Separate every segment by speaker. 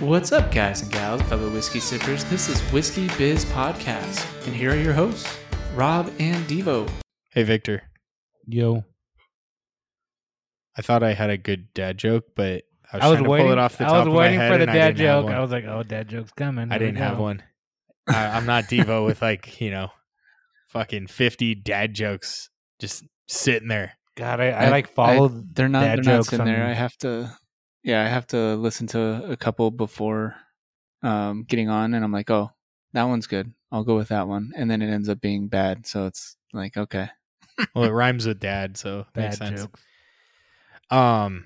Speaker 1: What's up, guys and gals, fellow whiskey sippers? This is Whiskey Biz Podcast, and here are your hosts, Rob and Devo.
Speaker 2: Hey, Victor.
Speaker 3: Yo,
Speaker 2: I thought I had a good dad joke, but I was,
Speaker 3: I was
Speaker 2: trying
Speaker 3: waiting.
Speaker 2: to pull it off the
Speaker 3: I
Speaker 2: top
Speaker 3: was
Speaker 2: of
Speaker 3: waiting
Speaker 2: my head
Speaker 3: for the
Speaker 2: and I
Speaker 3: dad
Speaker 2: didn't have
Speaker 3: joke.
Speaker 2: one.
Speaker 3: I was like, "Oh, dad joke's coming."
Speaker 2: I
Speaker 3: Here we
Speaker 2: didn't have
Speaker 3: go.
Speaker 2: one. I, I'm not Devo with like you know, fucking fifty dad jokes just sitting there.
Speaker 3: God, I, I,
Speaker 1: I-
Speaker 3: like followed.
Speaker 1: They're not.
Speaker 3: Dad
Speaker 1: They're not
Speaker 3: jokes
Speaker 1: in there.
Speaker 3: on-
Speaker 1: I have to. Yeah, I have to listen to a couple before um, getting on, and I'm like, oh, that one's good. I'll go with that one, and then it ends up being bad. So it's like, okay,
Speaker 2: Well, it rhymes with dad, so it
Speaker 3: bad
Speaker 2: makes sense.
Speaker 3: jokes.
Speaker 2: Um,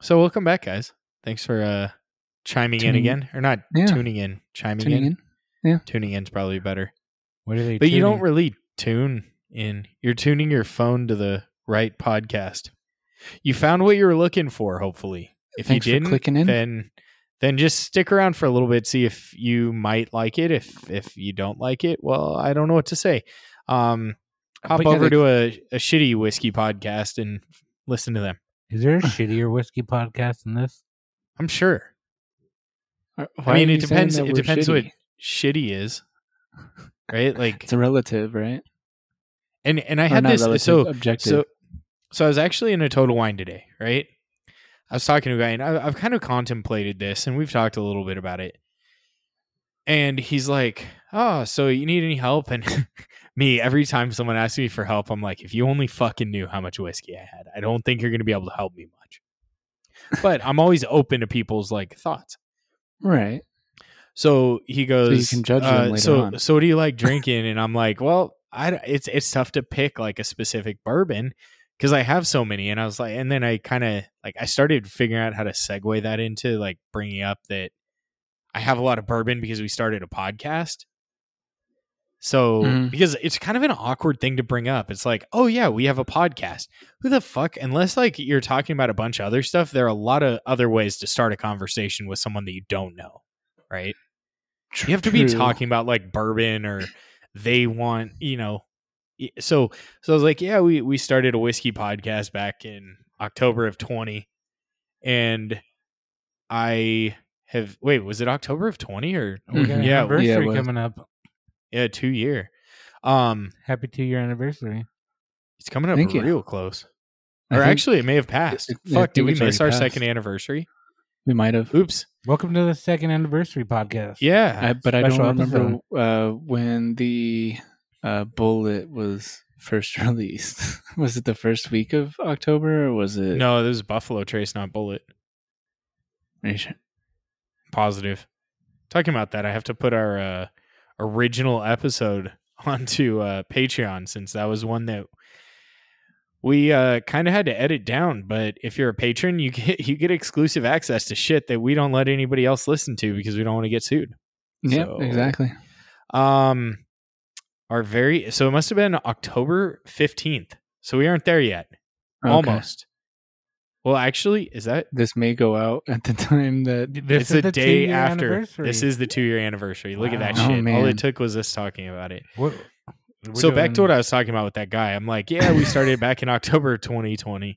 Speaker 2: so welcome back, guys. Thanks for uh chiming in
Speaker 1: Tuning-
Speaker 2: again, or not
Speaker 1: Yeah.
Speaker 2: tuning in, chiming
Speaker 1: tuning
Speaker 2: in.
Speaker 1: in.
Speaker 2: Tuning in's probably better,
Speaker 3: What are they?
Speaker 2: but you don't
Speaker 3: tuning?
Speaker 2: really tune in. You're tuning your phone to the right podcast. You found what you were looking for, hopefully. If
Speaker 1: Thanks
Speaker 2: you
Speaker 1: for
Speaker 2: didn't,
Speaker 1: clicking in.
Speaker 2: then then just stick around for a little bit see if you might like it if if you don't like it well i don't know what to say um hop
Speaker 1: Uh, But yeah,
Speaker 2: over
Speaker 1: they-
Speaker 2: to a, a shitty whiskey podcast and listen to them
Speaker 3: Is there a shittier whiskey podcast than this?
Speaker 2: i'm sure
Speaker 1: Why
Speaker 2: I mean,
Speaker 1: are
Speaker 2: it
Speaker 1: you saying
Speaker 2: depends-
Speaker 1: that
Speaker 2: it
Speaker 1: we're
Speaker 2: depends what-
Speaker 1: shitty?
Speaker 2: shitty is right like
Speaker 1: It's a relative, right?
Speaker 2: and and i
Speaker 1: Or
Speaker 2: had
Speaker 1: not
Speaker 2: this
Speaker 1: relative,
Speaker 2: so
Speaker 1: objective.
Speaker 2: So, so I was actually in a total wine today, right? I was talking to a guy, and I, I've kind of contemplated this, and we've talked a little bit about it. And he's like, "Oh, so you need any help?" And me, every time someone asks me for help, I'm like, "If you only fucking knew how much whiskey I had, I don't think you're going to be able to help me much." But I'm always open to people's like thoughts.
Speaker 1: right.
Speaker 2: So he goes, uh,
Speaker 1: you can judge them later
Speaker 2: so,
Speaker 1: on."
Speaker 2: So what do you like drinking? and I'm like, well, I d- it's it's tough to pick like a specific bourbon because I have so many. And I was like, and then I kind of like I started figuring out how to segue that into like bringing up that I have a lot of bourbon because we started a podcast. So
Speaker 1: Mhm.
Speaker 2: because it's kind of an awkward thing to bring up. It's like, oh yeah, we have a podcast. Who the fuck? Unless like you're talking about a bunch of other stuff, there are a lot of other ways to start a conversation with someone that you don't know, right? you have to be
Speaker 1: True.
Speaker 2: talking about like bourbon or they want you know y- so so i was like yeah we we started a whiskey podcast back in october of 20 and i have wait was it october of 20 or
Speaker 3: We got an
Speaker 1: Mhm.
Speaker 2: Yeah,
Speaker 3: anniversary
Speaker 1: yeah, well-
Speaker 3: coming up.
Speaker 2: yeah two year um
Speaker 3: Happy two year anniversary.
Speaker 2: it's coming up
Speaker 1: Thank you.
Speaker 2: real close
Speaker 1: I
Speaker 2: or
Speaker 1: think
Speaker 2: actually it may have passed
Speaker 1: I think
Speaker 2: fuck did we
Speaker 1: it's
Speaker 2: miss
Speaker 1: already
Speaker 2: our
Speaker 1: passed.
Speaker 2: second anniversary
Speaker 1: we might have.
Speaker 2: oops
Speaker 3: Welcome to the second anniversary podcast.
Speaker 2: yeah
Speaker 1: I, but I don't
Speaker 3: Special
Speaker 1: remember uh, when the uh, bullet was first released. was it the first week of October or was it?
Speaker 2: no this is buffalo trace not bullet
Speaker 1: Are you sure?
Speaker 2: positive. Talking about that, I have to put our uh, original episode onto uh, Patreon since that was one that we uh, kind of had to edit down. But if you're a patron, you get you get exclusive access to shit that we don't let anybody else listen to because we don't want to get sued.
Speaker 1: Yep,
Speaker 2: So-
Speaker 1: exactly.
Speaker 2: Um, our very so it must have been October fifteenth. So we aren't there yet.
Speaker 1: Okay.
Speaker 2: Almost. Well, actually, is that
Speaker 1: This may go out at the time that.
Speaker 3: This
Speaker 2: it's
Speaker 3: is
Speaker 2: the, day
Speaker 3: two-year
Speaker 2: after.
Speaker 3: anniversary.
Speaker 2: This is the two year anniversary. Look at that
Speaker 1: Wow. Oh,
Speaker 2: shit. All
Speaker 1: man.
Speaker 2: it took was us talking about it.
Speaker 3: We're- we're
Speaker 2: so back to
Speaker 3: doing-
Speaker 2: what I was talking about with that guy. I'm like, yeah, we started back in October 2020,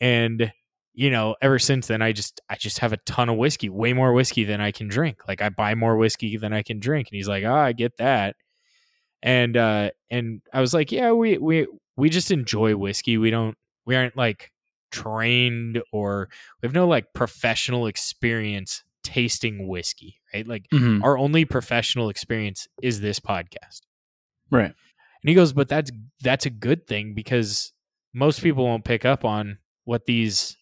Speaker 2: and you know, ever since then, I just I just have a ton of whiskey, way more whiskey than I can drink. Like I buy more whiskey than I can drink, and he's like, ah, I get that. And uh, and I was like, yeah, we we we just enjoy whiskey. We don't we aren't like trained or we have no like professional experience tasting whiskey, right? Like
Speaker 3: Mm.
Speaker 1: Mhm.
Speaker 2: our only professional experience is this podcast.
Speaker 1: Right.
Speaker 2: And he goes, but that's that's a good thing because most people won't pick up on what these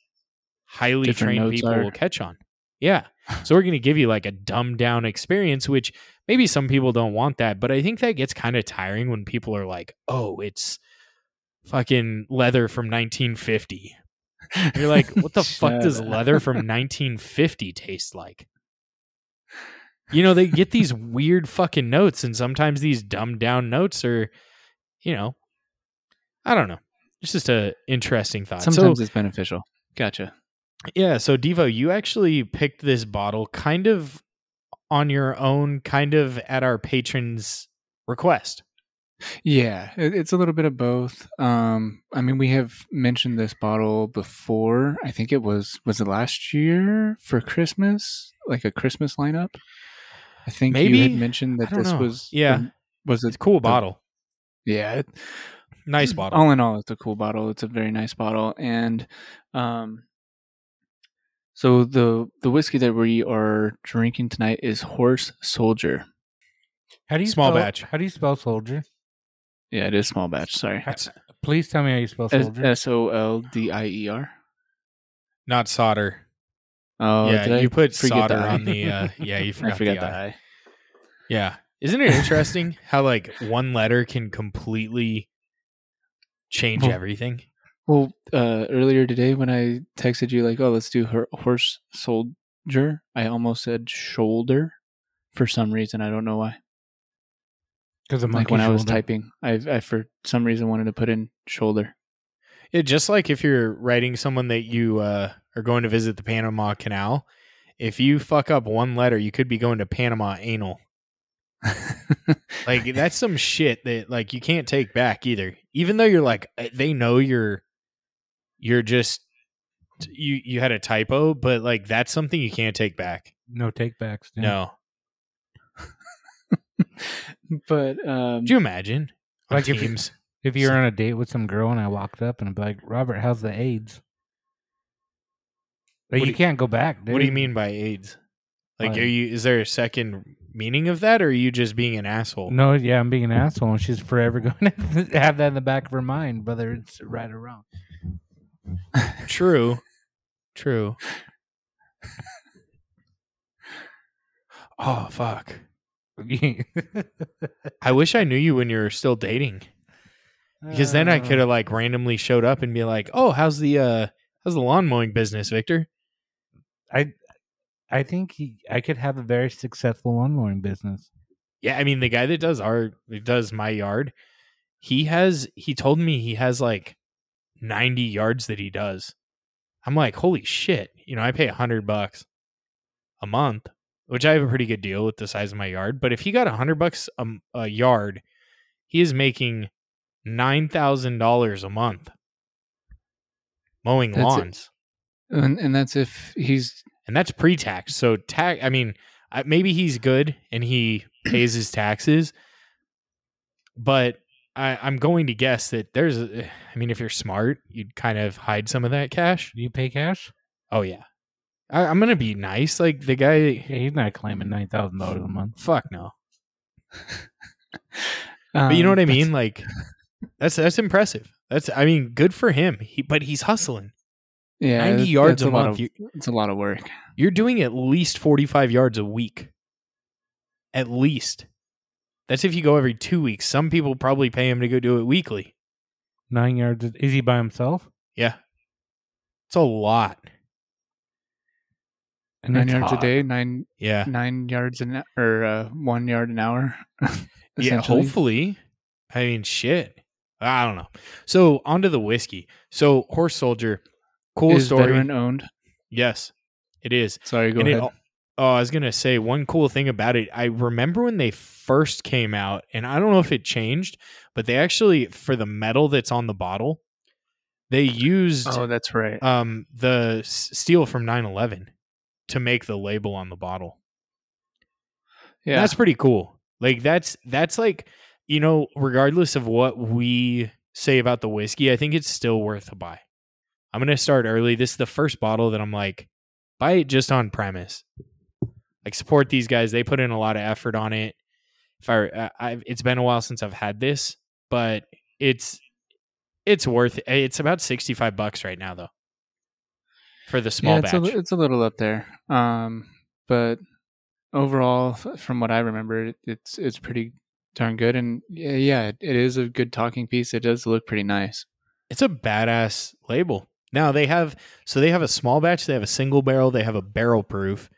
Speaker 2: highly
Speaker 1: Different
Speaker 2: trained
Speaker 1: notes
Speaker 2: people
Speaker 1: are.
Speaker 2: will catch on. Yeah. So we're going to give you like a dumbed down experience, which maybe some people don't want that, but I think that gets kind of tiring when people are like, "Oh, it's fucking leather from 1950." You're like, "What the fuck
Speaker 1: Shut
Speaker 2: does
Speaker 1: up.
Speaker 2: leather from 1950 taste like?" You know, they get these weird fucking notes and sometimes these dumbed down notes are, you know, I don't know. It's just a interesting thought. so,
Speaker 1: Sometimes it's beneficial. Gotcha.
Speaker 2: yeah, so Devo, you actually picked this bottle kind of on your own, kind of at our patrons' request.
Speaker 1: Yeah, it, it's a little bit of both. Um, I mean, we have mentioned this bottle before. I think it was was it last year for Christmas, like a Christmas lineup. I think you had
Speaker 2: Maybe?
Speaker 1: mentioned that
Speaker 2: I don't
Speaker 1: this
Speaker 2: know.
Speaker 1: was
Speaker 2: Yeah.
Speaker 1: the- was
Speaker 2: It's
Speaker 1: it
Speaker 2: a cool
Speaker 1: the- Oh,
Speaker 2: bottle.
Speaker 1: yeah, it,
Speaker 2: Nice bottle.
Speaker 1: all in all, it's a cool bottle. It's a very nice bottle, and um, so the the whiskey that we are drinking tonight is Horse Soldier.
Speaker 3: How do you
Speaker 2: Small
Speaker 3: spell,
Speaker 2: batch.
Speaker 3: How do you spell soldier?
Speaker 1: Yeah, it is small batch. Sorry,
Speaker 2: That's
Speaker 3: Please tell me how you spell soldier.
Speaker 1: S O L D I E R.
Speaker 2: not solder.
Speaker 1: Oh, did
Speaker 2: yeah,
Speaker 1: I
Speaker 2: you put
Speaker 1: forget
Speaker 2: solder
Speaker 1: I?
Speaker 2: on the. Uh, yeah, you forgot,
Speaker 1: I forgot
Speaker 2: the
Speaker 1: that.
Speaker 2: I.
Speaker 1: I.
Speaker 2: Yeah. Isn't it interesting how like one letter can completely change
Speaker 1: Well-
Speaker 2: everything?
Speaker 1: Well, uh, earlier today when I texted you, like, oh, let's do her- horse soldier, I almost said shoulder for some reason. I don't know why.
Speaker 3: Because of
Speaker 1: like when I was
Speaker 3: shoulder.
Speaker 1: typing, I, I for some reason wanted to put in shoulder.
Speaker 2: It just like if you're writing someone that you uh, are going to visit the Panama Canal, if you fuck up one letter, you could be going to Panama anal. Like that's some shit that like you can't take back either. Even though you're like eh, they know you're you're just you you had a typo, but like that's something you can't take back.
Speaker 3: No take backs. dude.
Speaker 2: No.
Speaker 1: but um,
Speaker 2: Could you imagine? On
Speaker 3: Like if you-
Speaker 2: Teams?
Speaker 3: If you were on a date with some girl and I walked up and I'd be like, Robert, how's the AIDS? But
Speaker 2: What do
Speaker 3: you
Speaker 2: you-
Speaker 3: can't go back, dude.
Speaker 2: What do you mean by AIDS? Like,
Speaker 3: Like-
Speaker 2: are you? Is there a second meaning of that, or are you just being an asshole?
Speaker 3: No, yeah, I'm being an asshole, and she's forever going to have that in the back of her mind, whether it's right or wrong.
Speaker 2: True. True. oh fuck! I wish I knew you when you were still dating, because then
Speaker 3: Uh.
Speaker 2: I could have like randomly showed up and be like, "Oh, how's the uh, how's the lawn mowing business, Victor?"
Speaker 3: I think he, I could have a very successful lawn mowing business.
Speaker 2: Yeah, I mean the guy that does our that does my yard, he has he told me he has like ninety yards that he does. I'm like, holy shit! You know, I pay a hundred bucks a month, which I have a pretty good deal with the size of my yard. But if he got a hundred bucks a, m- a yard, he is making nine thousand dollars a month mowing
Speaker 1: That's it.
Speaker 2: lawns
Speaker 1: and, and that's if he's
Speaker 2: and that's pre-tax. So tax. I mean, I, maybe he's good and he pays his taxes, but I, I'm going to guess that there's. a- I mean, if you're smart, you'd kind of hide some of that cash.
Speaker 3: Do you pay cash?
Speaker 2: Oh yeah, I, I'm gonna be nice. Like the guy.
Speaker 3: Yeah, he's not claiming nine thousand dollars a month.
Speaker 2: Fuck no.
Speaker 1: um,
Speaker 2: But you know what I
Speaker 1: that's-
Speaker 2: mean? Like that's that's impressive. That's I mean, good for him. He but he's hustling.
Speaker 1: Yeah,
Speaker 2: 90
Speaker 1: that's-
Speaker 2: yards
Speaker 1: that's
Speaker 2: a
Speaker 1: lot
Speaker 2: month.
Speaker 1: of-
Speaker 2: You-
Speaker 1: It's a lot of work.
Speaker 2: You're doing at least 45 yards a week. At least. That's if you go every two weeks. Some people probably pay him to go do it weekly.
Speaker 3: Nine yards. Is he by himself?
Speaker 2: Yeah. It's a lot.
Speaker 3: And
Speaker 1: Nine
Speaker 3: it's
Speaker 1: yards
Speaker 3: hot.
Speaker 1: a day, nine
Speaker 2: Yeah.
Speaker 1: nine yards an or uh, one yard an hour.
Speaker 2: Yeah.
Speaker 1: essentially.
Speaker 2: Hopefully. I mean, shit. I don't know. So, onto the whiskey. So, Horse Soldier, cool
Speaker 1: is
Speaker 2: story.
Speaker 1: veteran owned.
Speaker 2: Yes, it is.
Speaker 1: Sorry, go
Speaker 2: And it
Speaker 1: ahead.
Speaker 2: al- oh, I was gonna say one cool thing about it. I remember when they first came out, and I don't know if it changed, but they actually for the metal that's on the bottle, they used
Speaker 1: oh, that's right.
Speaker 2: um the s- steel from 9/11 to make the label on the bottle.
Speaker 1: yeah,
Speaker 2: That's pretty cool. Like that's that's like you know, regardless of what we say about the whiskey, I think it's still worth a buy. I'm gonna start early. This is the first bottle that I'm like, buy it just on premise. Like support these guys. They put in a lot of effort on it. If I, I I've, it's been a while since I've had this, but it's it's worth. It. It's about sixty five bucks right now though, for the small
Speaker 1: yeah,
Speaker 2: batch.
Speaker 1: it's A, li- it's a little up there, um, but overall, f- from what I remember, it, it's it's pretty darn good. And yeah, yeah, it, it is a good talking piece. It does look pretty nice.
Speaker 2: It's a badass label. Now they have so they have a small batch, they have a single barrel, they have a barrel proof,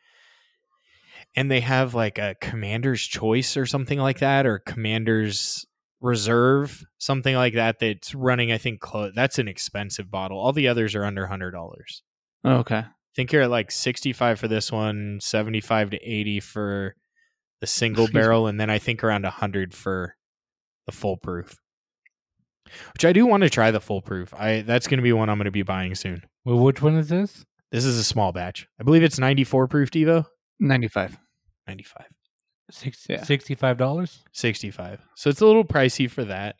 Speaker 2: and they have like a commander's choice or something like that, or commander's reserve, something like that. That's running, I think, close. That's an expensive bottle. All the others are under hundred dollars.
Speaker 1: Oh, Okay,
Speaker 2: I think you're at like sixty five for this one, seventy five to eighty for the single
Speaker 1: Excuse me.
Speaker 2: barrel, and then I think around hundred for the full proof. Which I do want to try the full proof. I that's going to be one I'm going to be buying soon.
Speaker 3: Well, which one is this?
Speaker 2: This is a small batch. I believe it's 94 proof Devo.
Speaker 1: 95.
Speaker 2: 95.
Speaker 3: Six,
Speaker 1: Yeah.
Speaker 3: Sixty-five dollars.
Speaker 2: 65. So it's a little pricey for that.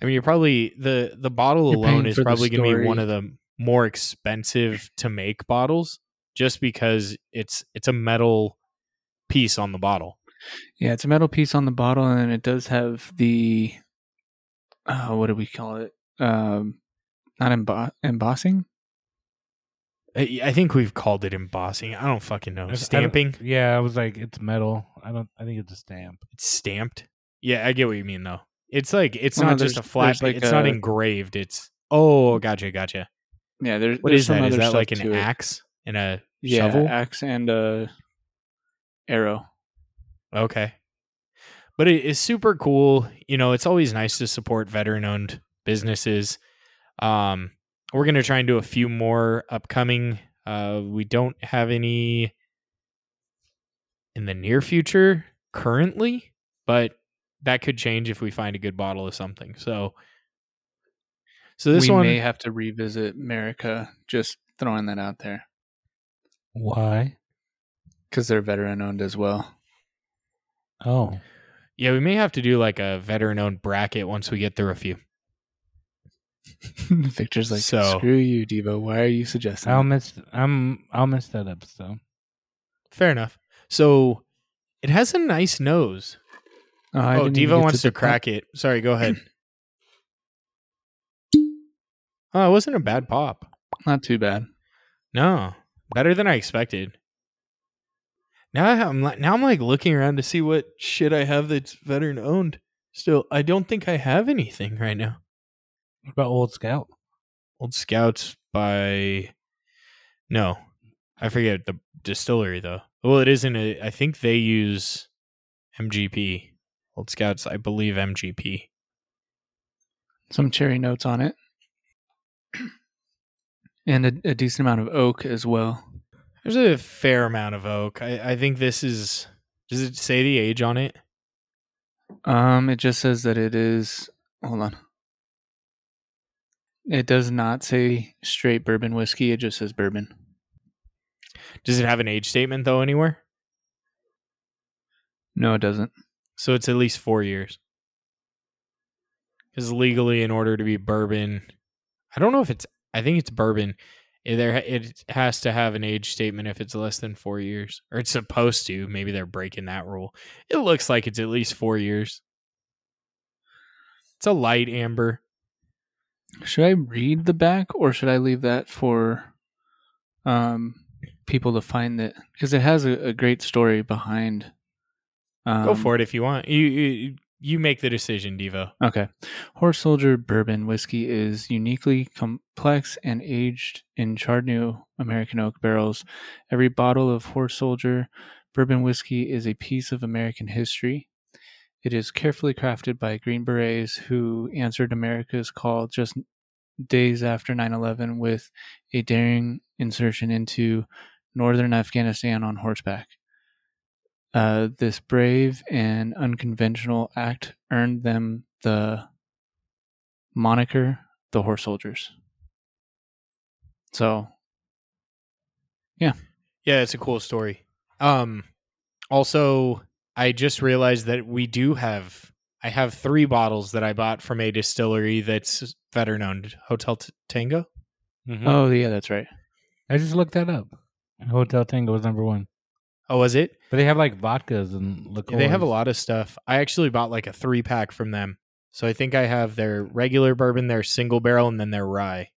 Speaker 2: I mean, you're probably the the bottle
Speaker 1: You're
Speaker 2: alone
Speaker 1: paying
Speaker 2: is
Speaker 1: for the
Speaker 2: probably going to be
Speaker 1: story.
Speaker 2: one of the more expensive to make bottles just because it's it's a metal piece on the bottle.
Speaker 1: Yeah, it's a metal piece on the bottle, and it does have the uh, what do we call it? Um, not embo- embossing.
Speaker 2: I, I think we've called it embossing. I don't fucking know. Stamping.
Speaker 3: Yeah, I was like, it's metal. I don't. I think it's a stamp.
Speaker 2: It's stamped. Yeah, I get what you mean though. It's like it's
Speaker 1: Well, Oh, no,
Speaker 2: not just a
Speaker 1: there's-
Speaker 2: flat.
Speaker 1: there's
Speaker 2: pa-
Speaker 1: like
Speaker 2: it's not
Speaker 1: a-
Speaker 2: engraved. It's oh, gotcha, gotcha.
Speaker 1: Yeah, there's
Speaker 2: What
Speaker 1: there's
Speaker 2: is
Speaker 1: some
Speaker 2: that? Is
Speaker 1: other
Speaker 2: that
Speaker 1: stuff
Speaker 2: like an
Speaker 1: to it.
Speaker 2: axe and a
Speaker 1: Yeah,
Speaker 2: shovel?
Speaker 1: axe and a arrow.
Speaker 2: Okay. But it is super cool. You know, it's always nice to support veteran owned businesses. Um, we're going to try and do a few more upcoming. Uh, we don't have any in the near future currently, but that could change if we find a good bottle of something. So, so this
Speaker 1: we
Speaker 2: one,
Speaker 1: may have to revisit America. Just throwing that out there
Speaker 3: Why?
Speaker 1: because they're veteran owned as well.
Speaker 3: Oh,
Speaker 2: yeah, we may have to do like a veteran owned bracket once we get through a few.
Speaker 1: Victor's like,
Speaker 2: So-
Speaker 1: screw you, Devo. Why are you suggesting?
Speaker 3: I'll
Speaker 1: that?"
Speaker 3: mess. I'm. I'll mess that up. So
Speaker 2: Fair enough. So it has a nice nose.
Speaker 1: I
Speaker 2: oh,
Speaker 1: didn't even
Speaker 2: Devo
Speaker 1: get
Speaker 2: wants to,
Speaker 1: the-
Speaker 2: crack it. Sorry, go ahead. oh, it wasn't a bad pop.
Speaker 1: Not too bad.
Speaker 2: No, better than I expected. Now I'm like, now I'm like looking around to see what shit I have that's veteran owned. Still, I don't think I have anything right now.
Speaker 3: what about Old Scout?
Speaker 2: Old Scouts by no, I forget the distillery though. Well, it isn't. A, I think they use MGP. Old Scouts, I believe MGP.
Speaker 1: Some cherry notes on it, and a, a decent amount of oak as well.
Speaker 2: There's a fair amount of oak. I, I think this is. Does it say the age on it?
Speaker 1: Um, it just says that it is. Hold on. It does not say straight bourbon whiskey. It just says bourbon.
Speaker 2: Does it have an age statement though anywhere?
Speaker 1: No, it doesn't.
Speaker 2: So it's at least four years. Because legally, in order to be bourbon, I don't know if it's. I think it's bourbon. It- There, it has to have an age statement if it's less than four years, or it's supposed to. Maybe they're breaking that rule. It looks like it's at least four years. It's a light amber.
Speaker 1: Should I read the back, or should I leave that for um people to find it? Because it has a, a great story behind. Um,
Speaker 2: Go for it if you want. You you, you make the decision, Devo.
Speaker 1: Okay. Horse Soldier Bourbon Whiskey is uniquely complex and aged in charred-new American oak barrels. Every bottle of Horse Soldier Bourbon Whiskey is a piece of American history. It is carefully crafted by Green Berets, who answered America's call just days after 9 11 with a daring insertion into northern Afghanistan on horseback. Uh, this brave and unconventional act earned them the moniker the horse soldiers so
Speaker 2: Yeah, it's a cool story. Um also I just realized that we do have I have three bottles that I bought from a distillery that's veteran owned Hotel T- Tango. Hmm.
Speaker 3: Oh,
Speaker 1: oh yeah that's right
Speaker 3: I just looked that up. Hotel Tango was number one.
Speaker 2: Oh, was it?
Speaker 3: But they have like vodkas and liqueurs.
Speaker 2: They have a lot of stuff. I actually bought like a three pack from them. So I think I have their regular bourbon, their single barrel, and then their rye.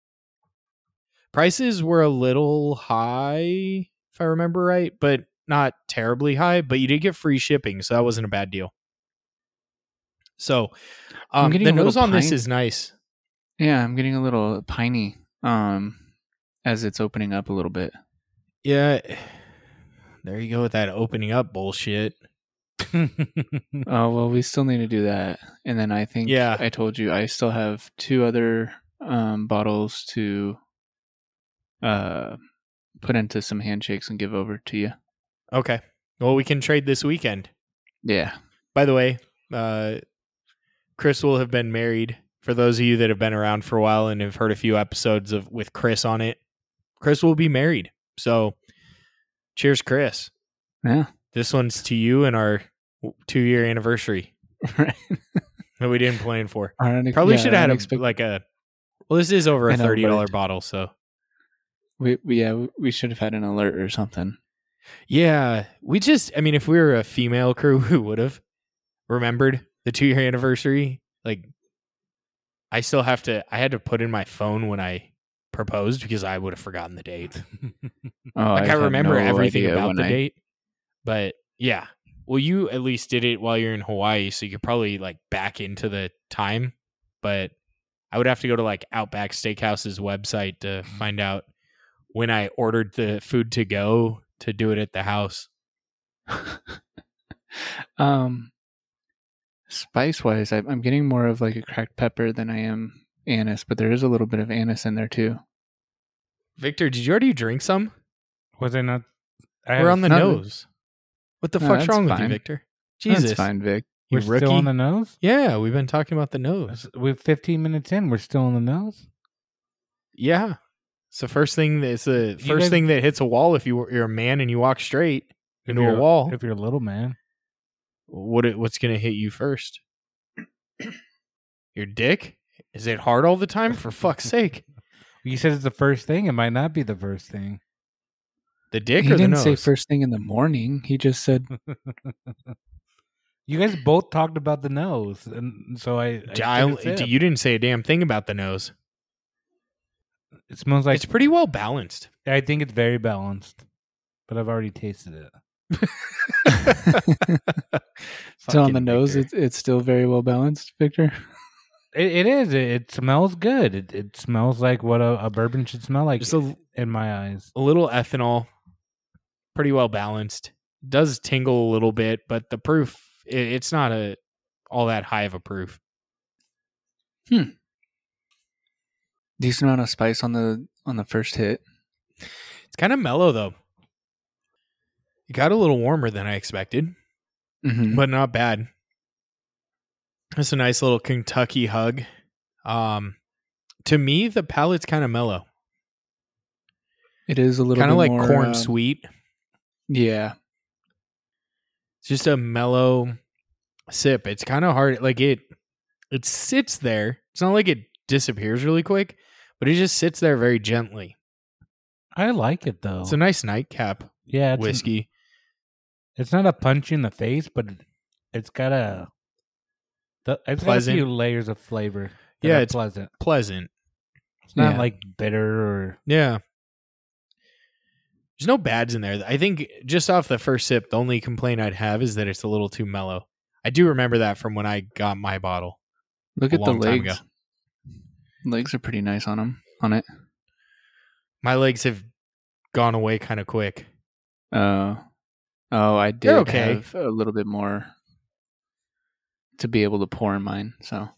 Speaker 2: Prices were a little high, if I remember right, but not terribly high. But you did get free shipping, so that wasn't a bad deal. So
Speaker 1: I'm
Speaker 2: um,
Speaker 1: getting
Speaker 2: the
Speaker 1: a little
Speaker 2: nose on this
Speaker 1: pint.
Speaker 2: is nice.
Speaker 1: yeah i'm getting a little piney um as it's opening up a little bit
Speaker 2: Yeah. There you go with that opening up bullshit.
Speaker 1: oh well we still need to do that and then i think
Speaker 2: Yeah.
Speaker 1: i told you i still have two other um bottles to uh put into some handshakes and give over to you
Speaker 2: Okay. Well, we can trade this weekend.
Speaker 1: yeah
Speaker 2: By the way, uh, Chris will have been married. For those of you that have been around for a while and have heard a few episodes of with Chris on it, Chris will be married. So, cheers, Chris.
Speaker 1: Yeah.
Speaker 2: This one's to you and our two year anniversary
Speaker 1: Right.
Speaker 2: that we didn't plan for.
Speaker 1: Our unex-
Speaker 2: Probably
Speaker 1: yeah,
Speaker 2: should have had a,
Speaker 1: unexpected-
Speaker 2: like a. Well, this is over a
Speaker 1: An
Speaker 2: thirty dollar
Speaker 1: alert.
Speaker 2: bottle, so
Speaker 1: we, we- yeah, we should have had an alert or something.
Speaker 2: yeah. We just, I mean, if we were a female crew, we would have remembered the two year anniversary. Like, I still have to. I had to put in my phone when I proposed because I would have forgotten the date.
Speaker 1: Oh,
Speaker 2: like I,
Speaker 1: have
Speaker 2: remember
Speaker 1: no
Speaker 2: everything
Speaker 1: idea
Speaker 2: about
Speaker 1: when
Speaker 2: the
Speaker 1: I-
Speaker 2: date, but yeah. Well, you at least did it while you're in Hawaii, so you could probably like back into the time. But I would have to go to like Outback Steakhouse's website to
Speaker 1: Mm-hmm.
Speaker 2: find out when I ordered the food to go to do it at the house.
Speaker 1: Um, spice wise, I, I'm getting more of like a cracked pepper than I am anise, but there is a little bit of anise in there too.
Speaker 2: Victor, did you already drink some?
Speaker 3: Was I not? I
Speaker 2: We're on the
Speaker 1: none.
Speaker 2: nose. What the
Speaker 1: No,
Speaker 2: fuck's
Speaker 1: that's
Speaker 2: wrong with
Speaker 1: fine.
Speaker 2: you, Victor?
Speaker 1: That's
Speaker 2: Jesus,
Speaker 1: fine, Vic.
Speaker 2: you
Speaker 3: We're
Speaker 2: rookie.
Speaker 3: still on the nose.
Speaker 2: yeah, we've been talking about the nose.
Speaker 3: We're 15 minutes in. We're still on the nose.
Speaker 2: Yeah. It's the first thing that's the first
Speaker 3: guys-
Speaker 2: thing that hits a wall if you were, you're a man and you walk straight
Speaker 3: If
Speaker 2: into a
Speaker 3: you're-
Speaker 2: wall.
Speaker 3: If you're a little man,
Speaker 2: what it, what's going to hit you first? Your dick? Is it hard all the time for fuck's sake?
Speaker 3: you said it's the first thing. It might not be the first thing.
Speaker 2: The dick
Speaker 1: he
Speaker 2: or the
Speaker 1: didn't
Speaker 2: nose?
Speaker 1: say first thing in the morning. He just said,
Speaker 3: You guys both talked about the nose, and so I. I
Speaker 2: D- I
Speaker 3: took a
Speaker 2: only- d-
Speaker 3: sip.
Speaker 2: you didn't say a damn thing about the nose.
Speaker 3: It smells like.
Speaker 2: it's pretty well balanced.
Speaker 3: I think it's very balanced, but I've already tasted it.
Speaker 1: so on
Speaker 2: Fucking
Speaker 1: the nose,
Speaker 2: Victor.
Speaker 1: it's, it's still very well balanced, Victor.
Speaker 3: It, it is. It, it smells good. It, it smells like what a, a bourbon should smell like
Speaker 2: just a,
Speaker 3: in my eyes.
Speaker 2: a little ethanol, pretty well balanced. Does tingle a little bit, but the proof i it's not a all that high of a proof.
Speaker 1: Decent amount of spice on the on the first hit.
Speaker 2: It's kind of mellow though. It got a little warmer than I expected,
Speaker 1: Mm-hmm.
Speaker 2: but not bad. That's a nice little Kentucky hug. Um, to me, the palate's kind of mellow,
Speaker 1: It is a little
Speaker 2: kind
Speaker 1: bit
Speaker 2: of like
Speaker 1: more,
Speaker 2: corn
Speaker 1: um,
Speaker 2: sweet.
Speaker 1: Yeah,
Speaker 2: It's just a mellow sip. It's kind of hard. Like it, it sits there. It's not like it disappears really quick, but it just sits there very gently.
Speaker 3: I like it though.
Speaker 2: It's a nice nightcap
Speaker 3: yeah, it's,
Speaker 2: whiskey.
Speaker 3: it's not a punch you in the face, but it, it's got a. The, it's
Speaker 2: Pleasant.
Speaker 3: got a few layers of flavor. that
Speaker 2: Yeah,
Speaker 3: are
Speaker 2: it's-
Speaker 3: pleasant.
Speaker 2: Pleasant.
Speaker 3: It's not
Speaker 1: Yeah.
Speaker 3: like bitter or.
Speaker 2: Yeah. There's no bads in there. I think just off the first sip, the only complaint I'd have is that it's a little too mellow. I do remember that from when I got my bottle.
Speaker 1: look
Speaker 2: A
Speaker 1: at the
Speaker 2: long time ago.
Speaker 1: legs. Legs are pretty nice on them. On it.
Speaker 2: My legs have gone away kind of quick.
Speaker 1: Uh, oh, I did
Speaker 2: They're okay.
Speaker 1: have a little bit more to be able to pour in mine. So,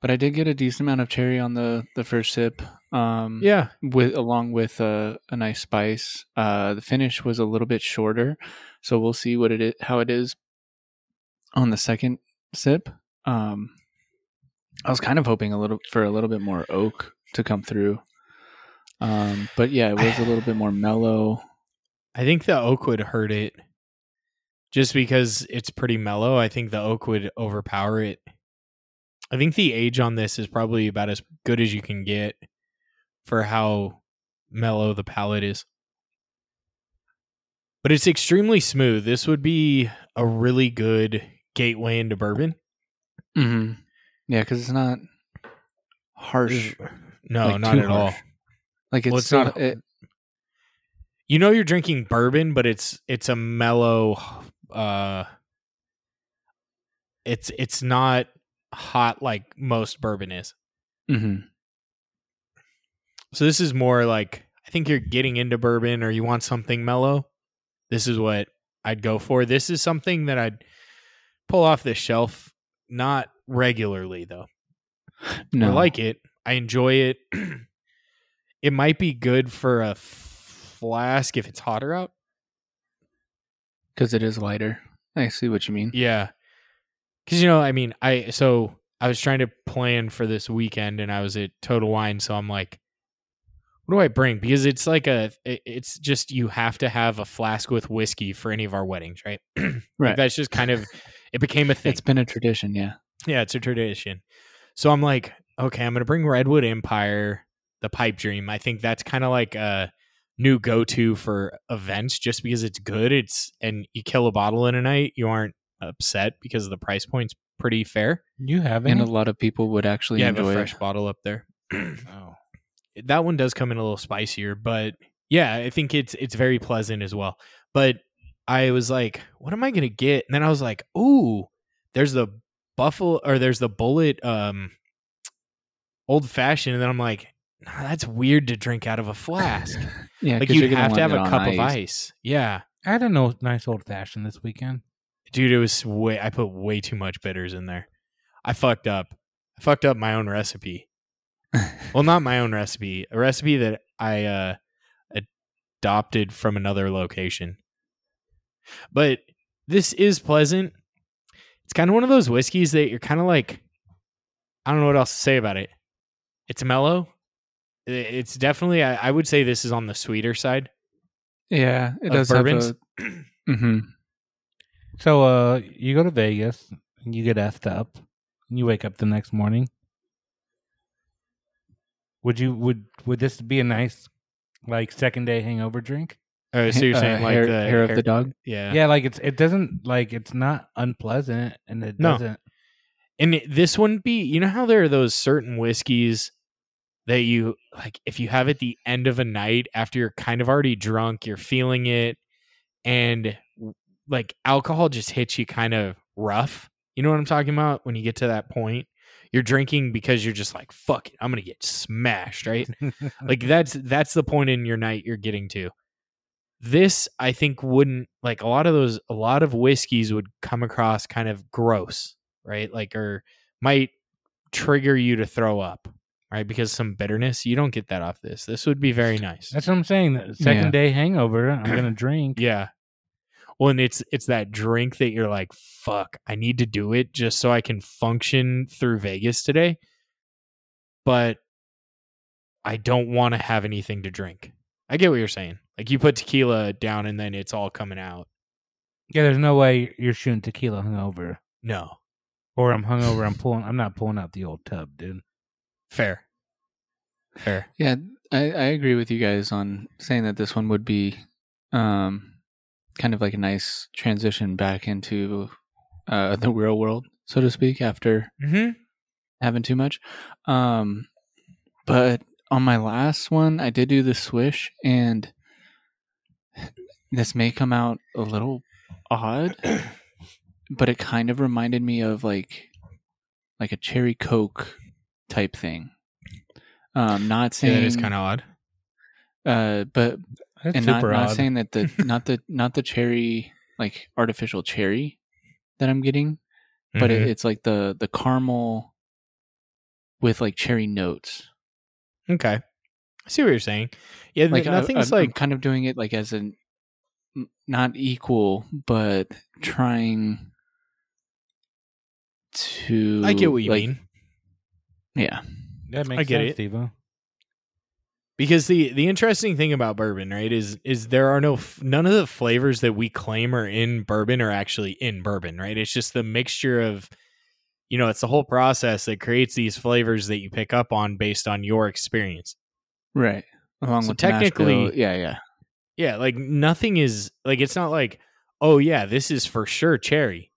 Speaker 1: but I did get a decent amount of cherry on the the first sip. Um,
Speaker 2: Yeah.
Speaker 1: with along with a, a nice spice. Uh, the finish was a little bit shorter, so we'll see what it is, how it is on the second sip. Um, I was kind of hoping a little for a little bit more oak to come through, um, but yeah, it was a little bit more mellow.
Speaker 2: I think the oak would hurt it just because it's pretty mellow. I think the oak would overpower it. I think the age on this is probably about as good as you can get for how mellow the palate is. But it's extremely smooth. This would be a really good gateway into bourbon.
Speaker 1: Mm-hmm. Yeah, because it's not harsh.
Speaker 2: No,
Speaker 1: Like,
Speaker 2: not
Speaker 1: too
Speaker 2: at all.
Speaker 1: harsh. Like it's,
Speaker 2: Well, it's
Speaker 1: not.
Speaker 2: not-
Speaker 1: It,
Speaker 2: you know you're drinking bourbon but it's it's a mellow uh it's it's not hot like most bourbon is
Speaker 1: mhm.
Speaker 2: so this is more like i think you're getting into bourbon or you want something mellow this is what i'd go for this is something that i'd pull off the shelf not regularly though
Speaker 1: No,
Speaker 2: I like it. I enjoy it. it might be good for a flask if it's hotter out.
Speaker 1: because it is lighter. I see what you mean.
Speaker 2: Yeah. Because you know, I mean, I so I was trying to plan for this weekend, and I was at Total Wine, so I'm like, what do I bring? Because it's like a, it- it's just you have to have a flask with whiskey for any of our weddings, right? right.
Speaker 1: Right.
Speaker 2: that's just kind of it became a thing.
Speaker 1: It's been a tradition, yeah.
Speaker 2: Yeah, it's a tradition. So I'm like, okay, I'm gonna bring Redwood Empire, the pipe dream. I think that's kind of like a new go to for events, just because it's good. It's and you kill a bottle in a night, you aren't upset because the price point's pretty fair.
Speaker 3: You have
Speaker 1: And
Speaker 3: any?
Speaker 1: a lot of people would actually
Speaker 2: you have a
Speaker 1: enjoy
Speaker 2: fresh
Speaker 1: it.
Speaker 2: bottle up there.
Speaker 3: oh.
Speaker 2: that one does come in a little spicier, but yeah, I think it's it's very pleasant as well. But I was like, what am I gonna get? And then I was like, ooh, there's the buffalo or there's the bullet um old fashioned, and then I'm like, nah, that's weird to drink out of a flask.
Speaker 1: Yeah,
Speaker 2: like
Speaker 1: 'cause
Speaker 2: you
Speaker 1: you're gonna
Speaker 2: have to have
Speaker 1: want
Speaker 2: a
Speaker 1: it on
Speaker 2: cup of ice. Yeah.
Speaker 3: I had a no, nice old fashioned this weekend.
Speaker 2: Dude, it was way I put way too much bitters in there. I fucked up. I fucked up my own recipe. well not my own recipe a recipe that i uh adopted from another location but this is pleasant it's kind of one of those whiskeys that you're kind of like i don't know what else to say about it it's mellow I- it's definitely i, I would say this is on the sweeter side
Speaker 1: Yeah, it
Speaker 2: of
Speaker 1: does have
Speaker 2: bourbons.
Speaker 1: a. hmm
Speaker 3: So uh you go to Vegas and you get effed up and you wake up the next morning. Would you would would this be a nice like second day hangover drink?
Speaker 2: oh so you're
Speaker 1: Uh,
Speaker 2: saying like
Speaker 1: hair,
Speaker 2: the
Speaker 1: hair of the dog.
Speaker 2: yeah
Speaker 3: Yeah. like it's it doesn't like it's not unpleasant and it
Speaker 2: No.
Speaker 3: doesn't
Speaker 2: And it- this wouldn't be, you know how there are those certain whiskeys that you like if you have at the end of a night after you're kind of already drunk, you're feeling it and w- like alcohol just hits you kind of rough. You know what I'm talking about when you get to that point? You're drinking because you're just like, fuck it, I'm going to get smashed, right? like that's that's the point in your night you're getting to this i think wouldn't like a lot of those a lot of whiskeys would come across kind of gross right like or might trigger you to throw up right because some bitterness you don't get that off this this would be very nice
Speaker 3: That's what I'm saying. the Second
Speaker 1: Yeah.
Speaker 3: day hangover, I'm gonna drink.
Speaker 2: yeah well and it's it's that drink that you're like fuck i need to do it just so i can function through vegas today but i don't want to have anything to drink i get what you're saying like you put tequila down and then it's all coming out
Speaker 3: Yeah, there's no way you're shooting tequila hungover.
Speaker 2: no
Speaker 3: Or I'm hungover, I'm pulling I'm not pulling out the old tub, dude.
Speaker 2: fair fair
Speaker 1: Yeah, I, I agree with you guys on saying that this one would be um, kind of like a nice transition back into uh, the real world, so to speak, after
Speaker 2: mm-hmm.
Speaker 1: having too much. Um, but on my last one, I did do the swish, and this may come out a little odd, but it kind of reminded me of like like a cherry coke type thing. Um, not saying
Speaker 2: that is kind of odd
Speaker 1: uh, but
Speaker 3: That's
Speaker 1: and not,
Speaker 3: super
Speaker 1: not
Speaker 3: odd.
Speaker 1: saying that the not the not the cherry like artificial cherry that I'm getting, but
Speaker 2: Mm-hmm.
Speaker 1: it, it's like the the caramel with like cherry notes.
Speaker 2: Mhm. okay i see what you're saying yeah
Speaker 1: Like
Speaker 2: like, nothing's
Speaker 1: I, I'm- I'm
Speaker 2: like
Speaker 1: kind of doing it like as an n- not equal, but trying to.
Speaker 2: i get what you
Speaker 1: like-
Speaker 2: mean
Speaker 1: Yeah,
Speaker 3: that makes
Speaker 2: I get
Speaker 3: sense,
Speaker 2: it.
Speaker 3: Steve-o.
Speaker 2: because the the interesting thing about bourbon right is is there are no f- none of the flavors that we claim are in bourbon are actually in bourbon right it's just the mixture of you know it's the whole process that creates these flavors that you pick up on based on your experience
Speaker 1: right. Along
Speaker 2: So
Speaker 1: with the Nashville-
Speaker 2: technically-
Speaker 1: yeah, yeah,
Speaker 2: yeah like nothing is like it's not like oh yeah this is for sure cherry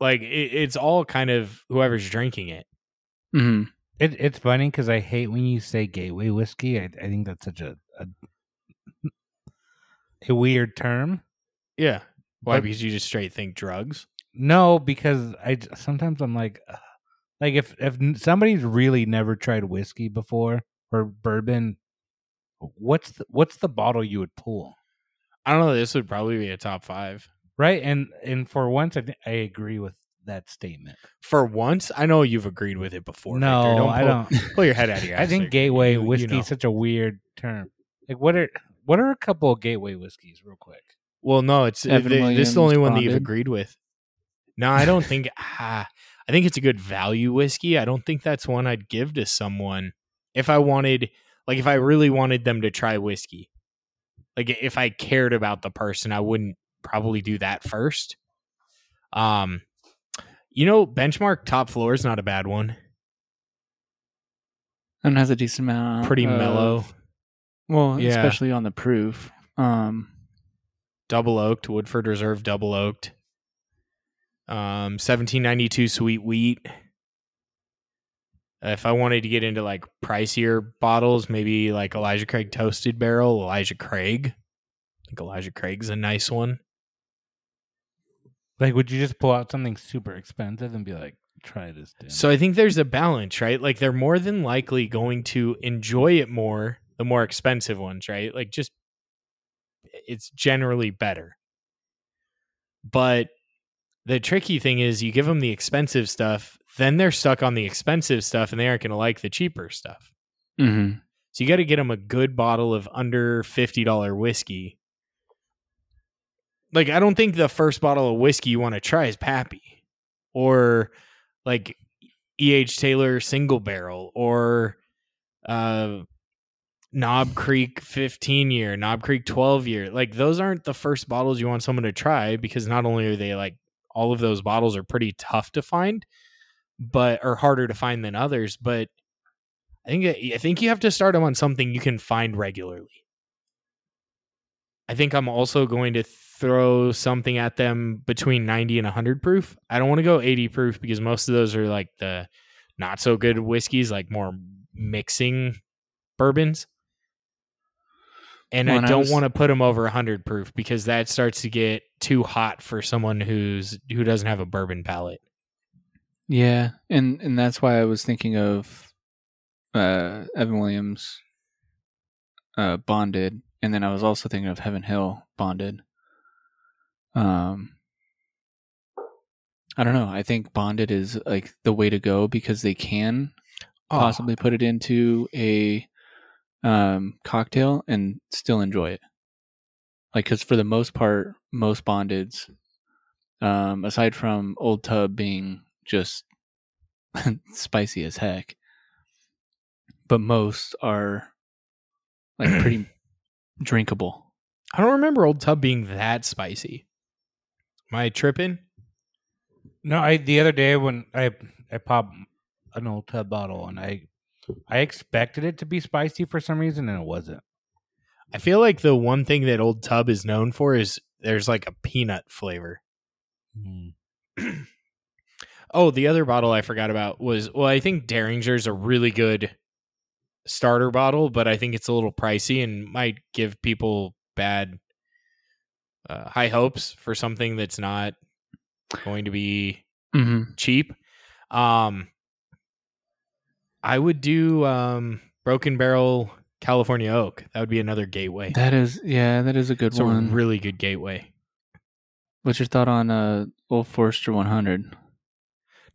Speaker 2: like it, it's all kind of whoever's drinking it
Speaker 1: hmm
Speaker 3: It, it's funny because I hate when you say gateway whiskey. I, I think that's such a a, a weird term.
Speaker 2: yeah why
Speaker 3: But-
Speaker 2: because you just straight think drugs
Speaker 3: No, because I j- sometimes I'm like, ugh. like if if n- somebody's really never tried whiskey before or bourbon, what's the, what's the bottle you would pull,
Speaker 2: i don't know this would probably be a top five
Speaker 3: right? And and for once, I think I agree with that statement.
Speaker 2: for once, I know you've agreed with it before.
Speaker 3: no,
Speaker 2: Victor.
Speaker 3: I
Speaker 2: pull,
Speaker 3: don't.
Speaker 2: Pull your head out of your ass.
Speaker 3: I think
Speaker 2: there.
Speaker 3: gateway
Speaker 2: You- you
Speaker 3: whiskey
Speaker 2: know.
Speaker 3: is such a weird term. Like what are what are a couple of gateway whiskeys, real quick?
Speaker 2: Well, no, it's
Speaker 1: Evan
Speaker 2: th- this is the only
Speaker 1: Williams
Speaker 2: one that you've
Speaker 1: bonded.
Speaker 2: agreed with. No, I don't think. ah, I think it's a good value whiskey. I don't think that's one I'd give to someone if I wanted, like, if I really wanted them to try whiskey. Like, if I cared about the person, I wouldn't probably do that first. Um, you know, benchmark top floor is not a bad one.
Speaker 1: and has a decent amount.
Speaker 2: Pretty
Speaker 1: of-
Speaker 3: Uh,
Speaker 2: mellow,
Speaker 1: Well,
Speaker 2: Yeah.
Speaker 1: especially on the proof. Um,
Speaker 2: double oaked, Woodford Reserve double oaked. Um, seventeen ninety two sweet wheat. If I wanted to get into like pricier bottles, maybe like Elijah Craig Toasted Barrel, Elijah Craig. I think Elijah Craig's a nice one.
Speaker 3: Like, would you just pull out something super expensive and be like, try this? Damn.
Speaker 2: So I think there's a balance, right? Like they're more than likely going to enjoy it more, the more expensive ones, right? Like just it's generally better. But the tricky thing is you give them the expensive stuff, then they're stuck on the expensive stuff and they aren't going to like the cheaper stuff.
Speaker 1: mhm.
Speaker 2: So you got to get them a good bottle of under $50 whiskey. Like I don't think the first bottle of whiskey you want to try is Pappy or like EH Taylor single barrel or uh Knob Creek 15 year, Knob Creek 12 year. Like those aren't the first bottles you want someone to try because not only are they like all of those bottles are pretty tough to find, but are harder to find than others, but I think I think you have to start them on something you can find regularly. I think I'm also going to throw something at them between 90 and 100 proof. I don't want to go 80 proof because most of those are like the not so good whiskeys, like more mixing bourbons. And
Speaker 1: Well,
Speaker 2: I
Speaker 1: and I
Speaker 2: don't
Speaker 1: was-
Speaker 2: want to put them over 100 proof because that starts to get too hot for someone who's who doesn't have a bourbon palate.
Speaker 1: Yeah, and and that's why I was thinking of uh, Evan Williams uh, bonded, and then I was also thinking of Heaven Hill bonded. Um, I don't know. I think bonded is like the way to go because they can possibly put it into a um, cocktail and still enjoy it. Like, because for the most part, most bondeds, um, aside from Old Tub being just spicy as heck, but most are like pretty drinkable.
Speaker 2: I don't remember Old Tub being that spicy. Am I tripping?
Speaker 3: No, I the other day when I I popped an old tub bottle and I I expected it to be spicy for some reason and it wasn't.
Speaker 2: I feel like the one thing that Old Tub is known for is there's like a peanut flavor. Hmm. Oh, the other bottle I forgot about was well, I think Derringer's a really good starter bottle, but I think it's a little pricey and might give people bad uh, high hopes for something that's not going to be
Speaker 1: Mm-hmm.
Speaker 2: cheap. Um, I would do um, Broken Barrel California Oak. That would be another gateway.
Speaker 1: That is, yeah, that is a good
Speaker 2: It's a
Speaker 1: one.
Speaker 2: really good gateway.
Speaker 1: What's your thought on uh, Old Forester 100?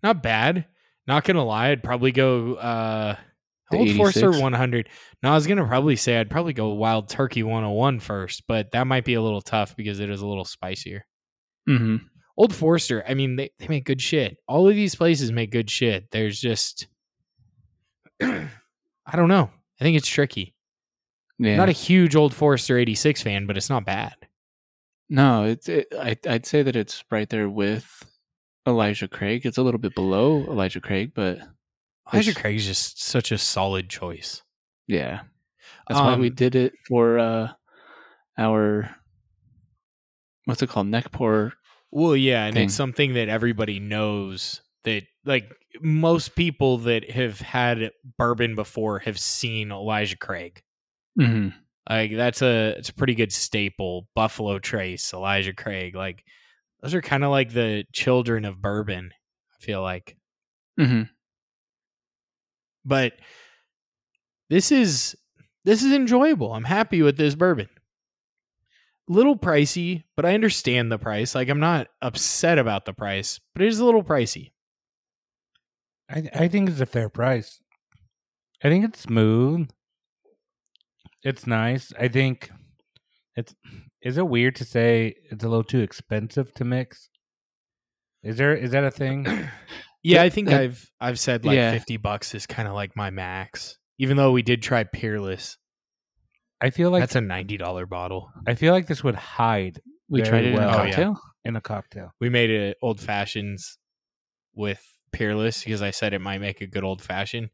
Speaker 2: Not bad. Not gonna lie, I'd probably go uh,
Speaker 1: The
Speaker 2: Old Forster
Speaker 1: 86?
Speaker 2: 100. No, I was gonna probably say I'd probably go Wild Turkey 101 first, but that might be a little tough because it is a little spicier.
Speaker 1: Mm-hmm.
Speaker 2: Old Forster, I mean, they, they make good shit. All of these places make good shit. There's just, I don't know. I think it's tricky.
Speaker 1: Yeah.
Speaker 2: Not a huge Old Forester 86 fan, but it's not bad.
Speaker 1: No, it's it, I I'd say that it's right there with Elijah Craig. It's a little bit below Elijah Craig, but
Speaker 2: Elijah
Speaker 1: It's-
Speaker 2: Craig's just such a solid choice.
Speaker 1: yeah, that's why we
Speaker 2: Um,
Speaker 1: did it for uh our what's it called neck pour.
Speaker 2: Well, yeah, and
Speaker 1: thing.
Speaker 2: it's something that everybody knows that like most people that have had bourbon before have seen Elijah Craig.
Speaker 1: Mm-hmm.
Speaker 2: Like that's a it's a pretty good staple. Buffalo Trace, Elijah Craig, like those are kind of like the children of bourbon. I feel like,
Speaker 1: Mm-hmm.
Speaker 2: but this is this is enjoyable. I'm happy with this bourbon. Little pricey, but I understand the price. Like I'm not upset about the price, but it is a little pricey.
Speaker 3: I I think it's a fair price. I think it's smooth. It's nice. I think it's is it weird to say it's a little too expensive to mix? Is there is that a thing?
Speaker 1: Th-
Speaker 2: Yeah, I think
Speaker 1: that-
Speaker 2: I've I've said like
Speaker 1: Yeah.
Speaker 2: 50 bucks is kind of like my max. Even though we did try Peerless.
Speaker 3: I feel like
Speaker 2: That's a $90 bottle.
Speaker 3: I feel like this would hide
Speaker 1: We
Speaker 3: Very
Speaker 1: tried it in
Speaker 3: well.
Speaker 1: a
Speaker 2: Oh, yeah.
Speaker 1: cocktail.
Speaker 3: in a cocktail.
Speaker 2: We made it old fashions with Peerless because I said it might make a good old fashioned.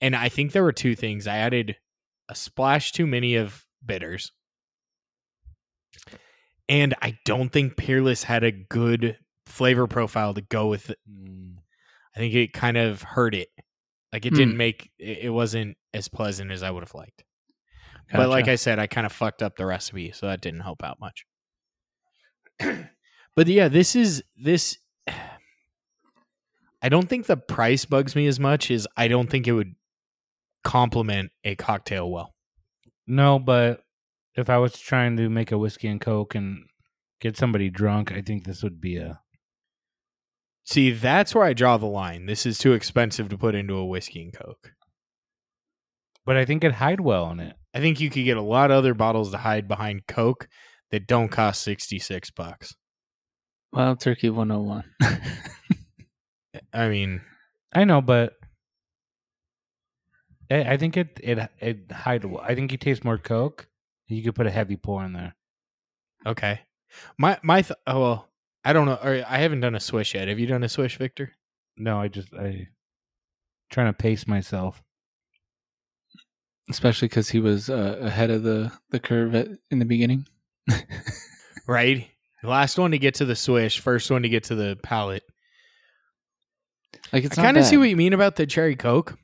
Speaker 2: And I think there were two things. I added a splash too many of bitters. And I don't think Peerless had a good flavor profile to go with Mm. I think it kind of hurt it. Like it didn't make it, it wasn't as pleasant as I would have liked. But like
Speaker 1: Gotcha.
Speaker 2: I said, I kind of fucked up the recipe, so that didn't help out much. but yeah, this is this I don't think the price bugs me as much as I don't think it would complement a cocktail well.
Speaker 3: No, but if I was trying to make a whiskey and coke and get somebody drunk, I think this would be a
Speaker 2: See, that's where I draw the line. This is too expensive to put into a whiskey and coke.
Speaker 3: but I think it'd hide well on it.
Speaker 2: I think you could get a lot of other bottles to hide behind coke that don't cost 66 bucks.
Speaker 1: Wild Turkey 101.
Speaker 2: I mean,
Speaker 3: I know, but I, I think it it it hide well. I think you taste more coke. You could put a heavy pour in there.
Speaker 2: Okay. My my th- oh well, I don't know. Or I haven't done a swish yet. Have you done a swish, Victor?
Speaker 3: No, I just I trying to pace myself.
Speaker 1: Especially because he was uh, ahead of the, the curve at, in the beginning.
Speaker 2: Right. Last one to get to the swish, first one to get to the palate.
Speaker 1: Like it's
Speaker 2: I kind of see what you mean about the cherry coke.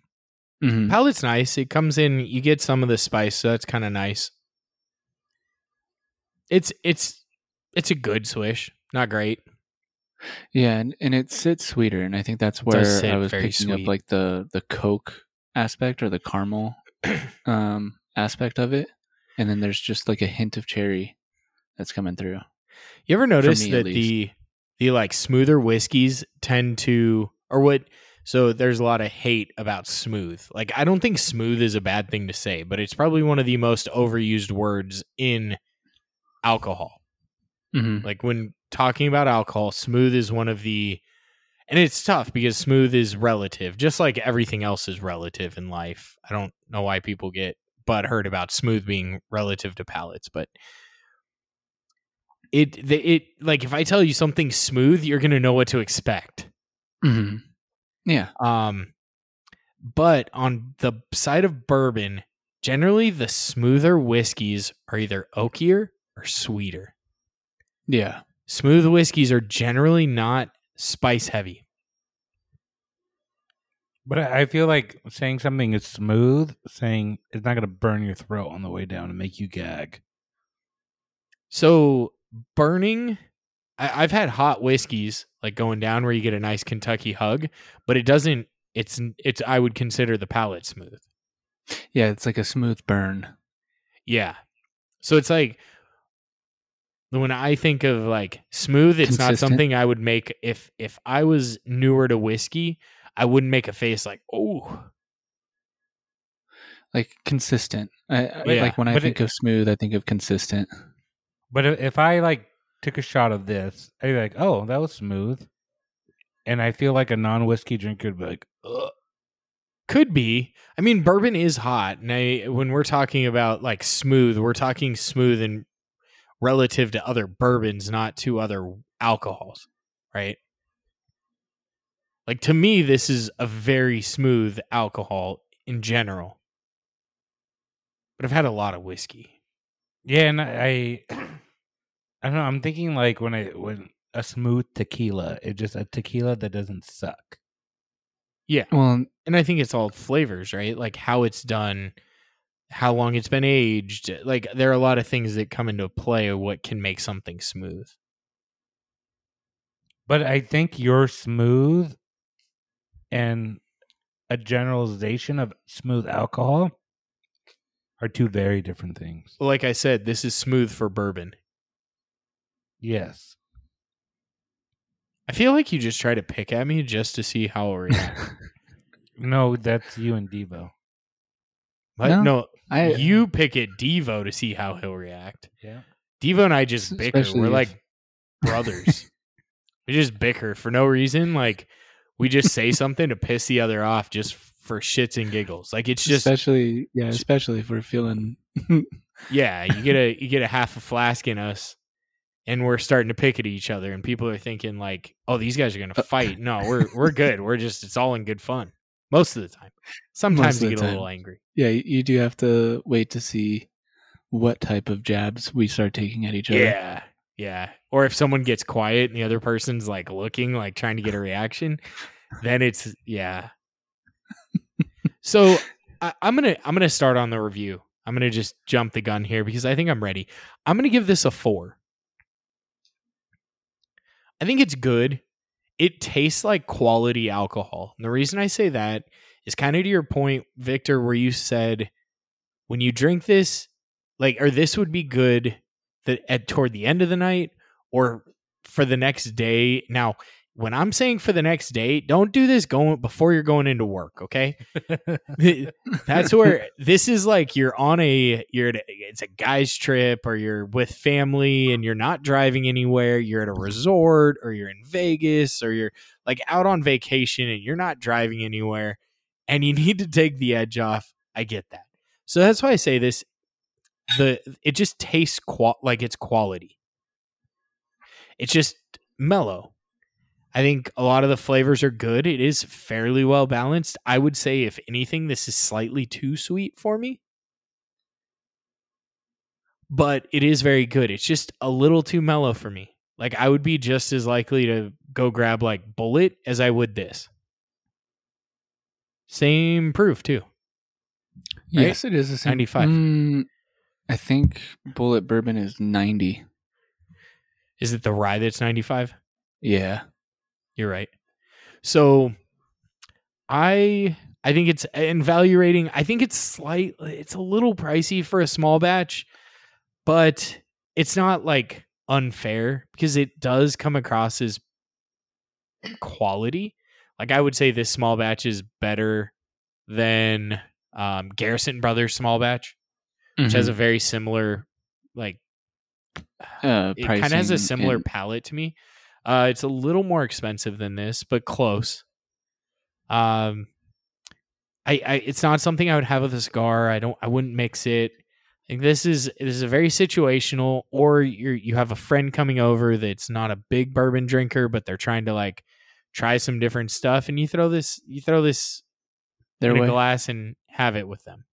Speaker 1: hmm
Speaker 2: Palate's nice. It comes in. You get some of the spice, so that's kind of nice. It's it's it's a good swish. Not great.
Speaker 1: Yeah, and, and it sits sweeter, and I think that's
Speaker 2: does
Speaker 1: where
Speaker 2: sit
Speaker 1: I was
Speaker 2: very
Speaker 1: picking
Speaker 2: sweet.
Speaker 1: up like the the Coke aspect or the caramel um, aspect of it, and then there's just like a hint of cherry that's coming through.
Speaker 2: You ever notice
Speaker 1: me,
Speaker 2: that
Speaker 1: at
Speaker 2: the the like smoother whiskeys tend to or what so there's a lot of hate about smooth. Like I don't think smooth is a bad thing to say, but it's probably one of the most overused words in alcohol.
Speaker 1: hmm
Speaker 2: Like when talking about alcohol, smooth is one of the and it's tough because smooth is relative, just like everything else is relative in life. I don't know why people get butthurt about smooth being relative to palates, but it the, it like if I tell you something smooth, you're going to know what to expect. mm-hmm.
Speaker 1: hmm Yeah,
Speaker 2: Um but on the side of bourbon, generally the smoother whiskeys are either oakier or sweeter
Speaker 1: yeah,
Speaker 2: smooth whiskeys are generally not spice heavy.
Speaker 3: But I I feel like saying something is smooth, saying it's not going to burn your throat on the way down and make you gag.
Speaker 2: So burning, I, I've had hot whiskeys like going down where you get a nice Kentucky hug, but it doesn't. It's it's I would consider the palate smooth.
Speaker 1: yeah. It's like a smooth burn.
Speaker 2: Yeah, so it's like when I think of like smooth, it's not
Speaker 1: Consistent.
Speaker 2: something I would make if if I was newer to whiskey. I wouldn't make a face like oh
Speaker 1: Like consistent. I, I-
Speaker 2: Yeah,
Speaker 1: like when I
Speaker 3: but
Speaker 1: think
Speaker 3: it-
Speaker 1: of smooth, I think of consistent.
Speaker 3: But i- if I like took a shot of this, I'd be like, "Oh, that was smooth," and I feel like a non-whiskey drinker would be like, Ugh.
Speaker 2: Could be. I mean, bourbon is hot. And I, when we're talking about like smooth, we're talking smooth and relative to other bourbons, not to other alcohols, right? Like to me, this is a very smooth alcohol in general. But I've had a lot of whiskey.
Speaker 3: "Yeah," and I, I, I don't know. I'm thinking like when I when a smooth tequila, it's just a tequila that doesn't suck.
Speaker 1: Well,
Speaker 2: And I think it's all flavors, right? Like how it's done, how long it's been aged. Like there are a lot of things that come into play of what can make something smooth.
Speaker 3: But I think your smooth and a generalization of smooth alcohol are two very different things.
Speaker 2: like I said, this is smooth for bourbon.
Speaker 3: Yes.
Speaker 2: I feel like you just try to pick at me just to see how I react.
Speaker 3: No, that's you and Devo.
Speaker 2: But
Speaker 1: No,
Speaker 2: no,
Speaker 1: I um,
Speaker 2: you pick at Devo to see how he'll react.
Speaker 3: Yeah.
Speaker 2: Devo and I just bicker.
Speaker 1: Especially
Speaker 2: We're
Speaker 1: if-
Speaker 2: like brothers. We just bicker for no reason. Like we just say something to piss the other off just for shits and giggles. Like it's just
Speaker 1: especially yeah, especially if we're feeling
Speaker 2: yeah, you get a you get a half a flask in us and we're starting to pick at each other and people are thinking like, "Oh, these guys are
Speaker 1: Uh,
Speaker 2: going to fight." No, we're we're good. We're just it's all in good fun most of the time. Sometimes
Speaker 1: of the
Speaker 2: you get a
Speaker 1: time.
Speaker 2: little angry.
Speaker 1: yeah, you- you do have to wait to see what type of jabs we start taking at each other.
Speaker 2: Yeah. Yeah. Or if someone gets quiet and the other person's like looking, like trying to get a reaction, then it's yeah. so I, I'm gonna I'm gonna start on the review. I'm gonna just jump the gun here because I think I'm ready. I'm gonna give this a four. I think it's good. It tastes like quality alcohol. And the reason I say that is kind of to your point, Victor, where you said when you drink this, like, or this would be good that at toward the end of the night or for the next day. Now, when I'm saying for the next day, don't do this going before you're going into work, okay? That's where this is like you're on a you're at a, it's a guy's trip or you're with family and you're not driving anywhere, you're at a resort or you're in Vegas or you're like out on vacation and you're not driving anywhere and you need to take the edge off. I get that. So that's why I say this the it just tastes qual- like it's quality. It's just mellow. I think a lot of the flavors are good. It is fairly well balanced. I would say if anything this is slightly too sweet for me. But it is very good. It's just a little too mellow for me. Like I would be just as likely to go grab like Bullet as I would this. Same proof too. Right?
Speaker 1: Yes, it is the same.
Speaker 2: 95.
Speaker 1: Mm, I think bullet bourbon is 90.
Speaker 2: Is it the rye that's 95?
Speaker 1: Yeah.
Speaker 2: You're right. So I I think it's in value rating, I think it's slight it's a little pricey for a small batch, but it's not like unfair because it does come across as quality. Like I would say this small batch is better than um, Garrison Brothers small batch, which has a very similar like
Speaker 1: uh,
Speaker 2: it kind of has a
Speaker 1: pricing
Speaker 2: similar
Speaker 1: and-
Speaker 2: palette to me. Uh, it's a little more expensive than this, but close. Um, I, I it's not something I would have with a cigar. I don't. I wouldn't mix it. Like, this is this is a very situational, or you you have a friend coming over that's not a big bourbon drinker, but they're trying to like try some different stuff, and you throw this you throw this
Speaker 1: their
Speaker 2: in a
Speaker 1: way.
Speaker 2: glass and have it with them.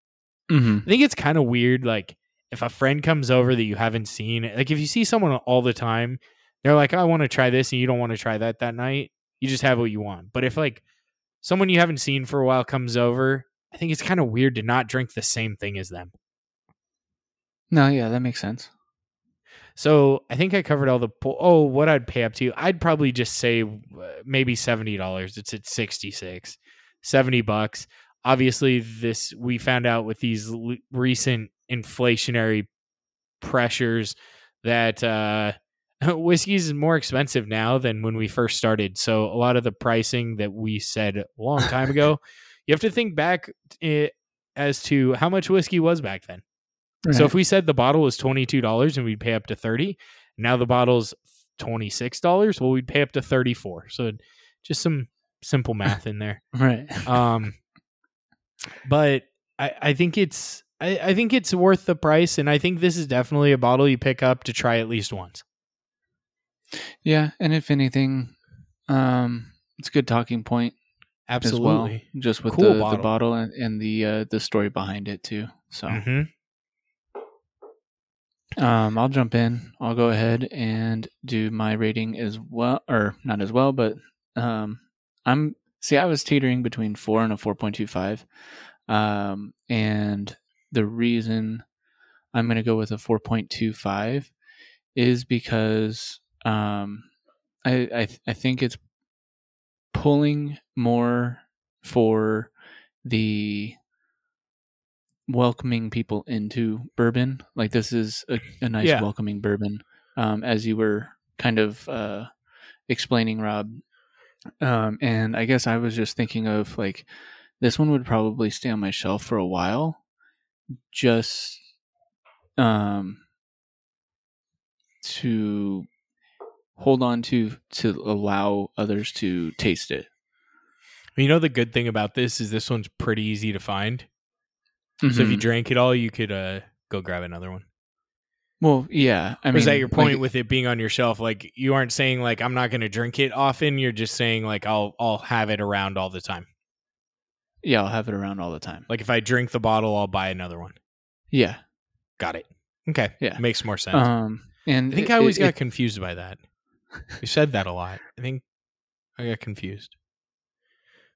Speaker 1: Mhm.
Speaker 2: I think it's kind of weird, like if a friend comes over that you haven't seen, like if you see someone all the time, they're like, I want to try this, and you don't want to try that that night. You just have what you want. But if like someone you haven't seen for a while comes over, I think it's kind of weird to not drink the same thing as them.
Speaker 1: No, yeah, that makes sense.
Speaker 2: So I think I covered all the. Po- oh, what I'd pay up to? I'd probably just say uh, maybe seventy dollars. It's at sixty six, seventy bucks. Obviously, this we found out with these l- recent inflationary pressures that uh, whiskey's is more expensive now than when we first started. So a lot of the pricing that we said a long time ago, you have to think back eh, as to how much whiskey was back then. So if we said the bottle was twenty two dollars and we'd pay up to thirty, now the bottle's twenty six dollars. Well, we'd pay up to thirty four. So just some simple math in there.
Speaker 1: right.
Speaker 2: Um, but I, I think it's I, I think it's worth the price, and I think this is definitely a bottle you pick up to try at least once.
Speaker 1: Yeah, and if anything, um, it's a good talking point
Speaker 2: Absolutely.
Speaker 1: as well, just with
Speaker 2: Cool
Speaker 1: the,
Speaker 2: bottle.
Speaker 1: the bottle and, and the uh, the story behind it too. So
Speaker 2: Mhm.
Speaker 1: um, I'll jump in. I'll go ahead and do my rating as well, or not as well, but um, I'm see I was teetering between four and a four point two five, um, and the reason I'm going to go with a four point two five is because um, I I, th- I think it's pulling more for the welcoming people into bourbon. Like this is a, a nice
Speaker 2: Yeah.
Speaker 1: welcoming bourbon, um, as you were kind of uh, explaining, Rob. Um, and I guess I was just thinking of like this one would probably stay on my shelf for a while, just um to hold on to to allow others to taste it.
Speaker 2: You know the good thing about this is this one's pretty easy to find. So if you
Speaker 1: Mhm.
Speaker 2: drank it all, you could uh, go grab another one.
Speaker 1: well, yeah, I
Speaker 2: Or
Speaker 1: mean,
Speaker 2: is that your point
Speaker 1: like-
Speaker 2: with it being on your shelf? Like you aren't saying like I'm not going to drink it often. You're just saying like I'll I'll have it around all the time.
Speaker 1: Yeah, I'll have it around all the time.
Speaker 2: Like if I drink the bottle, I'll buy another one.
Speaker 1: Yeah,
Speaker 2: Got it. Okay.
Speaker 1: Yeah.
Speaker 2: Makes more sense.
Speaker 1: um, and
Speaker 2: I think
Speaker 1: it-
Speaker 2: I always
Speaker 1: it-
Speaker 2: got
Speaker 1: it-
Speaker 2: confused by that. You said that a lot. I think I got confused.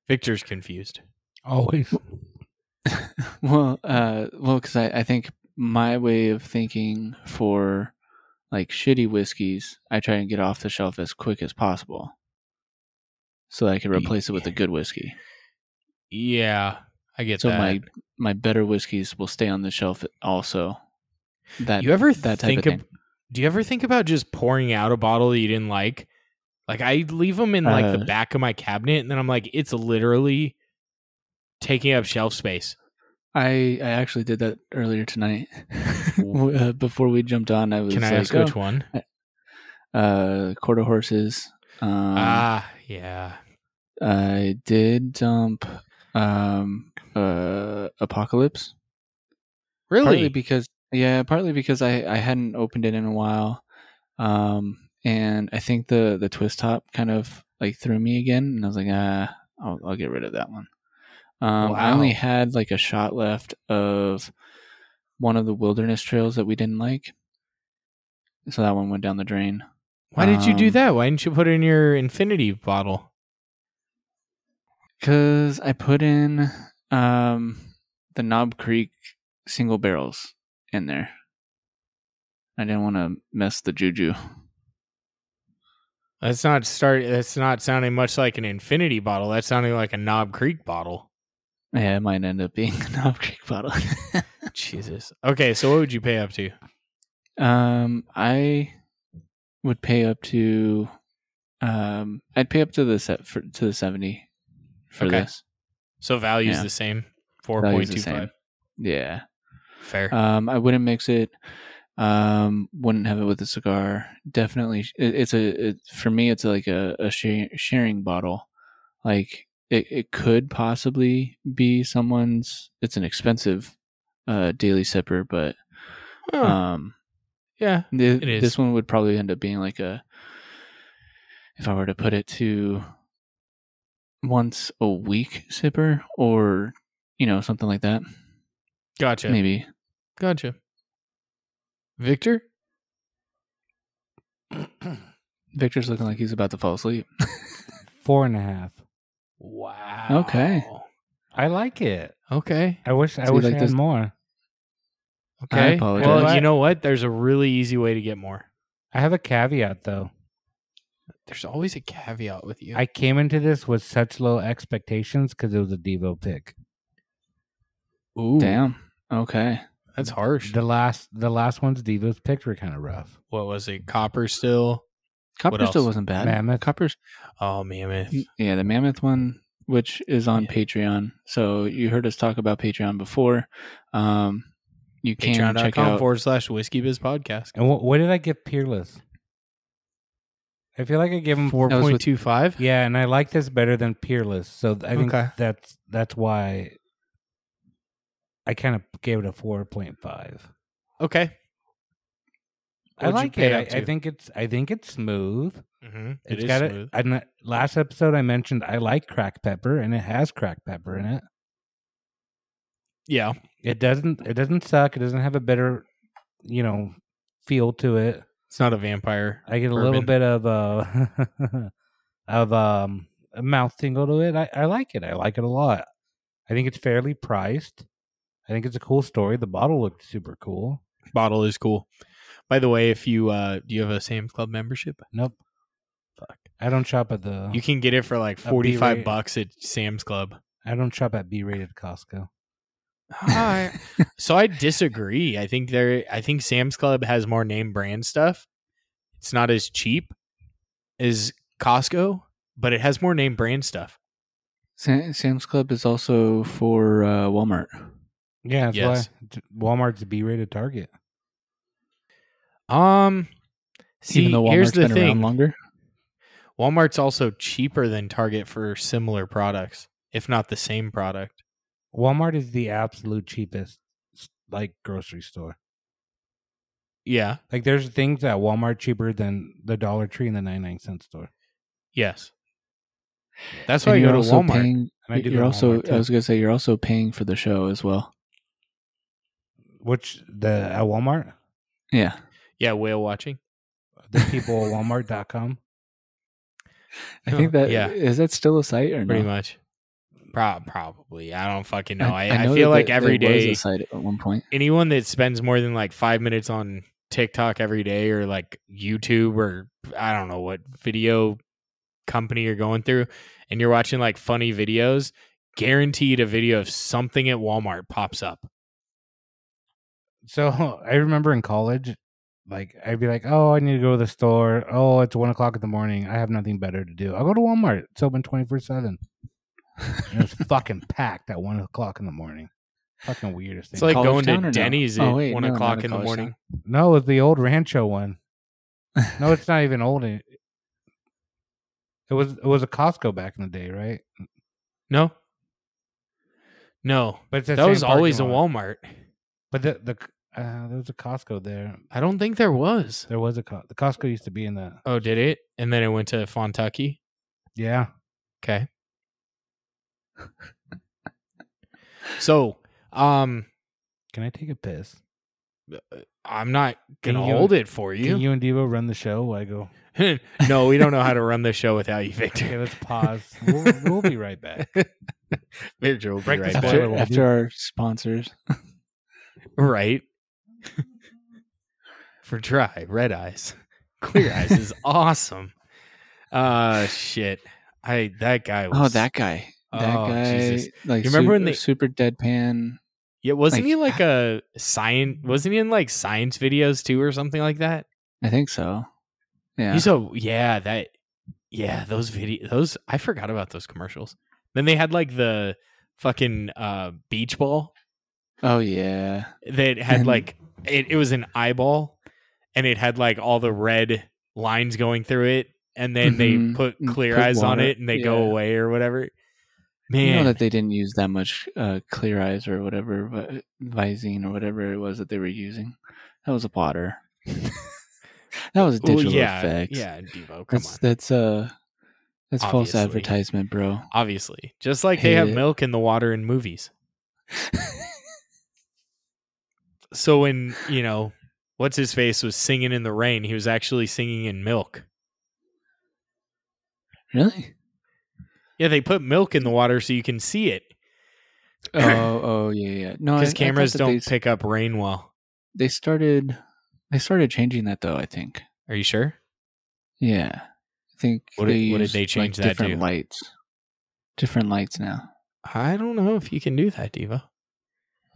Speaker 2: Victor's confused.
Speaker 3: Always.
Speaker 1: well, uh, well, because I, I think my way of thinking for like shitty whiskeys, I try and get off the shelf as quick as possible, so that I can replace it with a good whiskey.
Speaker 2: Yeah, I get
Speaker 1: So
Speaker 2: that.
Speaker 1: my my better whiskeys will stay on the shelf also. That
Speaker 2: you ever
Speaker 1: that type
Speaker 2: think
Speaker 1: of
Speaker 2: ab-
Speaker 1: thing.
Speaker 2: do you ever think about just pouring out a bottle that you didn't like like i leave them in like the
Speaker 1: Uh.
Speaker 2: back of my cabinet and then i'm like it's literally taking up shelf space
Speaker 1: I I actually did that earlier tonight. W- uh, Before we jumped on, I was
Speaker 2: can i
Speaker 1: like,
Speaker 2: ask
Speaker 1: oh,
Speaker 2: which one
Speaker 1: uh, quarter horses. Um,
Speaker 2: ah yeah
Speaker 1: I did dump um uh apocalypse. Partly
Speaker 2: really
Speaker 1: because yeah, partly because I I hadn't opened it in a while, um, and I think the the twist top kind of like threw me again, and I was like, ah, I'll, I'll get rid of that one. Um, I only
Speaker 2: Wow.
Speaker 1: had like a shot left of one of the wilderness trails that we didn't like, so that one went down the drain.
Speaker 2: why did you do
Speaker 1: um,
Speaker 2: that why didn't you put it in your infinity bottle
Speaker 1: Cause I put in um the Knob Creek single barrels in there. I didn't want to mess the juju.
Speaker 2: that's not start that's not sounding much like an infinity bottle that's sounding like a knob creek bottle
Speaker 1: Yeah, it might end up being a Knob Creek bottle.
Speaker 2: jesus okay so what would you pay up to
Speaker 1: um, I would pay up to, um, I'd pay up to the set for to the seventy for
Speaker 2: Okay.
Speaker 1: this.
Speaker 2: so value's
Speaker 1: Yeah.
Speaker 2: the same
Speaker 1: Value's the
Speaker 2: 4.25
Speaker 1: same. Yeah.
Speaker 2: fair
Speaker 1: Um, I wouldn't mix it. Um, wouldn't have it with a cigar. Definitely, sh- it, it's a it, for me. It's like a a share, sharing bottle. Like it, it could possibly be someone's. It's an expensive uh, daily sipper, but
Speaker 2: Huh,
Speaker 1: um,
Speaker 2: yeah
Speaker 1: th-
Speaker 2: It is.
Speaker 1: this one would probably end up being like a. If I were to put it to once a week sipper, or you know something like that,
Speaker 2: gotcha
Speaker 1: maybe
Speaker 2: Gotcha. Victor?
Speaker 1: Victor's looking like he's about to fall asleep.
Speaker 3: Four and a half.
Speaker 2: Wow.
Speaker 1: Okay.
Speaker 3: I like it.
Speaker 2: Okay.
Speaker 3: I wish I
Speaker 1: So you
Speaker 3: wish
Speaker 1: like
Speaker 3: I had
Speaker 1: this-
Speaker 3: more.
Speaker 2: Okay.
Speaker 1: apologize.
Speaker 2: Well,
Speaker 3: Well,
Speaker 2: you
Speaker 3: I-
Speaker 2: know what? There's a really easy way to get more.
Speaker 3: I have a caveat though.
Speaker 2: There's always a caveat with you.
Speaker 3: I came into this with such low expectations because it was a Devo pick.
Speaker 2: Ooh,
Speaker 1: Damn. Okay.
Speaker 2: That's harsh.
Speaker 3: The last the last ones Devo's picked were kind of rough.
Speaker 2: What was it? Copper still?
Speaker 1: Copper still
Speaker 2: else?
Speaker 1: wasn't bad.
Speaker 3: Mammoth.
Speaker 1: Copper's
Speaker 2: Oh, mammoth.
Speaker 1: yeah, the mammoth one, which is on Patreon. So you heard us talk about Patreon before. Um, you can check
Speaker 2: Patreon.com
Speaker 1: out.
Speaker 2: forward slash whiskey biz podcast.
Speaker 3: And what, what did I give Peerless? I feel like I give him
Speaker 1: That was with-
Speaker 2: 4.25?
Speaker 3: Yeah, and I like this better than Peerless, so th- I think
Speaker 2: Okay.
Speaker 3: that's that's why I kind of gave it a four point five.
Speaker 2: Okay.
Speaker 3: I
Speaker 2: What'd you
Speaker 3: like
Speaker 2: pay
Speaker 3: it.
Speaker 2: up
Speaker 3: I, I
Speaker 2: to?
Speaker 3: think it's I think it's smooth.
Speaker 2: Mm-hmm.
Speaker 3: It's got it. I kn- last episode I mentioned I like crack pepper, and it has crack pepper in it.
Speaker 2: yeah.
Speaker 3: It doesn't. It doesn't suck. It doesn't have a bitter, you know, feel to it.
Speaker 2: It's not a vampire.
Speaker 3: I get a little
Speaker 2: Bourbon.
Speaker 3: bit of uh of um a mouth tingle to it. I, I like it. I like it a lot. I think it's fairly priced. I think it's a cool story. The bottle looked super cool.
Speaker 2: Bottle is cool. By the way, if you uh do you have a Sam's Club membership?
Speaker 3: Nope. Fuck. I don't shop at the.
Speaker 2: You can get it for like
Speaker 3: A
Speaker 2: 45
Speaker 3: B-rate.
Speaker 2: bucks at Sam's Club.
Speaker 3: I don't shop at B-rated Costco.
Speaker 2: I, so I disagree. I think there. I think Sam's Club has more name brand stuff. It's not as cheap as Costco, but it has more name brand stuff.
Speaker 1: Sam, Sam's Club is also for uh, Walmart.
Speaker 3: Yeah, that's
Speaker 2: Yes.
Speaker 3: why Walmart's a B-rated Target.
Speaker 2: Um, See,
Speaker 1: even though
Speaker 2: here's
Speaker 1: Walmart's
Speaker 2: the
Speaker 1: been around
Speaker 2: thing.
Speaker 1: longer.
Speaker 2: Walmart's also cheaper than Target for similar products, if not the same product.
Speaker 3: Walmart is the absolute cheapest like grocery store.
Speaker 2: Yeah.
Speaker 3: Like there's things at Walmart cheaper than the Dollar Tree and the 99 cent store.
Speaker 2: Yes. That's why I
Speaker 1: And
Speaker 2: go
Speaker 1: you're
Speaker 2: to
Speaker 1: also
Speaker 2: Walmart.
Speaker 1: paying-
Speaker 3: And I do go
Speaker 1: you're
Speaker 3: to
Speaker 1: also.
Speaker 3: Walmart,
Speaker 1: I
Speaker 3: too.
Speaker 1: was gonna say you're also paying for the show as well.
Speaker 3: Which the at Walmart,
Speaker 1: Yeah,
Speaker 2: yeah, whale watching.
Speaker 3: the people at Walmart.com.
Speaker 1: I think that is
Speaker 2: Yeah.
Speaker 1: that still a site or
Speaker 2: Pretty
Speaker 1: no?
Speaker 2: much. Pro- probably. I don't fucking know. I, I,
Speaker 1: know
Speaker 2: feel
Speaker 1: that
Speaker 2: like
Speaker 1: that was
Speaker 2: every day
Speaker 1: a site at one point.
Speaker 2: anyone that spends more than like five minutes on TikTok every day or like YouTube or I don't know what video company you're going through and you're watching like funny videos, guaranteed a video of something at Walmart pops up.
Speaker 3: So I remember in college, like I'd be like, "Oh, I need to go to the store. Oh, it's one o'clock in the morning. I have nothing better to do. I'll go to Walmart. It's open twenty four seven. It was fucking packed at one o'clock in the morning. Fucking weirdest thing.
Speaker 2: It's like
Speaker 1: College
Speaker 2: going
Speaker 1: Town or
Speaker 2: to
Speaker 1: no?
Speaker 2: Denny's
Speaker 1: Oh,
Speaker 2: at
Speaker 1: wait,
Speaker 2: one
Speaker 1: no, not
Speaker 2: o'clock
Speaker 1: at
Speaker 2: in the
Speaker 1: College
Speaker 2: morning.
Speaker 3: no, it's the old Rancho one. No, it's not even old. It it was it was a Costco back in the day, right?
Speaker 2: No. No.
Speaker 3: But it's
Speaker 2: That was always a
Speaker 3: Walmart.
Speaker 2: Walmart.
Speaker 3: But the the uh, there was a Costco there.
Speaker 2: I don't think there was.
Speaker 3: There was a Co- the Costco used to be in the
Speaker 2: Oh, did it? And then it went to Fontucky.
Speaker 3: yeah.
Speaker 2: Okay. so, um,
Speaker 3: Can I take a piss?
Speaker 2: I'm not
Speaker 3: Can
Speaker 2: gonna
Speaker 3: you-
Speaker 2: hold it for
Speaker 3: Can
Speaker 2: you.
Speaker 3: you and Devo run the show? while I go.
Speaker 2: no, we don't know how to run the show without you,
Speaker 3: Okay,
Speaker 2: Victor.
Speaker 3: let's pause. We'll, we'll be right back.
Speaker 2: Victor will be
Speaker 3: Break the
Speaker 2: right
Speaker 3: spell.
Speaker 2: back.
Speaker 1: After,
Speaker 3: Walmart.
Speaker 1: after our sponsors,
Speaker 2: Right. for dry red eyes, clear eyes is awesome. Uh shit. I that guy was
Speaker 1: oh that guy, that
Speaker 2: Oh,
Speaker 1: guy,
Speaker 2: Jesus.
Speaker 1: like
Speaker 2: You remember
Speaker 1: super,
Speaker 2: when they-
Speaker 1: super deadpan?
Speaker 2: Yeah, wasn't
Speaker 1: Like-
Speaker 2: he like a science? Wasn't he in like science videos too, or something like that?
Speaker 1: I think so. Yeah,
Speaker 2: He's a yeah that yeah those video those I forgot about those commercials. Then they had like the fucking uh, beach ball
Speaker 1: oh yeah,
Speaker 2: that had
Speaker 1: And-
Speaker 2: like it, it was an eyeball, and it had like all the red lines going through it, and then
Speaker 1: Mhm.
Speaker 2: they put
Speaker 1: And
Speaker 2: clear
Speaker 1: put
Speaker 2: eyes on
Speaker 1: water-
Speaker 2: it, and they go
Speaker 1: yeah.
Speaker 2: away or whatever.
Speaker 1: You know
Speaker 2: Man,
Speaker 1: that they didn't use that much uh, clear eyes or whatever, Vi- Visine or whatever it was that they were using. That was a water. that was
Speaker 2: Well,
Speaker 1: digital
Speaker 2: yeah,
Speaker 1: effects.
Speaker 2: yeah, Devo, come
Speaker 1: that's
Speaker 2: on.
Speaker 1: that's uh that's false
Speaker 2: Obviously.
Speaker 1: advertisement, bro.
Speaker 2: Obviously, just like they
Speaker 1: Hate
Speaker 2: have
Speaker 1: it.
Speaker 2: milk in the water in movies. so when you know what's his face was singing in the rain he was actually singing in milk
Speaker 1: Really?
Speaker 2: yeah they put milk in the water so you can see it
Speaker 1: Oh, oh yeah, yeah. No, I- I
Speaker 2: because
Speaker 1: thought
Speaker 2: cameras
Speaker 1: that
Speaker 2: don't
Speaker 1: They,
Speaker 2: pick up rain well
Speaker 1: they started they started changing that though. I think.
Speaker 2: are you sure
Speaker 1: Yeah, I think.
Speaker 2: What
Speaker 1: they
Speaker 2: did- what did
Speaker 1: used,
Speaker 2: they change
Speaker 1: like,
Speaker 2: that
Speaker 1: different
Speaker 2: to?
Speaker 1: lights. Different lights now.
Speaker 2: i don't know if you can do that diva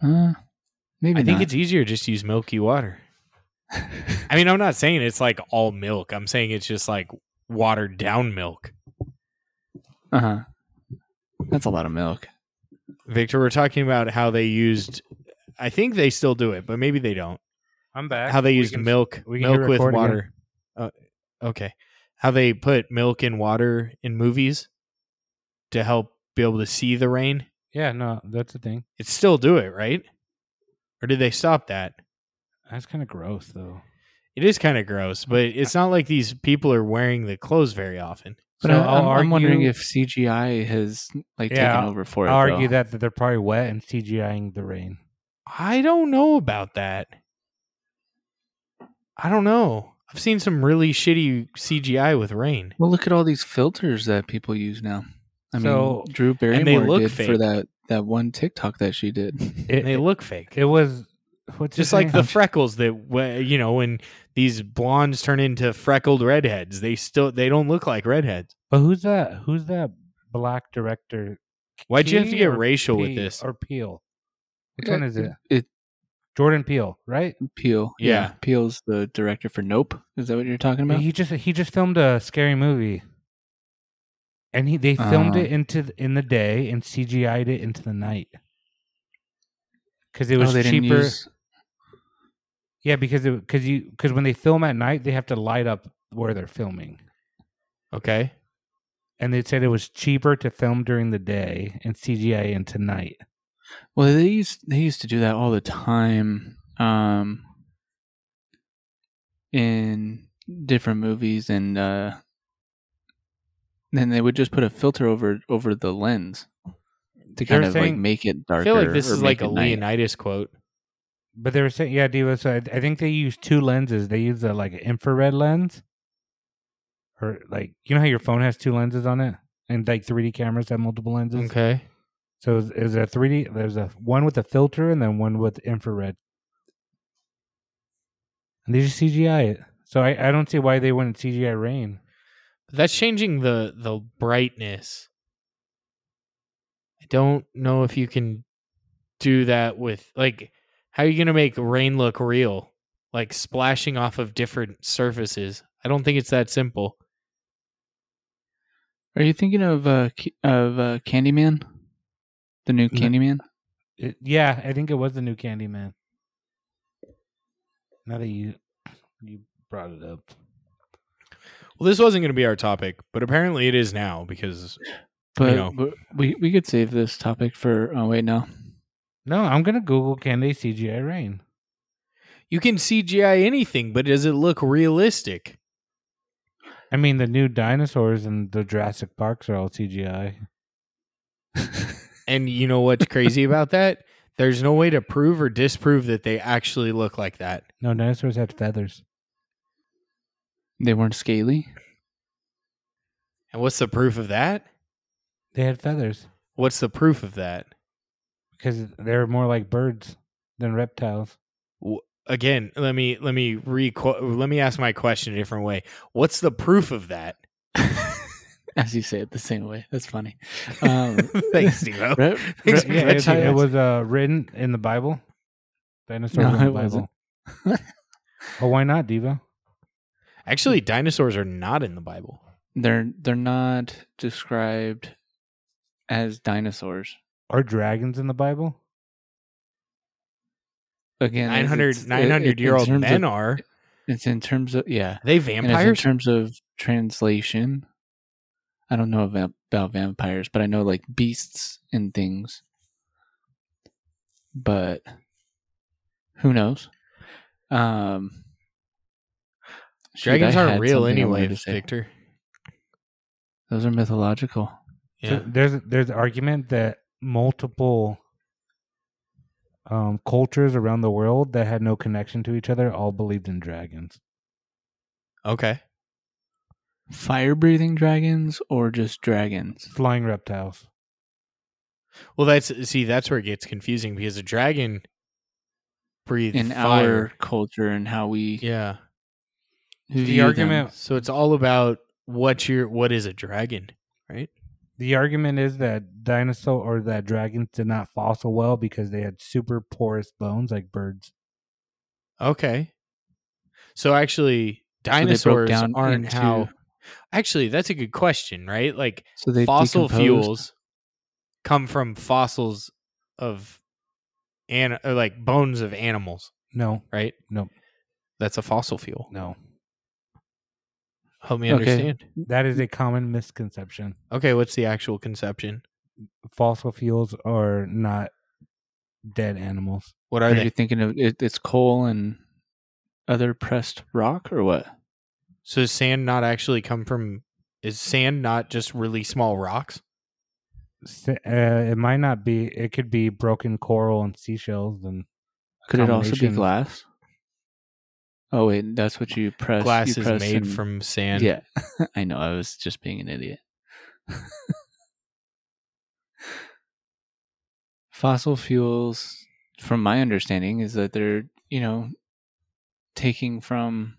Speaker 1: Uh, maybe
Speaker 2: i think
Speaker 1: not.
Speaker 2: it's easier just to use milky water i mean i'm not saying it's like all milk i'm saying it's just like watered down milk
Speaker 1: Uh huh. That's a lot of milk.
Speaker 2: victor we're talking about how they used i think they still do it but maybe they don't
Speaker 3: I'm back.
Speaker 2: how they
Speaker 3: We
Speaker 2: used
Speaker 3: can-
Speaker 2: milk
Speaker 3: we can hit
Speaker 2: milk with
Speaker 3: record again.
Speaker 2: water. Uh, okay, how they put milk in water in movies to help be able to see the rain.
Speaker 3: Yeah, no, that's the thing.
Speaker 2: It still do it right, or did they stop that?
Speaker 3: That's kind of gross, though.
Speaker 2: It is kind of gross, but it's not like these people are wearing the clothes very often.
Speaker 1: But
Speaker 3: So
Speaker 1: I, am
Speaker 3: I'll
Speaker 1: wondering
Speaker 3: argue-
Speaker 1: if CGI has like
Speaker 3: Yeah,
Speaker 1: taken over for
Speaker 3: I
Speaker 1: it.
Speaker 3: argue
Speaker 1: though.
Speaker 3: that, that they're probably wet and CGIing the rain.
Speaker 2: I don't know about that. I don't know. I've seen some really shitty CGI with rain.
Speaker 1: Well, look at all these filters that people use now. I
Speaker 3: So-
Speaker 1: mean, Drew
Speaker 2: they
Speaker 1: Barrymore
Speaker 2: look
Speaker 1: did for
Speaker 2: fake.
Speaker 1: that that one TikTok that she did.
Speaker 3: It,
Speaker 2: They
Speaker 3: it,
Speaker 2: look fake.
Speaker 3: it was what's his
Speaker 2: just like
Speaker 3: name?
Speaker 2: the freckles that wh- you know when these blondes turn into freckled redheads they still they don't look like redheads
Speaker 3: But who's that? Who's that black director?
Speaker 2: why'd you have to
Speaker 3: Key
Speaker 2: get
Speaker 3: or
Speaker 2: racial with
Speaker 3: Pe-
Speaker 2: this
Speaker 3: or Peel? Which
Speaker 1: Yeah,
Speaker 3: one is it?
Speaker 1: it-
Speaker 3: Jordan Peel, right?
Speaker 1: Peel,
Speaker 2: Yeah.
Speaker 1: Peel's the director for Nope. Is that what you're talking about?
Speaker 3: He just he just filmed a scary movie, and he they filmed
Speaker 1: Uh.
Speaker 3: it into the, in the day and CGI'd it into the night because it
Speaker 1: Oh,
Speaker 3: was
Speaker 1: they didn't
Speaker 3: cheaper.
Speaker 1: use-
Speaker 3: Yeah, because because you because when they film at night, they have to light up where they're filming.
Speaker 2: Okay.
Speaker 3: And they said it was cheaper to film during the day and CGI into night.
Speaker 1: Well, they used they used to do that all the time um, in different movies, and uh, then they would just put a filter over over the lens to kind
Speaker 3: They're
Speaker 1: of like
Speaker 3: saying-
Speaker 1: make it
Speaker 2: I
Speaker 1: darker.
Speaker 2: feel like this
Speaker 1: or
Speaker 2: is
Speaker 1: make
Speaker 2: like a
Speaker 1: it night.
Speaker 2: Leonidas quote.
Speaker 3: But they were saying, yeah, Diva. So I, I think they use two lenses. They use a like infrared lens, or like you know how your phone has two lenses on it, and like 3D cameras have multiple lenses.
Speaker 2: Okay.
Speaker 3: So is, is there a 3D? There's a one with a filter and then one with infrared. And they just CGI it. So I, I don't see why they wouldn't CGI rain.
Speaker 2: But that's changing the the brightness. I don't know if you can do that with like how are you going to make rain look real? Like splashing off of different surfaces. I don't think it's that simple.
Speaker 1: Are you thinking of uh, Ca- of uh, Candyman, the new
Speaker 3: No.
Speaker 1: Candyman?
Speaker 3: It, yeah, I think it was the new Candyman. Now that you you brought it up,
Speaker 2: Well, this wasn't going to be our topic, but apparently it is now because
Speaker 1: But,
Speaker 2: know.
Speaker 1: but we we could save this topic for. Oh wait, no.
Speaker 3: no, I'm gonna Google can they CGI rain.
Speaker 2: you can CGI anything, but does it look realistic?
Speaker 3: I mean, the new dinosaurs and the Jurassic Parks are all CGI.
Speaker 2: And you know what's crazy about that? There's no way to prove or disprove that they actually look like that.
Speaker 3: No, dinosaurs had feathers.
Speaker 1: They weren't scaly.
Speaker 2: And what's the proof of that?
Speaker 3: They had feathers
Speaker 2: What's the proof of that?
Speaker 3: because they're more like birds than reptiles.
Speaker 2: Again, let me let me re let me ask my question a different way. What's the proof of that?
Speaker 1: As you say it the same way. That's funny. Um,
Speaker 2: Thanks, Zero.
Speaker 1: Re-
Speaker 3: Re-
Speaker 2: Thanks for
Speaker 3: yeah, it's-
Speaker 2: catching
Speaker 3: it
Speaker 2: us.
Speaker 3: was uh, written in the Bible. Dinosaurs
Speaker 1: No,
Speaker 3: in the
Speaker 1: it
Speaker 3: Bible.
Speaker 1: wasn't.
Speaker 3: well, why not, Diva?
Speaker 2: Actually, dinosaurs are not in the Bible.
Speaker 1: they're they're not described as dinosaurs.
Speaker 3: Are dragons in the Bible?
Speaker 1: Again, it's-
Speaker 2: 900,
Speaker 1: it's- it-
Speaker 2: 900 year old
Speaker 1: in terms
Speaker 2: men
Speaker 1: Of,
Speaker 2: are.
Speaker 1: it's in terms of yeah,
Speaker 2: Are they
Speaker 1: and it's in
Speaker 2: vampires?
Speaker 1: terms of translation. I don't know about, about vampires, but I know like beasts and things. But who knows? Um, shoot,
Speaker 2: Dragons
Speaker 1: I
Speaker 2: aren't
Speaker 1: had
Speaker 2: real
Speaker 1: something I wanted
Speaker 2: anyway,
Speaker 1: to say.
Speaker 2: Victor.
Speaker 1: Those are mythological.
Speaker 3: So there's there's an argument that multiple um, cultures around the world that had no connection to each other all believed in dragons.
Speaker 2: Okay.
Speaker 1: Fire breathing dragons or just dragons?
Speaker 3: Flying reptiles.
Speaker 2: Well, that's see, that's where it gets confusing because a dragon breathes
Speaker 1: in
Speaker 2: fire.
Speaker 1: our culture and how we
Speaker 2: yeah.
Speaker 1: view
Speaker 3: The argument
Speaker 1: them.
Speaker 2: So it's all about what your what is a dragon, right?
Speaker 3: the argument is that dinosaur or that dragons did not fossil well because they had super porous bones like birds.
Speaker 2: Okay. So actually,
Speaker 1: broke
Speaker 2: dinosaurs
Speaker 1: down
Speaker 2: aren't
Speaker 1: into-
Speaker 2: how. Actually, that's a good question, right? Like
Speaker 1: So they
Speaker 2: fossil
Speaker 1: decomposed.
Speaker 2: fuels come from fossils of, an or like bones of animals,
Speaker 3: No,
Speaker 2: right?
Speaker 3: Nope.
Speaker 2: That's a fossil fuel.
Speaker 3: no.
Speaker 2: Help me
Speaker 1: Okay.
Speaker 2: understand.
Speaker 3: That is a common misconception.
Speaker 2: Okay, what's the actual conception?
Speaker 3: Fossil fuels are not dead animals.
Speaker 2: What
Speaker 1: Are,
Speaker 2: are
Speaker 1: you
Speaker 2: they?
Speaker 1: thinking of it, it's coal and other pressed rock or what?
Speaker 2: So does sand not actually come from? Is sand not just really small rocks?
Speaker 3: S- Uh, it might not be. It could be broken coral and seashells. And
Speaker 1: Could it also be
Speaker 3: Combination.
Speaker 1: glass? Oh wait, that's what you press.
Speaker 2: Glass
Speaker 1: you
Speaker 2: is
Speaker 1: press
Speaker 2: made
Speaker 1: and-
Speaker 2: from sand.
Speaker 1: Yeah, I know. I was just being an idiot. Fossil fuels, from my understanding, is that they're you know taking from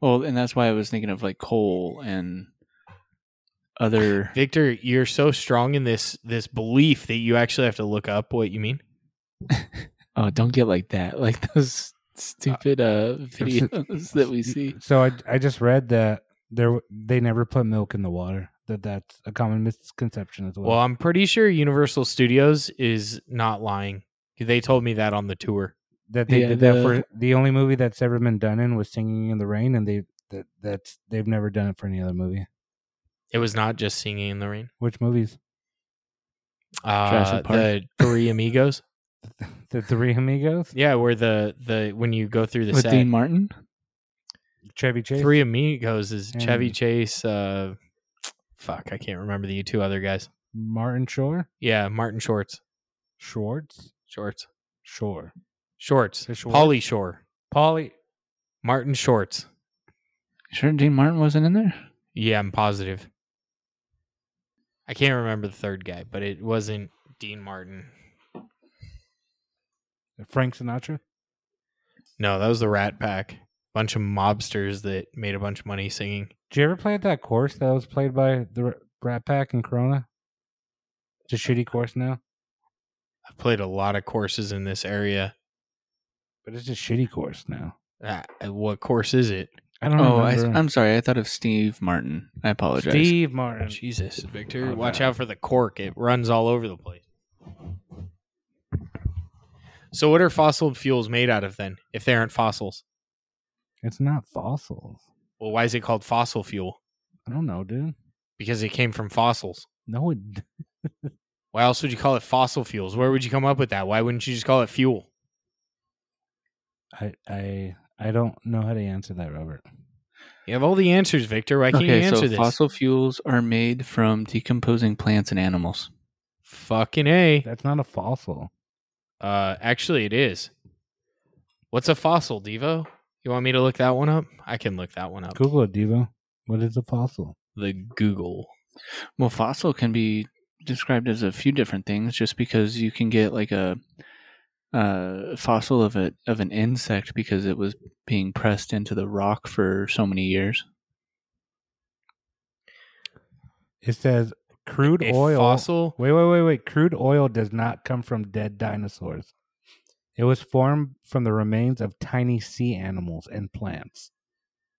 Speaker 1: well, and that's why I was thinking of like coal and other.
Speaker 2: Victor, you're so strong in this this belief that you actually have to look up what you mean.
Speaker 1: Oh, don't get like that. Like those stupid uh videos that we see.
Speaker 3: so I, I just read that there w- they never put milk in the water. That that's a common misconception as well.
Speaker 2: Well, I'm pretty sure Universal Studios is not lying. They told me that on the tour.
Speaker 3: that they
Speaker 1: Yeah,
Speaker 3: did that
Speaker 1: the-
Speaker 3: for the only movie that's ever been done in was Singing in the Rain, and they that that's they've never done it for any other movie.
Speaker 2: It was not just singing in the rain.
Speaker 3: Which movies?
Speaker 2: Uh,
Speaker 1: Jurassic Park.
Speaker 2: the three amigos.
Speaker 3: The Three Amigos,
Speaker 2: Yeah, where the the when you go through the
Speaker 1: with
Speaker 2: set,
Speaker 1: Dean Martin.
Speaker 3: Chevy Chase.
Speaker 2: three amigos is Chevy
Speaker 3: And-
Speaker 2: Chase. Uh, fuck, I can't remember the two other guys.
Speaker 3: Martin Shore,
Speaker 2: Yeah, Martin Shorts,
Speaker 3: Schwartz,
Speaker 2: Shorts,
Speaker 3: Shore,
Speaker 2: Shorts,
Speaker 3: The Shorts.
Speaker 2: Polly Shore,
Speaker 3: Polly.
Speaker 2: Martin Shorts.
Speaker 1: You Sure, Dean Martin wasn't in there.
Speaker 2: Yeah, I'm positive. I can't remember the third guy, but it wasn't Dean Martin.
Speaker 3: Frank Sinatra.
Speaker 2: No, that was the Rat Pack. Bunch of mobsters that made a bunch of money singing.
Speaker 3: Did you ever play at that course that was played by the R- Rat Pack and Corona? It's a shitty course now,
Speaker 2: I've played a lot of courses in this area.
Speaker 3: but it's a shitty course now.
Speaker 2: Ah, what course is it?
Speaker 3: I don't know.
Speaker 1: Oh, I, am sorry. I thought of Steve Martin. I apologize.
Speaker 3: Steve Martin.
Speaker 2: Jesus, Victor.
Speaker 3: Oh,
Speaker 2: Watch
Speaker 3: no.
Speaker 2: out for the cork. It runs all over the place. So, what are fossil fuels made out of then, if they aren't fossils?
Speaker 3: It's not fossils.
Speaker 2: Well, why is it called fossil fuel?
Speaker 3: I don't know, dude.
Speaker 2: Because it came from fossils.
Speaker 3: No, it d-
Speaker 2: Why else would you call it fossil fuels? Where would you come up with that? Why wouldn't you just call it fuel?
Speaker 3: I I I don't know how to answer that, Robert.
Speaker 2: You have all the answers, Victor. Why can't
Speaker 1: okay,
Speaker 2: you answer
Speaker 1: so
Speaker 2: this?
Speaker 1: fossil fuels are made from decomposing plants and animals.
Speaker 2: Fucking A.
Speaker 3: That's not a fossil.
Speaker 2: Uh, actually, it is. What's a fossil, Devo? You want me to look that one up? I can look that one up.
Speaker 3: Google it, Devo. What is a fossil?
Speaker 2: The Google.
Speaker 1: Well, fossil can be described as a few different things, just because you can get like a, uh fossil of a of an insect because it was being pressed into the rock for so many years.
Speaker 3: It says crude
Speaker 2: a
Speaker 3: oil.
Speaker 2: fossil.
Speaker 3: Wait, wait, wait, wait. Crude oil does not come from dead dinosaurs. It was formed from the remains of tiny sea animals and plants.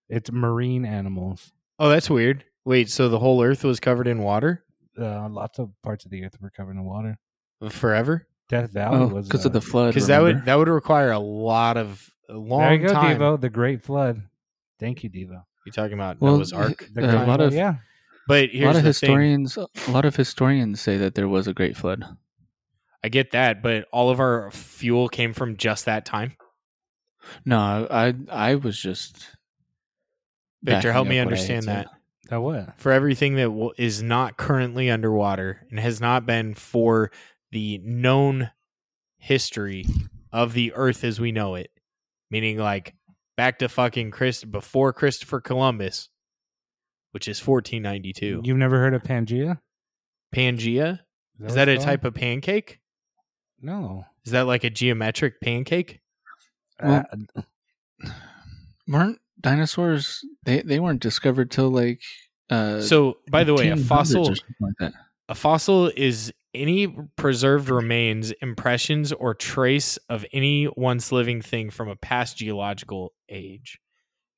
Speaker 3: It's marine animals.
Speaker 2: Oh, that's weird. Wait, so the whole Earth was covered in water
Speaker 3: Uh, lots of parts of the earth were covered in water.
Speaker 2: forever?
Speaker 3: Death Valley
Speaker 1: Oh,
Speaker 3: was
Speaker 1: because
Speaker 3: uh,
Speaker 1: of the flood.
Speaker 2: Because that would
Speaker 1: remember?
Speaker 2: that would require a lot of a long
Speaker 3: there you go,
Speaker 2: time.
Speaker 3: Devo. The Great Flood. Thank you, Devo.
Speaker 2: You're talking about
Speaker 1: Well,
Speaker 2: Noah's Ark.
Speaker 3: The
Speaker 1: Uh,
Speaker 3: Great
Speaker 1: a lot
Speaker 3: Flood,
Speaker 1: of-
Speaker 3: yeah.
Speaker 2: But
Speaker 1: a
Speaker 2: here's
Speaker 1: lot of
Speaker 2: the thing.
Speaker 1: historians. A lot of historians say that there was a great flood.
Speaker 2: I get that, but all of our fuel came from just that time.
Speaker 1: No, I I, I was just.
Speaker 2: Victor,
Speaker 1: backing
Speaker 2: help
Speaker 1: up what
Speaker 2: me
Speaker 1: I had
Speaker 2: understand
Speaker 1: said.
Speaker 2: that.
Speaker 3: That what?
Speaker 2: For everything that w- is not currently underwater and has not been for the known history of the Earth as we know it, meaning like back to fucking Chris before Christopher Columbus, which is 1492.
Speaker 3: You've never heard of Pangea?
Speaker 2: Pangea? Is
Speaker 3: what
Speaker 2: that a
Speaker 3: it's
Speaker 2: type
Speaker 3: called?
Speaker 2: of pancake?
Speaker 3: No.
Speaker 2: Is that like a geometric pancake?
Speaker 1: Well-
Speaker 3: Uh,
Speaker 1: Weren't dinosaurs? They they weren't discovered till like. Uh,
Speaker 2: so, by the way, a
Speaker 1: 1800s or
Speaker 2: fossil
Speaker 1: something like that.
Speaker 2: A fossil is any preserved remains, impressions, or trace of any once living thing from a past geological age.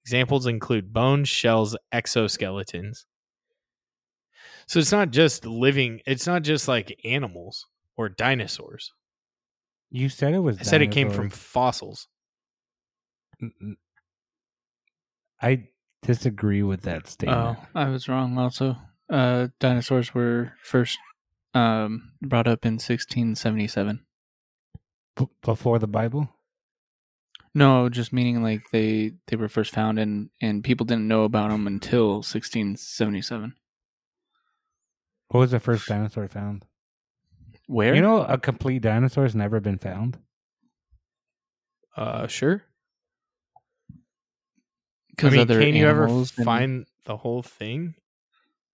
Speaker 2: Examples include bones, shells, exoskeletons. So it's not just living, it's not just like animals or dinosaurs.
Speaker 3: you said it was.
Speaker 2: I said it came from
Speaker 3: dinosaurs.
Speaker 2: fossils.
Speaker 3: N- n- I disagree with that
Speaker 1: Oh,
Speaker 3: statement.
Speaker 1: I was wrong. Also, uh, dinosaurs were first um, brought up in 1677.
Speaker 2: Oh.
Speaker 3: B- before the Bible?
Speaker 1: No, just meaning like they they were first found and and people didn't know about them until 1677.
Speaker 3: What was the first dinosaur found?
Speaker 1: Where
Speaker 3: You know, a complete dinosaur has never been found.
Speaker 2: Uh, sure.
Speaker 1: 'Cause
Speaker 2: I mean,
Speaker 1: other
Speaker 2: can you ever
Speaker 1: animals and-
Speaker 2: find the whole thing?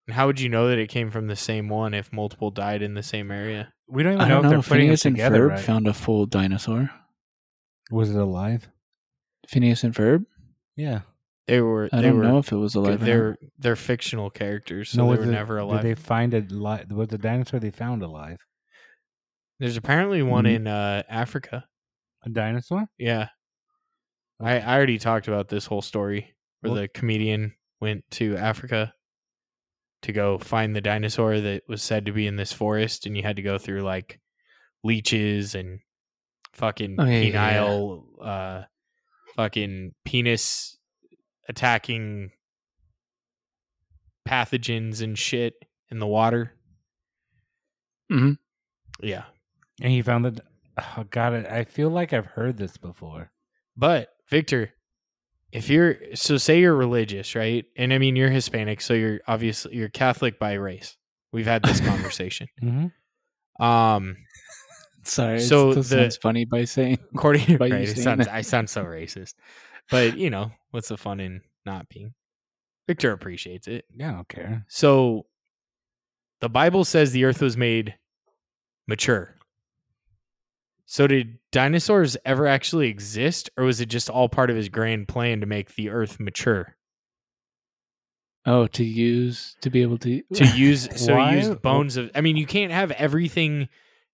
Speaker 2: And how would you know that it came from the same one if multiple died in the same area?
Speaker 3: We don't even
Speaker 1: I don't
Speaker 3: know,
Speaker 1: know.
Speaker 3: if they're putting it
Speaker 1: Phineas and
Speaker 3: together.
Speaker 1: Ferb
Speaker 3: right?
Speaker 1: found a full dinosaur.
Speaker 3: Was it alive?
Speaker 1: Phineas and Ferb.
Speaker 3: Yeah.
Speaker 2: They were.
Speaker 1: I
Speaker 2: they
Speaker 1: don't
Speaker 2: were,
Speaker 1: know if it was alive. Or not.
Speaker 2: They're they're fictional characters, so they
Speaker 3: was
Speaker 2: were
Speaker 3: it-
Speaker 2: never alive.
Speaker 3: Did they find it? Li- was the dinosaur they found alive?
Speaker 2: There's apparently one
Speaker 3: Mm-hmm.
Speaker 1: Mhm.
Speaker 2: in uh, Africa.
Speaker 3: A dinosaur?
Speaker 2: Yeah, I, I already talked about this whole story where
Speaker 3: Well-
Speaker 2: the comedian went to Africa to go find the dinosaur that was said to be in this forest, and you had to go through like leeches and fucking
Speaker 1: Oh, yeah, yeah, yeah.
Speaker 2: penile, uh, fucking penis attacking pathogens and shit in the water.
Speaker 1: Mhm.
Speaker 2: Yeah,
Speaker 3: And he found that. Oh, God, I I feel like I've heard this before.
Speaker 2: but Victor, if you're so say you're religious, right? And I mean you're Hispanic, so you're obviously you're Catholic by race. We've had this conversation.
Speaker 3: Mm-hmm.
Speaker 2: Um,
Speaker 1: Sorry, so
Speaker 2: So
Speaker 1: it
Speaker 2: the-
Speaker 1: still sounds funny by saying
Speaker 2: according to
Speaker 1: By you
Speaker 2: right, it
Speaker 1: saying
Speaker 2: sounds,
Speaker 1: that.
Speaker 2: I sound so racist, but you know what's the fun in not being? Victor appreciates it.
Speaker 3: Yeah, I don't care.
Speaker 2: So, the Bible says the Earth was made mature. So, did dinosaurs ever actually exist, or was it just all part of his grand plan to make the Earth mature?
Speaker 1: oh to use to be able to
Speaker 2: to use so
Speaker 3: Why-
Speaker 2: use bones of i mean you can't have everything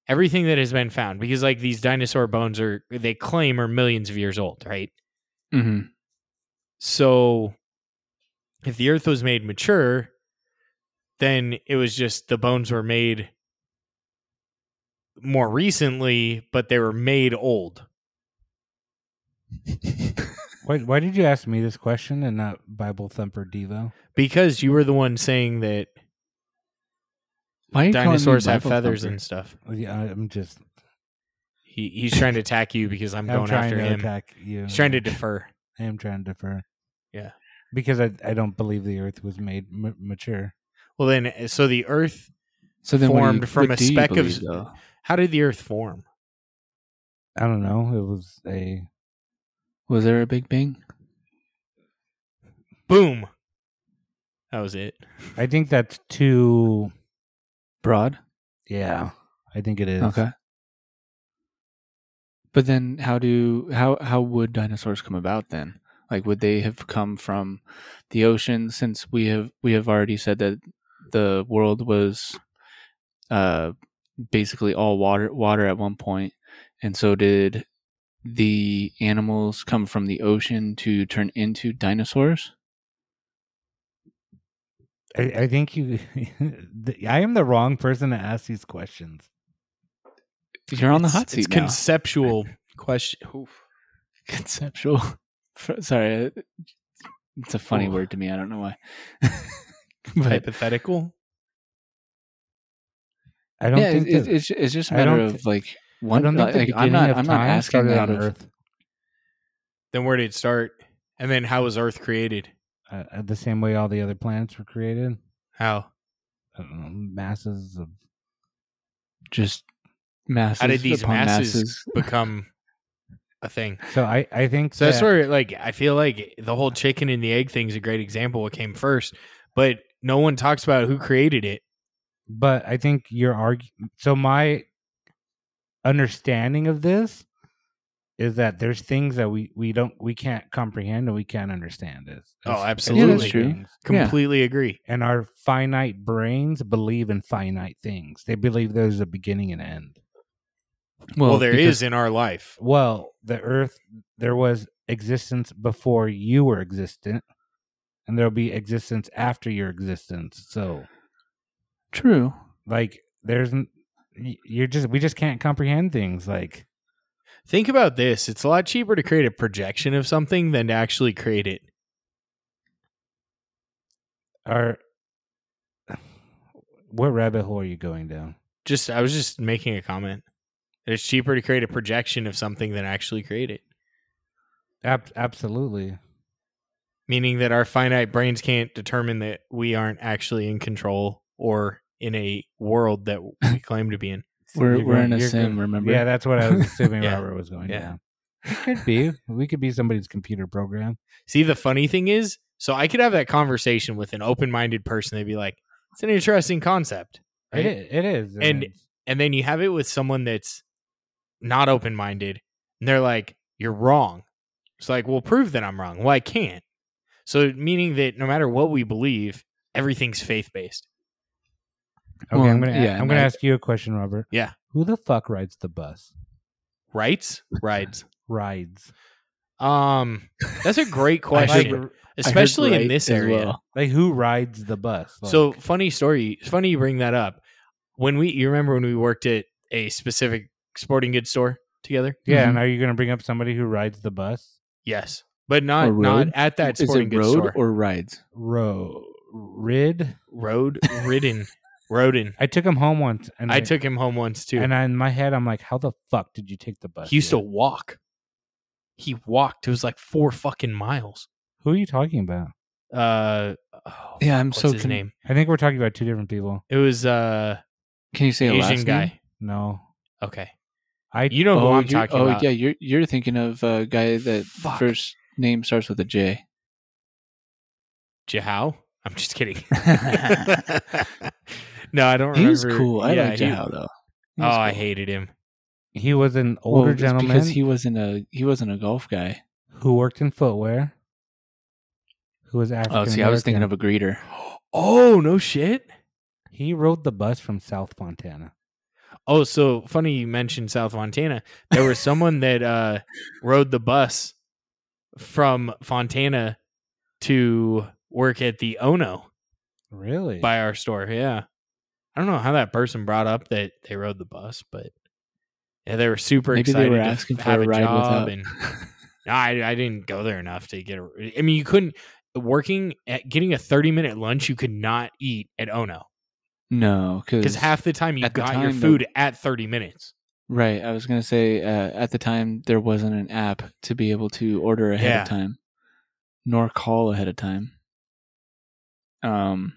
Speaker 2: everything that has been found because like these dinosaur bones are they claim are millions of years old right
Speaker 1: Mhm.
Speaker 2: so if the earth was made mature then it was just the bones were made more recently but they were made old
Speaker 3: Why, why did you ask me this question and not Bible Thumper Devo?
Speaker 2: because you were the one saying that
Speaker 1: Why are you calling me
Speaker 2: dinosaurs have
Speaker 1: Bible
Speaker 2: feathers
Speaker 1: thumper?
Speaker 2: and stuff
Speaker 3: Yeah, I- I'm just
Speaker 2: he, he's trying to attack you because i'm,
Speaker 3: I'm,
Speaker 2: going
Speaker 3: trying
Speaker 2: after
Speaker 3: to
Speaker 2: him
Speaker 3: attack you.
Speaker 2: he's trying to defer
Speaker 3: I am trying to defer.
Speaker 2: Yeah.
Speaker 3: because I I don't believe the Earth was made m- mature.
Speaker 2: well then so the earth
Speaker 1: so then what do
Speaker 2: formed
Speaker 1: you-
Speaker 2: from
Speaker 1: what
Speaker 2: a
Speaker 1: do you
Speaker 2: speck of-
Speaker 1: believe, though?
Speaker 2: How did the Earth form?
Speaker 3: I don't know. It was a
Speaker 1: Was there a Big Bang?
Speaker 2: Boom. That was it.
Speaker 3: I think that's too.
Speaker 1: Broad.
Speaker 3: Yeah, I think it is.
Speaker 1: Okay. But then how do how how would dinosaurs come about then? Like would they have come from the ocean since we have we have already said that the world was uh basically all water water at one point and so did the animals come from the ocean to turn into dinosaurs?
Speaker 3: I, I think you. the, I am the wrong person to ask these questions.
Speaker 1: You're on the hot
Speaker 2: It's
Speaker 1: seat now.
Speaker 2: conceptual question.
Speaker 1: Conceptual. For- Sorry, uh, it's a funny
Speaker 2: Ooh.
Speaker 1: word to me. I don't know why. but
Speaker 2: Hypothetical.
Speaker 3: I don't
Speaker 1: yeah,
Speaker 3: think
Speaker 1: it, it's
Speaker 3: that-
Speaker 1: it's ju- it's just a
Speaker 3: I
Speaker 1: matter
Speaker 3: don't
Speaker 1: of
Speaker 3: thi-
Speaker 1: like
Speaker 3: I
Speaker 1: one.
Speaker 3: don't think the
Speaker 1: like, I'm
Speaker 3: beginning
Speaker 1: not.
Speaker 3: of
Speaker 1: I'm not
Speaker 3: time
Speaker 1: asking
Speaker 3: started
Speaker 1: out
Speaker 3: on
Speaker 1: of.
Speaker 3: Earth
Speaker 2: Then where did it start? And then how was Earth created?
Speaker 3: uh, uh, the same way all the other planets were created.
Speaker 2: How?
Speaker 3: I don't know, masses of
Speaker 1: Just masses.
Speaker 2: How did these
Speaker 1: upon
Speaker 2: masses- Become a thing.
Speaker 3: So I, I think
Speaker 2: So that's
Speaker 3: that-
Speaker 2: where like I feel like the whole chicken and the egg thing is a great example what came first, but no one talks about who created it.
Speaker 3: but I think your argu So my understanding of this is that there's things that we we don't we can't comprehend and we can't understand. As,
Speaker 2: Oh,
Speaker 3: as- as
Speaker 2: absolutely.
Speaker 1: Yeah, that's true.
Speaker 3: things.
Speaker 1: Yeah.
Speaker 2: Completely agree.
Speaker 3: And our finite brains believe in finite things. They believe there's a beginning and end.
Speaker 2: Well,
Speaker 1: Well,
Speaker 2: there is
Speaker 1: because-
Speaker 2: in our life.
Speaker 3: Well, the Earth there was existence before you were existent, and there'll be existence after your existence. So
Speaker 1: True.
Speaker 3: like there's n- y- you're just we just can't comprehend things like
Speaker 2: Think about this. It's a lot cheaper to create a projection of something than to actually create it.
Speaker 3: our what rabbit hole are you going down
Speaker 2: Just I was just making a comment. It's cheaper to create a projection of something than actually create it.
Speaker 3: Ab- absolutely
Speaker 2: Meaning that our finite brains can't determine that we aren't actually in control or in a world that we claim to be in.
Speaker 1: We're
Speaker 3: You're
Speaker 1: we're
Speaker 3: going-
Speaker 1: in a
Speaker 3: you're
Speaker 1: sim.
Speaker 3: going-
Speaker 1: Remember?
Speaker 3: yeah that's what i was assuming
Speaker 2: Yeah.
Speaker 3: robert was going
Speaker 2: Yeah.
Speaker 3: down it could be we could be somebody's computer program
Speaker 2: See, the funny thing is, so I could have that conversation with an open-minded person. They'd be like, "It's an interesting concept," right?
Speaker 3: it, i- it is
Speaker 2: And-
Speaker 3: it's-
Speaker 2: and then you have it with someone that's not open minded and they're like you're wrong it's like well prove that i'm wrong well i can't so meaning that no matter what we believe everything's faith based
Speaker 3: okay
Speaker 1: Well,
Speaker 3: i'm gonna
Speaker 1: yeah,
Speaker 3: i'm gonna
Speaker 1: and I-
Speaker 3: ask you a question robert
Speaker 2: Yeah.
Speaker 3: who the fuck rides the bus
Speaker 2: rights rides
Speaker 3: rides
Speaker 2: um that's a great question
Speaker 3: like,
Speaker 1: I heard
Speaker 2: especially in
Speaker 1: right
Speaker 2: this
Speaker 1: as
Speaker 2: area
Speaker 1: well.
Speaker 3: like who rides the bus Like,
Speaker 2: so funny story it's funny you bring that up when we you remember when we worked at a specific sporting goods store together.
Speaker 3: Yeah,
Speaker 1: Mhm.
Speaker 3: and are you going to bring up somebody who rides the bus?
Speaker 2: Yes, but not
Speaker 1: Or
Speaker 2: not
Speaker 1: road?
Speaker 2: at that
Speaker 1: Is
Speaker 2: sporting
Speaker 1: it
Speaker 2: goods
Speaker 1: road
Speaker 2: store.
Speaker 1: or rides?
Speaker 3: Ro Rid.
Speaker 2: road ridden, roading.
Speaker 3: I took him home once, and
Speaker 2: I took him home once too.
Speaker 3: And I, in my head, I'm like, how the fuck did you take the bus?
Speaker 2: he used to
Speaker 3: dude?
Speaker 2: walk. He walked. It was like four fucking miles.
Speaker 3: Who are you talking about?
Speaker 2: Uh, oh,
Speaker 1: Yeah, I'm
Speaker 2: what's
Speaker 1: so
Speaker 2: his
Speaker 1: con-
Speaker 2: name?
Speaker 3: I think we're talking about two different people.
Speaker 2: It was uh
Speaker 1: Can you say a
Speaker 2: Asian
Speaker 1: last
Speaker 2: guy.
Speaker 1: name?
Speaker 3: No,
Speaker 2: Okay,
Speaker 3: I
Speaker 2: you know who I'm
Speaker 1: you're-
Speaker 2: talking
Speaker 1: oh,
Speaker 2: about.
Speaker 1: yeah, you're you're thinking of a guy that
Speaker 2: Fuck.
Speaker 1: first name starts with a J.
Speaker 2: Jahao. I'm just kidding. no, I don't.
Speaker 1: he was
Speaker 2: remember.
Speaker 1: cool. I
Speaker 2: Yeah,
Speaker 1: liked
Speaker 2: he-
Speaker 1: Jao though. He
Speaker 2: Oh,
Speaker 1: was
Speaker 2: I
Speaker 1: cool.
Speaker 2: hated him.
Speaker 3: he was an
Speaker 1: Well,
Speaker 3: older
Speaker 1: it's
Speaker 3: gentleman
Speaker 1: because he wasn't a he wasn't a golf guy.
Speaker 3: who worked in footwear, who was African.
Speaker 1: Oh, see, I was thinking of a greeter.
Speaker 2: Oh no shit.
Speaker 3: He rode the bus from South Fontana.
Speaker 2: Oh, so funny you mentioned South Fontana. There was someone that uh rode the bus from Fontana to work at the Ono
Speaker 3: Really?
Speaker 2: by our store. Yeah. I don't know how that person brought up that they rode the bus, but yeah, they were super
Speaker 1: Maybe
Speaker 2: excited
Speaker 1: they were
Speaker 2: to
Speaker 1: asking
Speaker 2: f-
Speaker 1: for
Speaker 2: have
Speaker 1: a ride
Speaker 2: job
Speaker 1: without.
Speaker 2: and No, I, I didn't go there enough to get a. I mean, you couldn't working at getting a thirty minute lunch. You could not eat at Ono
Speaker 1: no,
Speaker 2: because half the time you
Speaker 1: at the
Speaker 2: got your
Speaker 1: time,
Speaker 2: food at thirty minutes.
Speaker 1: Right. I was gonna say uh, at the time there wasn't an app to be able to order ahead
Speaker 2: Yeah.
Speaker 1: of time, nor call ahead of time. Um,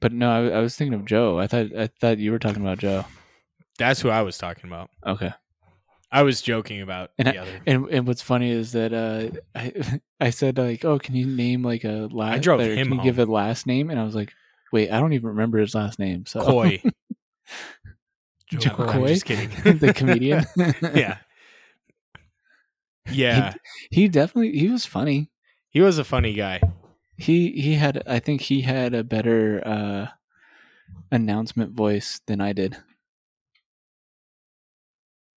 Speaker 1: but no, I, I was thinking of Joe. I thought I thought you were talking about Joe.
Speaker 2: That's who I was talking about.
Speaker 1: Okay.
Speaker 2: I was joking about
Speaker 1: And
Speaker 2: the other.
Speaker 1: And and what's funny is that uh, I I said like, oh, can you name like a last?
Speaker 2: I drove
Speaker 1: or
Speaker 2: him
Speaker 1: Can you give a last name? And I was like, wait, I don't even remember his last name. So
Speaker 2: Coy,
Speaker 1: Joe
Speaker 2: I'm
Speaker 1: Coy?
Speaker 2: just kidding.
Speaker 1: the comedian.
Speaker 2: yeah, yeah.
Speaker 1: He definitely he was funny.
Speaker 2: He was a funny guy.
Speaker 1: he he had i think he had a better uh announcement voice than i did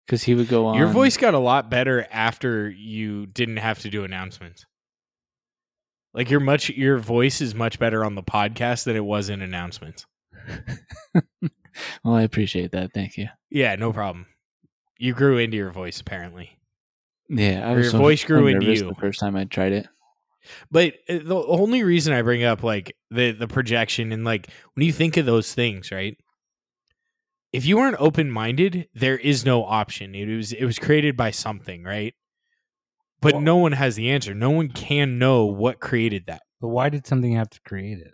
Speaker 1: because he would go on
Speaker 2: Your voice got a lot better after you didn't have to do announcements. Like your much your voice is much better on the podcast than it was in announcements.
Speaker 1: well i appreciate that thank you
Speaker 2: Yeah, no problem. You grew into your voice apparently.
Speaker 1: yeah I
Speaker 2: Or
Speaker 1: was
Speaker 2: your
Speaker 1: so-
Speaker 2: voice
Speaker 1: so
Speaker 2: grew into
Speaker 1: nervous
Speaker 2: you.
Speaker 1: the first time i tried it
Speaker 2: But uh, the only reason I bring up like the the projection and like when you think of those things, right? If you aren't open minded, there is no option. It was it was created by something, right? But
Speaker 3: Well-
Speaker 2: no one has the answer. No one can know what created that.
Speaker 3: But why did something have to create it?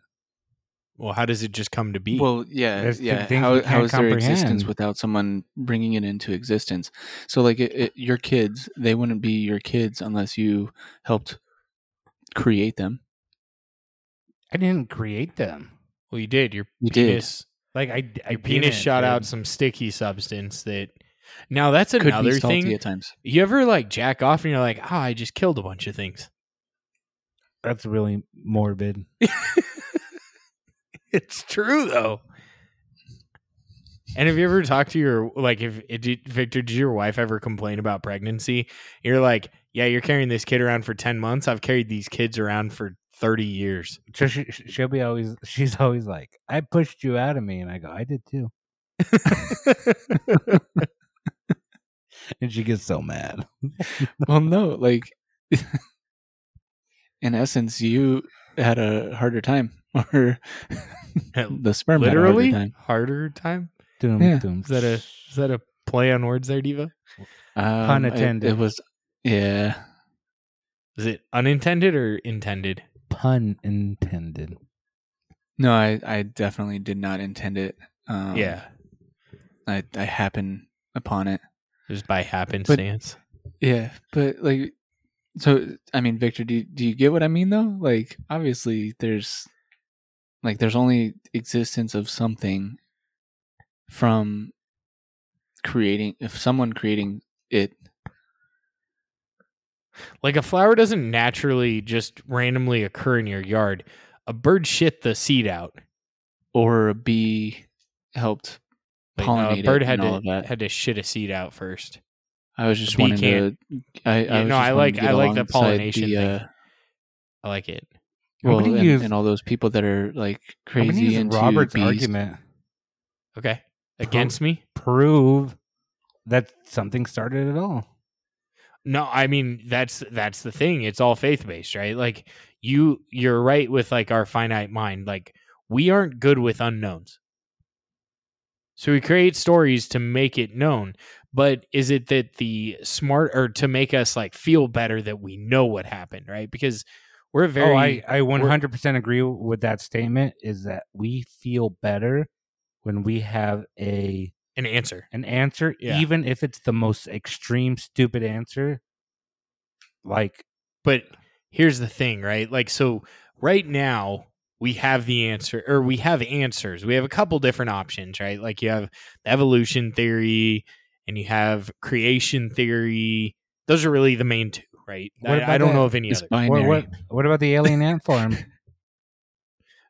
Speaker 2: Well, how does it just come to be?
Speaker 1: well yeah
Speaker 3: There's
Speaker 1: yeah
Speaker 3: things
Speaker 1: how,
Speaker 3: we
Speaker 1: how
Speaker 3: can't
Speaker 1: is their existence
Speaker 3: comprehend.
Speaker 1: without someone bringing it into existence so like it, it, your kids they wouldn't be your kids unless you helped create them
Speaker 3: I didn't create them.
Speaker 2: Well, you did. Your
Speaker 1: You did.
Speaker 2: penis,
Speaker 3: Like I, I
Speaker 2: your penis
Speaker 3: didn't,
Speaker 2: shot
Speaker 3: dude.
Speaker 2: out some sticky substance that. Now that's
Speaker 1: could
Speaker 2: another
Speaker 1: be salty
Speaker 2: thing.
Speaker 1: at times
Speaker 2: You ever like jack off and you're like, oh, I just killed a bunch of things.
Speaker 3: That's really morbid.
Speaker 2: It's true though. And have you ever talked to your like if it did, Victor? Did your wife ever complain about pregnancy? You're like, yeah, you're carrying this kid around for ten months. I've carried these kids around for thirty years.
Speaker 3: So she, she'll be always. She's always like, "I pushed you out of me," and I go, "I did too." And she gets so mad.
Speaker 1: well no like in essence you had a harder time or the sperm had a harder
Speaker 2: Literally
Speaker 1: time.
Speaker 2: harder time.
Speaker 3: Doom,
Speaker 1: Yeah.
Speaker 3: doom.
Speaker 2: Is that a is that a play on words there, Diva?
Speaker 1: Um,
Speaker 3: Pun
Speaker 1: it-
Speaker 3: intended.
Speaker 1: it, was yeah
Speaker 2: Is it unintended or intended?
Speaker 3: pun intended?
Speaker 1: no i i definitely did not intend it um i i happened upon it
Speaker 2: just by happenstance.
Speaker 1: yeah but like so i mean victor do you, do you get what i mean though like obviously there's like there's only existence of something from creating if someone creating it
Speaker 2: like a flower doesn't naturally just randomly occur in your yard. A bird shit the seed out.
Speaker 1: or a bee helped
Speaker 2: Like, no,
Speaker 1: pollinate
Speaker 2: a bird
Speaker 1: it
Speaker 2: had
Speaker 1: and all of
Speaker 2: to
Speaker 1: that.
Speaker 2: had to shit a seed out first.
Speaker 1: I was just
Speaker 2: bee
Speaker 1: wanting to. I,
Speaker 2: Yeah,
Speaker 1: I was
Speaker 2: no,
Speaker 1: just
Speaker 2: I
Speaker 1: wanting
Speaker 2: like-
Speaker 1: to get
Speaker 2: I like the
Speaker 1: alongside
Speaker 2: pollination
Speaker 1: the,
Speaker 2: thing.
Speaker 1: uh,
Speaker 2: I like it.
Speaker 3: I'm
Speaker 1: well,
Speaker 3: gonna
Speaker 1: and,
Speaker 3: use-
Speaker 1: and all those people that are like
Speaker 3: I'm gonna
Speaker 1: crazy
Speaker 3: use
Speaker 1: into
Speaker 3: Robert's
Speaker 1: bees.
Speaker 3: argument.
Speaker 2: Okay. Against me?
Speaker 3: Prove that something started at all.
Speaker 2: No, I mean that's that's the thing. It's all faith based, right? Like you you're right with like our finite mind. Like we aren't good with unknowns. So we create stories to make it known. But is it that the smart or to make us like feel better that we know what happened, right? Because we're very
Speaker 3: oh, I, I 100% agree with that statement. Is that we feel better when we have a
Speaker 2: an answer.
Speaker 3: an answer,
Speaker 2: Yeah.
Speaker 3: even if it's the most extreme stupid answer. Like
Speaker 2: But here's the thing, right? Like, so right now we have the answer, or we have answers. We have a couple different options, right? Like, you have evolution theory and you have creation theory. Those are really the main two, right?
Speaker 3: What
Speaker 2: I,
Speaker 3: about
Speaker 2: I don't
Speaker 3: that?
Speaker 2: know of any
Speaker 1: It's
Speaker 2: other.
Speaker 3: what,
Speaker 1: binary.
Speaker 3: what what about the alien ant farm?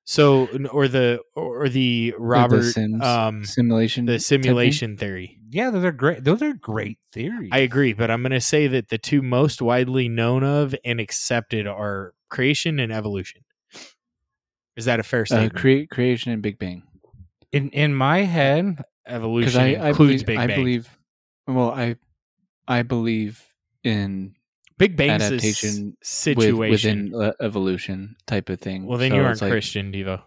Speaker 2: So, or the or the Robert
Speaker 1: Sims.
Speaker 2: um
Speaker 1: Simulation.
Speaker 2: the simulation theory.
Speaker 3: yeah, those are great. Those are great theories.
Speaker 2: I agree, but I'm going to say that the two most widely known of and accepted are creation and evolution. Is that a fair
Speaker 1: Uh,
Speaker 2: statement?
Speaker 1: crea- creation and Big Bang.
Speaker 3: in in my head,
Speaker 1: Because
Speaker 2: evolution
Speaker 1: I, I,
Speaker 2: includes
Speaker 1: believe,
Speaker 2: Big
Speaker 1: I
Speaker 2: Bang.
Speaker 1: believe. Well, I I believe in
Speaker 2: Big Bang's
Speaker 1: adaptation
Speaker 2: adaptation
Speaker 1: with- with,
Speaker 2: situation.
Speaker 1: within uh, evolution type of thing.
Speaker 2: well, then
Speaker 1: So
Speaker 2: you
Speaker 1: it's
Speaker 2: aren't
Speaker 1: like-
Speaker 2: Christian, Devo.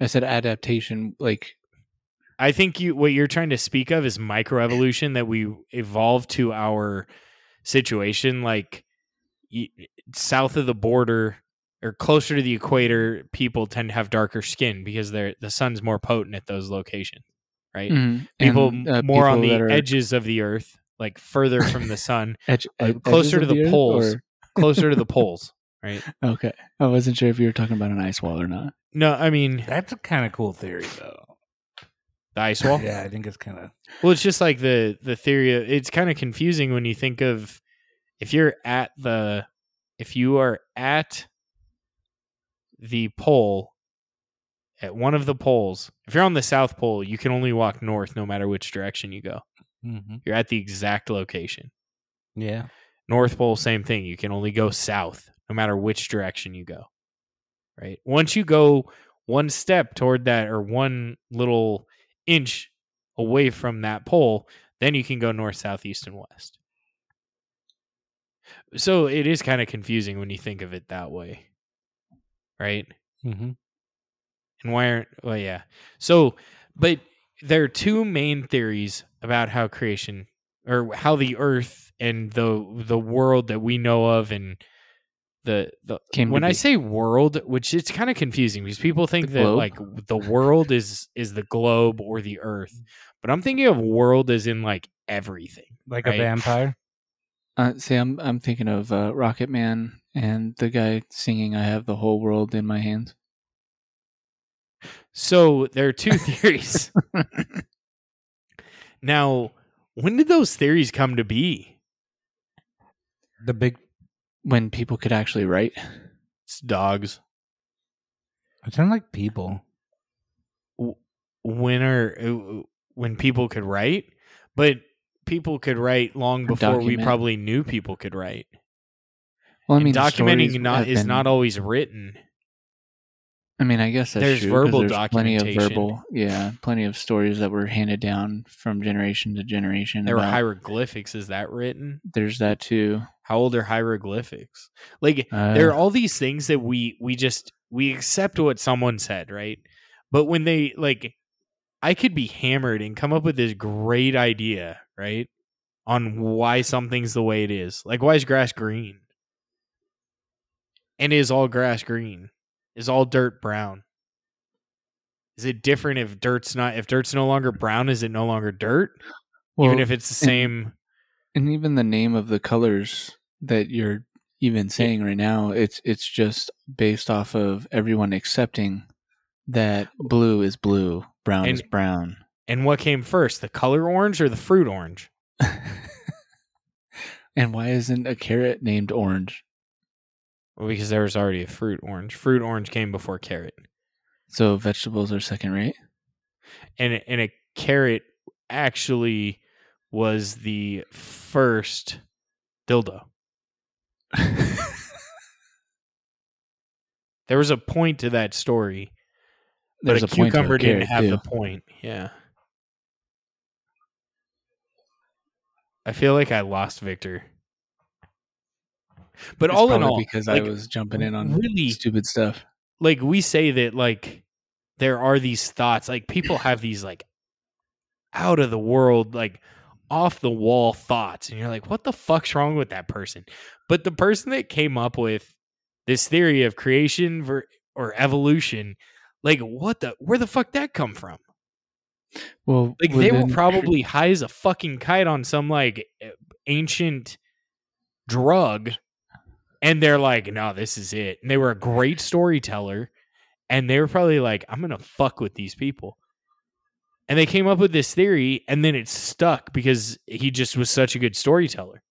Speaker 1: I said adaptation, like
Speaker 2: I think you what you're trying to speak of is microevolution that we evolve to our situation, like y- south of the border or closer to the equator. People tend to have darker skin because they're, the sun's more potent at those locations, right?
Speaker 1: mhm,
Speaker 2: people
Speaker 1: and,
Speaker 2: m-
Speaker 1: uh,
Speaker 2: more on
Speaker 1: people
Speaker 2: the
Speaker 1: that are
Speaker 2: edges of the earth, like further from the sun,
Speaker 1: edge-
Speaker 2: uh,
Speaker 1: ed-
Speaker 2: closer
Speaker 1: edges
Speaker 2: to
Speaker 1: of
Speaker 2: the
Speaker 1: earth,
Speaker 2: poles.
Speaker 1: or-
Speaker 2: closer to the poles, right?
Speaker 1: okay, I wasn't sure if you were talking about an ice wall or not.
Speaker 2: No, I mean
Speaker 3: that's a kind of cool theory though.
Speaker 2: the ice wall.
Speaker 3: yeah, I think it's kind of
Speaker 2: Well, it's just like the the theory. Of, it's kind of confusing when you think of if you're at the if you are at the pole at one of the poles. If you're on the south pole, you can only walk north no matter which direction you go. You're at the exact location.
Speaker 3: mm-hmm. yeah.
Speaker 2: North Pole, same thing. You can only go south, no matter which direction you go. Right. Once you go one step toward that or one little inch away from that pole, then you can go north, south, east, and west. So it is kind of confusing when you think of it that way. Right.
Speaker 3: Mm-hmm.
Speaker 2: And why aren't, well, yeah. So, but there are two main theories about how creation or how the earth and the the world that we know of and the, the
Speaker 1: Came to
Speaker 2: when I
Speaker 1: be.
Speaker 2: say world, which it's kind of confusing because people think
Speaker 1: The
Speaker 2: that
Speaker 1: globe?
Speaker 2: like the world is is the globe or the earth,
Speaker 1: Mm.
Speaker 2: but I'm thinking of world as in like everything.
Speaker 3: Like
Speaker 2: Right.
Speaker 3: a vampire.
Speaker 1: Uh, see, I'm I'm thinking of uh, Rocket Man and the guy singing "I Have the Whole World in My Hands."
Speaker 2: So there are two theories. Now, when did those theories come to be?
Speaker 3: The big.
Speaker 1: when people could actually write,
Speaker 2: It's dogs.
Speaker 3: It sounds like people.
Speaker 2: when are uh, when people could write, but people could write long before we
Speaker 1: document.
Speaker 2: probably knew people could write.
Speaker 1: well, I
Speaker 2: And
Speaker 1: mean, the stories
Speaker 2: documenting
Speaker 1: have
Speaker 2: not is
Speaker 1: been-
Speaker 2: not always written.
Speaker 1: I mean, I guess that's
Speaker 2: there's
Speaker 1: true, 'cause
Speaker 2: verbal
Speaker 1: there's plenty of
Speaker 2: documentation.
Speaker 1: verbal, yeah, plenty of stories that were handed down from generation to generation.
Speaker 2: There were
Speaker 1: about-
Speaker 2: hieroglyphics. Is that written?
Speaker 1: there's that too.
Speaker 2: How old are hieroglyphics? Like
Speaker 1: Uh,
Speaker 2: there are all these things that we we just we accept what someone said, right? But when they like, I could be hammered and come up with this great idea, right? On why something's the way it is. Like, why is grass green? And is all grass green? Is all dirt brown? Is it different if dirt's not if dirt's no longer brown? Is it no longer dirt?
Speaker 1: well,
Speaker 2: Even if it's the
Speaker 1: and-
Speaker 2: same.
Speaker 1: and even the name of the colors that you're even saying right now, it's it's just based off of everyone accepting that blue is blue, brown
Speaker 2: And-
Speaker 1: is brown.
Speaker 2: And what came first, the color orange or the fruit orange?
Speaker 1: and why isn't a carrot named orange?
Speaker 2: Well, because there was already a fruit orange. Fruit orange came before carrot,
Speaker 1: So vegetables are second rate.
Speaker 2: and and a carrot actually was the first dildo. There was a point to that story,
Speaker 1: There's
Speaker 2: but a,
Speaker 1: point to a
Speaker 2: cucumber didn't
Speaker 1: carrot,
Speaker 2: have
Speaker 1: too.
Speaker 2: the point. Yeah, I feel like I lost Victor. But
Speaker 1: It's
Speaker 2: all in
Speaker 1: probably
Speaker 2: all,
Speaker 1: because
Speaker 2: like,
Speaker 1: I was jumping in on
Speaker 2: really
Speaker 1: stupid stuff.
Speaker 2: like we say that like there are these thoughts like people have these like out of the world like off the wall thoughts and you're like what the fuck's wrong with that person but the person that came up with this theory of creation ver- or evolution like what the where the fuck that come from
Speaker 1: Well,
Speaker 2: like they were probably high as a fucking kite on some like ancient drug, and they're like, "No, this is it." And they were a great storyteller, and they were probably like, "I'm gonna fuck with these people," and they came up with this theory, and then it stuck because he just was such a good storyteller.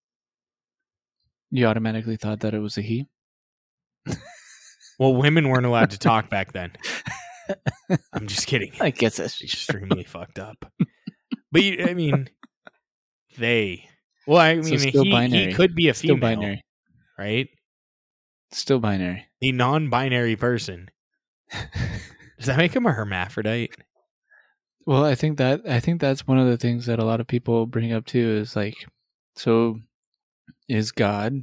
Speaker 1: you automatically thought that it was a he.
Speaker 2: Well, women weren't allowed to talk back then. I'm just kidding.
Speaker 1: I guess that's
Speaker 2: Extremely fucked up. But you, I mean, they. Well, I
Speaker 1: So
Speaker 2: mean,
Speaker 1: still
Speaker 2: he, he
Speaker 1: binary.
Speaker 2: could be a
Speaker 1: still
Speaker 2: female.
Speaker 1: binary.
Speaker 2: right?
Speaker 1: Still binary.
Speaker 2: A non-binary person. Does that make him a hermaphrodite?
Speaker 1: Well, I think that I think that's one of the things that a lot of people bring up too is like, so is God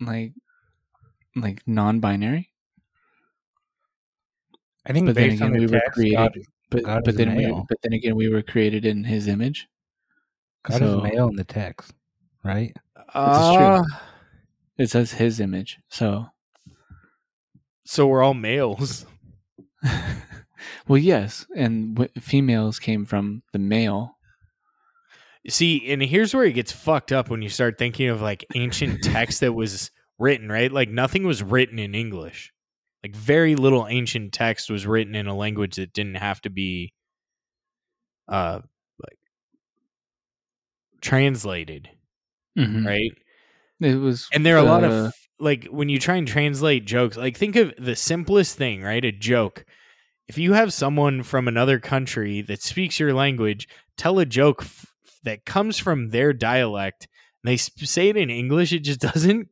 Speaker 1: like like non-binary?
Speaker 3: I think
Speaker 1: But then
Speaker 3: based on
Speaker 1: again,
Speaker 3: the
Speaker 1: we were
Speaker 3: text,
Speaker 1: created-
Speaker 3: God,
Speaker 1: But
Speaker 3: God
Speaker 1: but
Speaker 3: is
Speaker 1: then we,
Speaker 3: male.
Speaker 1: but then again, we were created in His image.
Speaker 3: God
Speaker 1: So-
Speaker 3: is male in the text, right?
Speaker 1: Uh, It says His image, so
Speaker 2: So we're all males.
Speaker 1: well, yes, and w- females came from the male.
Speaker 2: See, and here's where it gets fucked up when you start thinking of like ancient text that was written, right? Like nothing was written in English. Like very little ancient text was written in a language that didn't have to be uh like translated,
Speaker 1: Mhm.
Speaker 2: right?
Speaker 1: It was,
Speaker 2: And there are a lot
Speaker 1: uh,
Speaker 2: of like when you try and translate jokes, like think of the simplest thing, right? A joke. If you have someone from another country that speaks your language, tell a joke f- that comes from their dialect, and they sp- say it in English, it just doesn't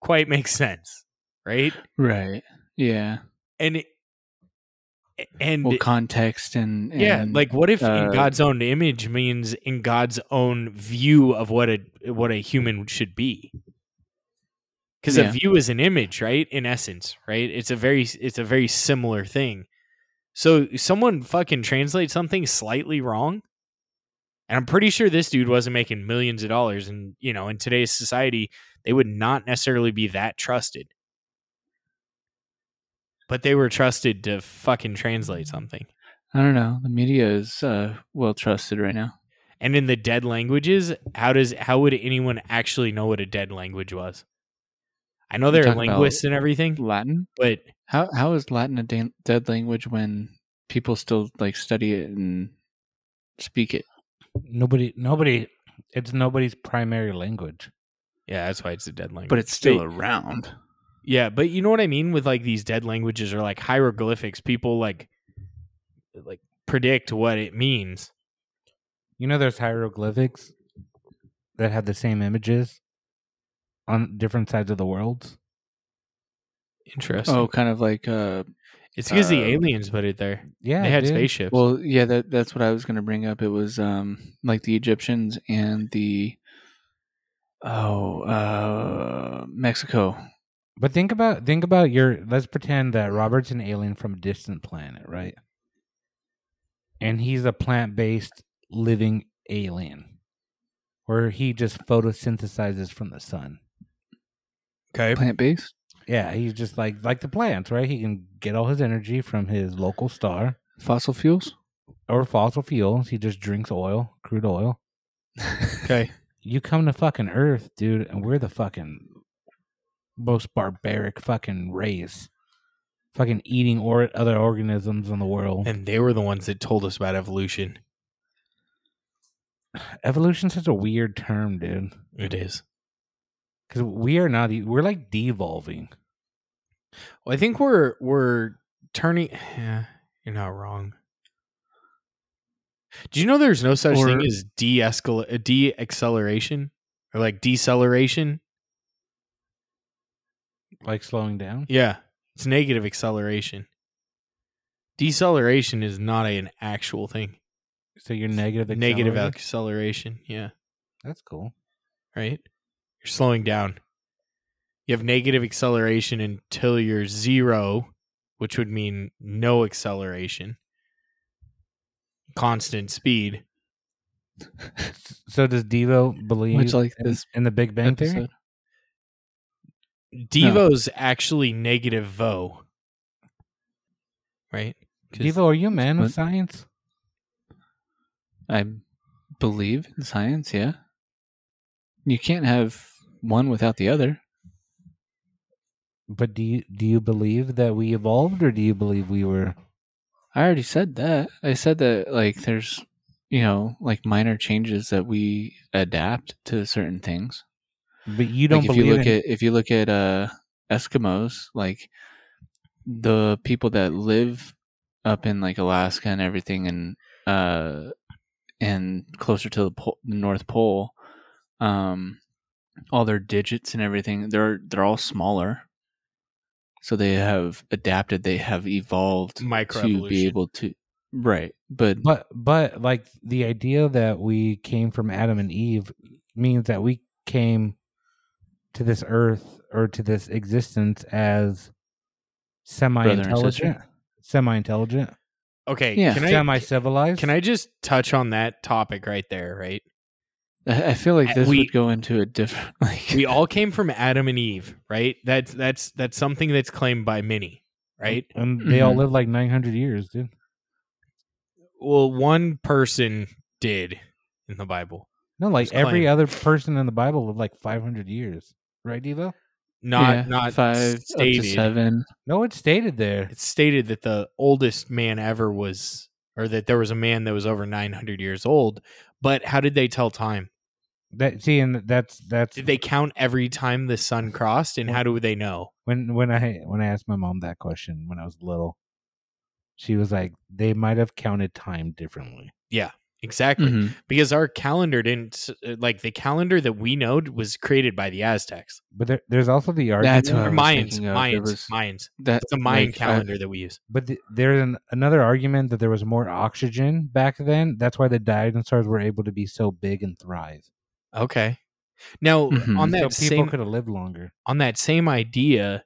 Speaker 2: quite make sense, right?
Speaker 1: right. Yeah.
Speaker 2: And it, and
Speaker 1: Well, context and, and
Speaker 2: yeah, like what if in
Speaker 1: uh,
Speaker 2: God's own image means in God's own view of what a what a human should be? Because
Speaker 1: Yeah.
Speaker 2: a view is an image, right? In essence, right? It's a very it's a very similar thing. So someone fucking translates something slightly wrong, and I'm pretty sure this dude wasn't making millions of dollars. And you know, in today's society, they would not necessarily be that trusted. But they were trusted to fucking translate something.
Speaker 1: I don't know. The media is uh, well trusted right now.
Speaker 2: and in the dead languages how does how would anyone actually know what a dead language was i know there are
Speaker 1: talking about- Hmm.
Speaker 2: linguists and everything
Speaker 1: Latin.
Speaker 2: but
Speaker 1: How how is Latin a dan- dead language when people still like study it and speak it?
Speaker 3: Nobody, nobody. It's nobody's primary language.
Speaker 2: yeah that's why it's a dead language
Speaker 1: But it's still
Speaker 2: But-
Speaker 1: around.
Speaker 2: yeah but you know what i mean with like these dead languages or like hieroglyphics people like like predict what it means
Speaker 3: You know, there's hieroglyphics that have the same images on different sides of the world.
Speaker 2: interesting
Speaker 1: Oh, kind of like uh
Speaker 2: it's because the
Speaker 1: uh,
Speaker 2: aliens put it there
Speaker 3: Yeah,
Speaker 2: they had
Speaker 3: dude.
Speaker 2: spaceships
Speaker 1: well, yeah, that that's what I was going to bring up. It was um like the Egyptians and the oh, uh Mexico.
Speaker 3: But think about think about your. Let's pretend that Robert's an alien from a distant planet, right? And he's a plant based living alien, where he just photosynthesizes from the sun.
Speaker 2: okay
Speaker 1: Plant-based?
Speaker 3: Yeah, he's just like like the plants, right? He can get all his energy from his local star
Speaker 1: Fossil fuels?
Speaker 3: or fossil fuels. He just drinks oil, crude oil.
Speaker 2: okay
Speaker 3: You come to fucking Earth, dude, and we're the fucking most barbaric fucking race. Fucking eating or other organisms in the world.
Speaker 2: and they were the ones that told us about evolution
Speaker 3: Evolution's such a weird term, dude.
Speaker 2: it is
Speaker 3: Because we are not, e- we're like devolving.
Speaker 2: well, i think we're we're turning yeah, you're not wrong Do you know there's no such thing
Speaker 1: Or-
Speaker 2: as de-escal uh, de-acceleration or like deceleration?
Speaker 3: Like slowing down.
Speaker 2: Yeah, it's negative acceleration. Deceleration is not an actual thing.
Speaker 3: So you're negative.
Speaker 2: Negative
Speaker 3: accelerating?
Speaker 2: acceleration, yeah.
Speaker 3: That's cool.
Speaker 2: right? You're slowing down. You have negative acceleration until you're zero, which would mean no acceleration, constant speed.
Speaker 3: S- So does Devo believe
Speaker 1: Much like this
Speaker 3: in the Big Bang Theory?
Speaker 1: episode.
Speaker 2: Devo's actually negative vo, right? 'Cause
Speaker 3: Devo, are you a man of
Speaker 1: What?
Speaker 3: science?
Speaker 1: I believe in science, yeah. You can't have one without the other.
Speaker 3: But do you do you believe that we evolved, or do you believe we were?
Speaker 1: I already said that. I said that like there's you know, like minor changes that we adapt to certain things.
Speaker 3: But you don't
Speaker 1: like if
Speaker 3: believe
Speaker 1: you look
Speaker 3: in,
Speaker 1: at if you look at uh Eskimos, like the people that live up in like Alaska and everything and uh and closer to the, pol- the North Pole, um all their digits and everything, they're they're all smaller. So they have adapted, they have evolved to be
Speaker 2: microevolution.
Speaker 1: able to right. But
Speaker 3: but but like the idea that we came from Adam and Eve means that we came to this earth or to this existence as semi-intelligent, semi-intelligent,
Speaker 2: okay,
Speaker 1: Yeah.
Speaker 2: can I
Speaker 3: semi-civilized.
Speaker 2: can I just touch on that topic right there? Right,
Speaker 1: I I feel like this
Speaker 2: We-
Speaker 1: would go into a different like
Speaker 2: we all came from Adam and Eve, right? That's that's that's something that's claimed by many, right?
Speaker 3: And they all
Speaker 1: Mhm.
Speaker 3: lived like nine hundred years, dude.
Speaker 2: Well, one person did in the Bible.
Speaker 3: No, like
Speaker 2: Just
Speaker 3: every
Speaker 2: claim.
Speaker 3: other person in the Bible lived like five hundred years, right, Devo?
Speaker 2: Not
Speaker 1: yeah,
Speaker 2: not
Speaker 1: five up to
Speaker 2: stated.
Speaker 1: seven.
Speaker 3: No, it's stated there.
Speaker 2: It's stated that the oldest man ever was or that there was a man that was over 900 years old, but how did they tell time?
Speaker 3: That see, and that's that's
Speaker 2: Did they count every time the sun crossed and how do they know?
Speaker 3: when when I when I asked my mom that question when I was little, she was like, "They might have counted time differently."
Speaker 2: Exactly.
Speaker 1: Mhm.
Speaker 2: Because our calendar didn't uh, like the calendar that we know was created by the Aztecs.
Speaker 3: But there, there's also the argument,
Speaker 1: That's what I
Speaker 2: Or
Speaker 1: was
Speaker 2: Mayans,
Speaker 1: thinking of. There
Speaker 2: Mayans,
Speaker 1: was-
Speaker 2: Mayans.
Speaker 1: That
Speaker 2: It's a Mayan
Speaker 1: like, uh, I-
Speaker 2: calendar that we use.
Speaker 3: but the, there's an, another argument that there was more oxygen back then. That's why the dinosaurs were able to be so big and thrive.
Speaker 2: Okay. Now,
Speaker 1: Mhm.
Speaker 2: on
Speaker 3: So people
Speaker 2: that same
Speaker 3: could have lived longer.
Speaker 2: on that same idea,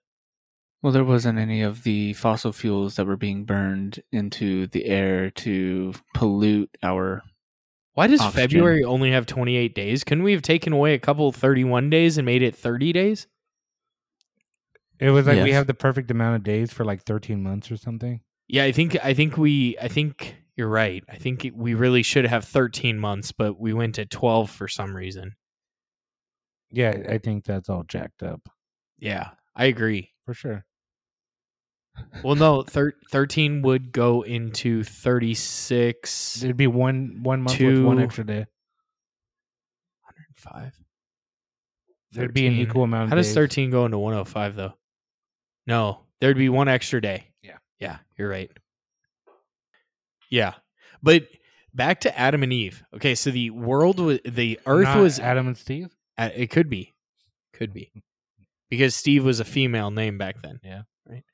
Speaker 1: Well, there wasn't any of the fossil fuels that were being burned into the air to pollute our.
Speaker 2: Why does
Speaker 1: oxygen.
Speaker 2: February only have 28 days? Couldn't we have taken away a couple 31 days and made it 30 days?
Speaker 3: It was like we
Speaker 1: Yes.
Speaker 3: have the perfect amount of days for like 13 months or something.
Speaker 2: Yeah, I think I think we I think you're right. I think it- we really should have 13 months, but we went to 12 for some reason.
Speaker 3: Yeah, I think that's all jacked up
Speaker 2: Yeah, I agree.
Speaker 3: for sure.
Speaker 2: Well, no, thir- 13 would go into 36
Speaker 3: There'd be one one month with one
Speaker 2: Two-
Speaker 3: extra day.
Speaker 2: 5.
Speaker 3: There'd be an
Speaker 2: 13.
Speaker 3: equal amount. Of
Speaker 2: How does
Speaker 3: days.
Speaker 2: 13 go into 105 though? No, there'd be one extra day.
Speaker 3: Yeah.
Speaker 2: Yeah, you're right. Yeah. But back to Adam and Eve. Okay, so the world was the earth
Speaker 3: Not
Speaker 2: was
Speaker 3: Adam and Steve?
Speaker 2: uh, it could be. Could be. Because Steve was a female name back then.
Speaker 3: Yeah.
Speaker 2: Right.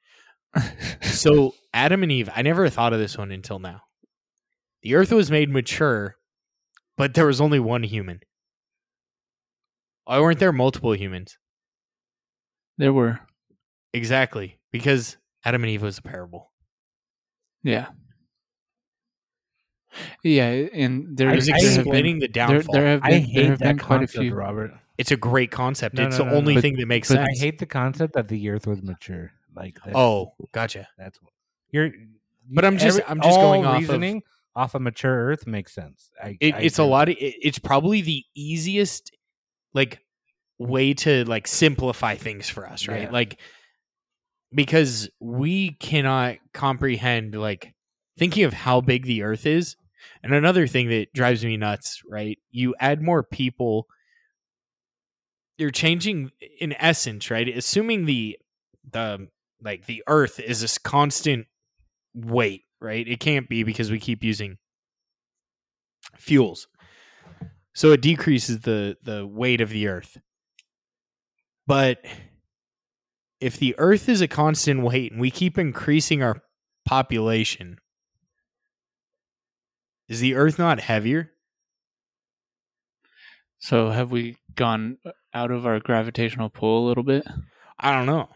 Speaker 2: so Adam and Eve, I never thought of this one until now. The earth was made mature, but there was only one human. Why weren't there multiple humans?
Speaker 1: There were,
Speaker 2: Exactly, because Adam and Eve was a parable.
Speaker 1: yeah, yeah, and there
Speaker 2: I
Speaker 3: I-
Speaker 1: there
Speaker 2: was
Speaker 1: have been,
Speaker 2: explaining the
Speaker 1: there,
Speaker 2: downfall.
Speaker 1: there have
Speaker 3: I
Speaker 1: been, there
Speaker 3: hate
Speaker 1: have been
Speaker 3: that
Speaker 1: quite a
Speaker 3: concept,
Speaker 1: few.
Speaker 3: Robert.
Speaker 2: it's a great concept.
Speaker 3: No,
Speaker 2: it's
Speaker 3: no,
Speaker 2: the
Speaker 3: no,
Speaker 2: only
Speaker 3: no.
Speaker 2: thing that makes
Speaker 3: I
Speaker 2: sense.
Speaker 3: hate the concept that the earth was mature. Like that's,
Speaker 2: oh, gotcha.
Speaker 3: that's you're.
Speaker 2: But I'm just- I'm just
Speaker 3: all
Speaker 2: going off of-
Speaker 3: reasoning off of mature earth makes sense. I,
Speaker 2: It,
Speaker 3: I
Speaker 2: it's a
Speaker 3: agree.
Speaker 2: lot. Of, it, it's probably the easiest, like, way to like simplify things for us, right?
Speaker 3: Yeah.
Speaker 2: Like, because we cannot comprehend like thinking of how big the Earth is. And another thing that drives me nuts, right? You add more people, you're changing in essence, right? Assuming the the like the Earth is this constant weight, right? It can't be because we keep using fuels. So it decreases the the weight of the earth. But if the earth is a constant weight and we keep increasing our population, is the earth not heavier?
Speaker 1: So have we gone out of our gravitational pull a little bit?
Speaker 2: I don't know.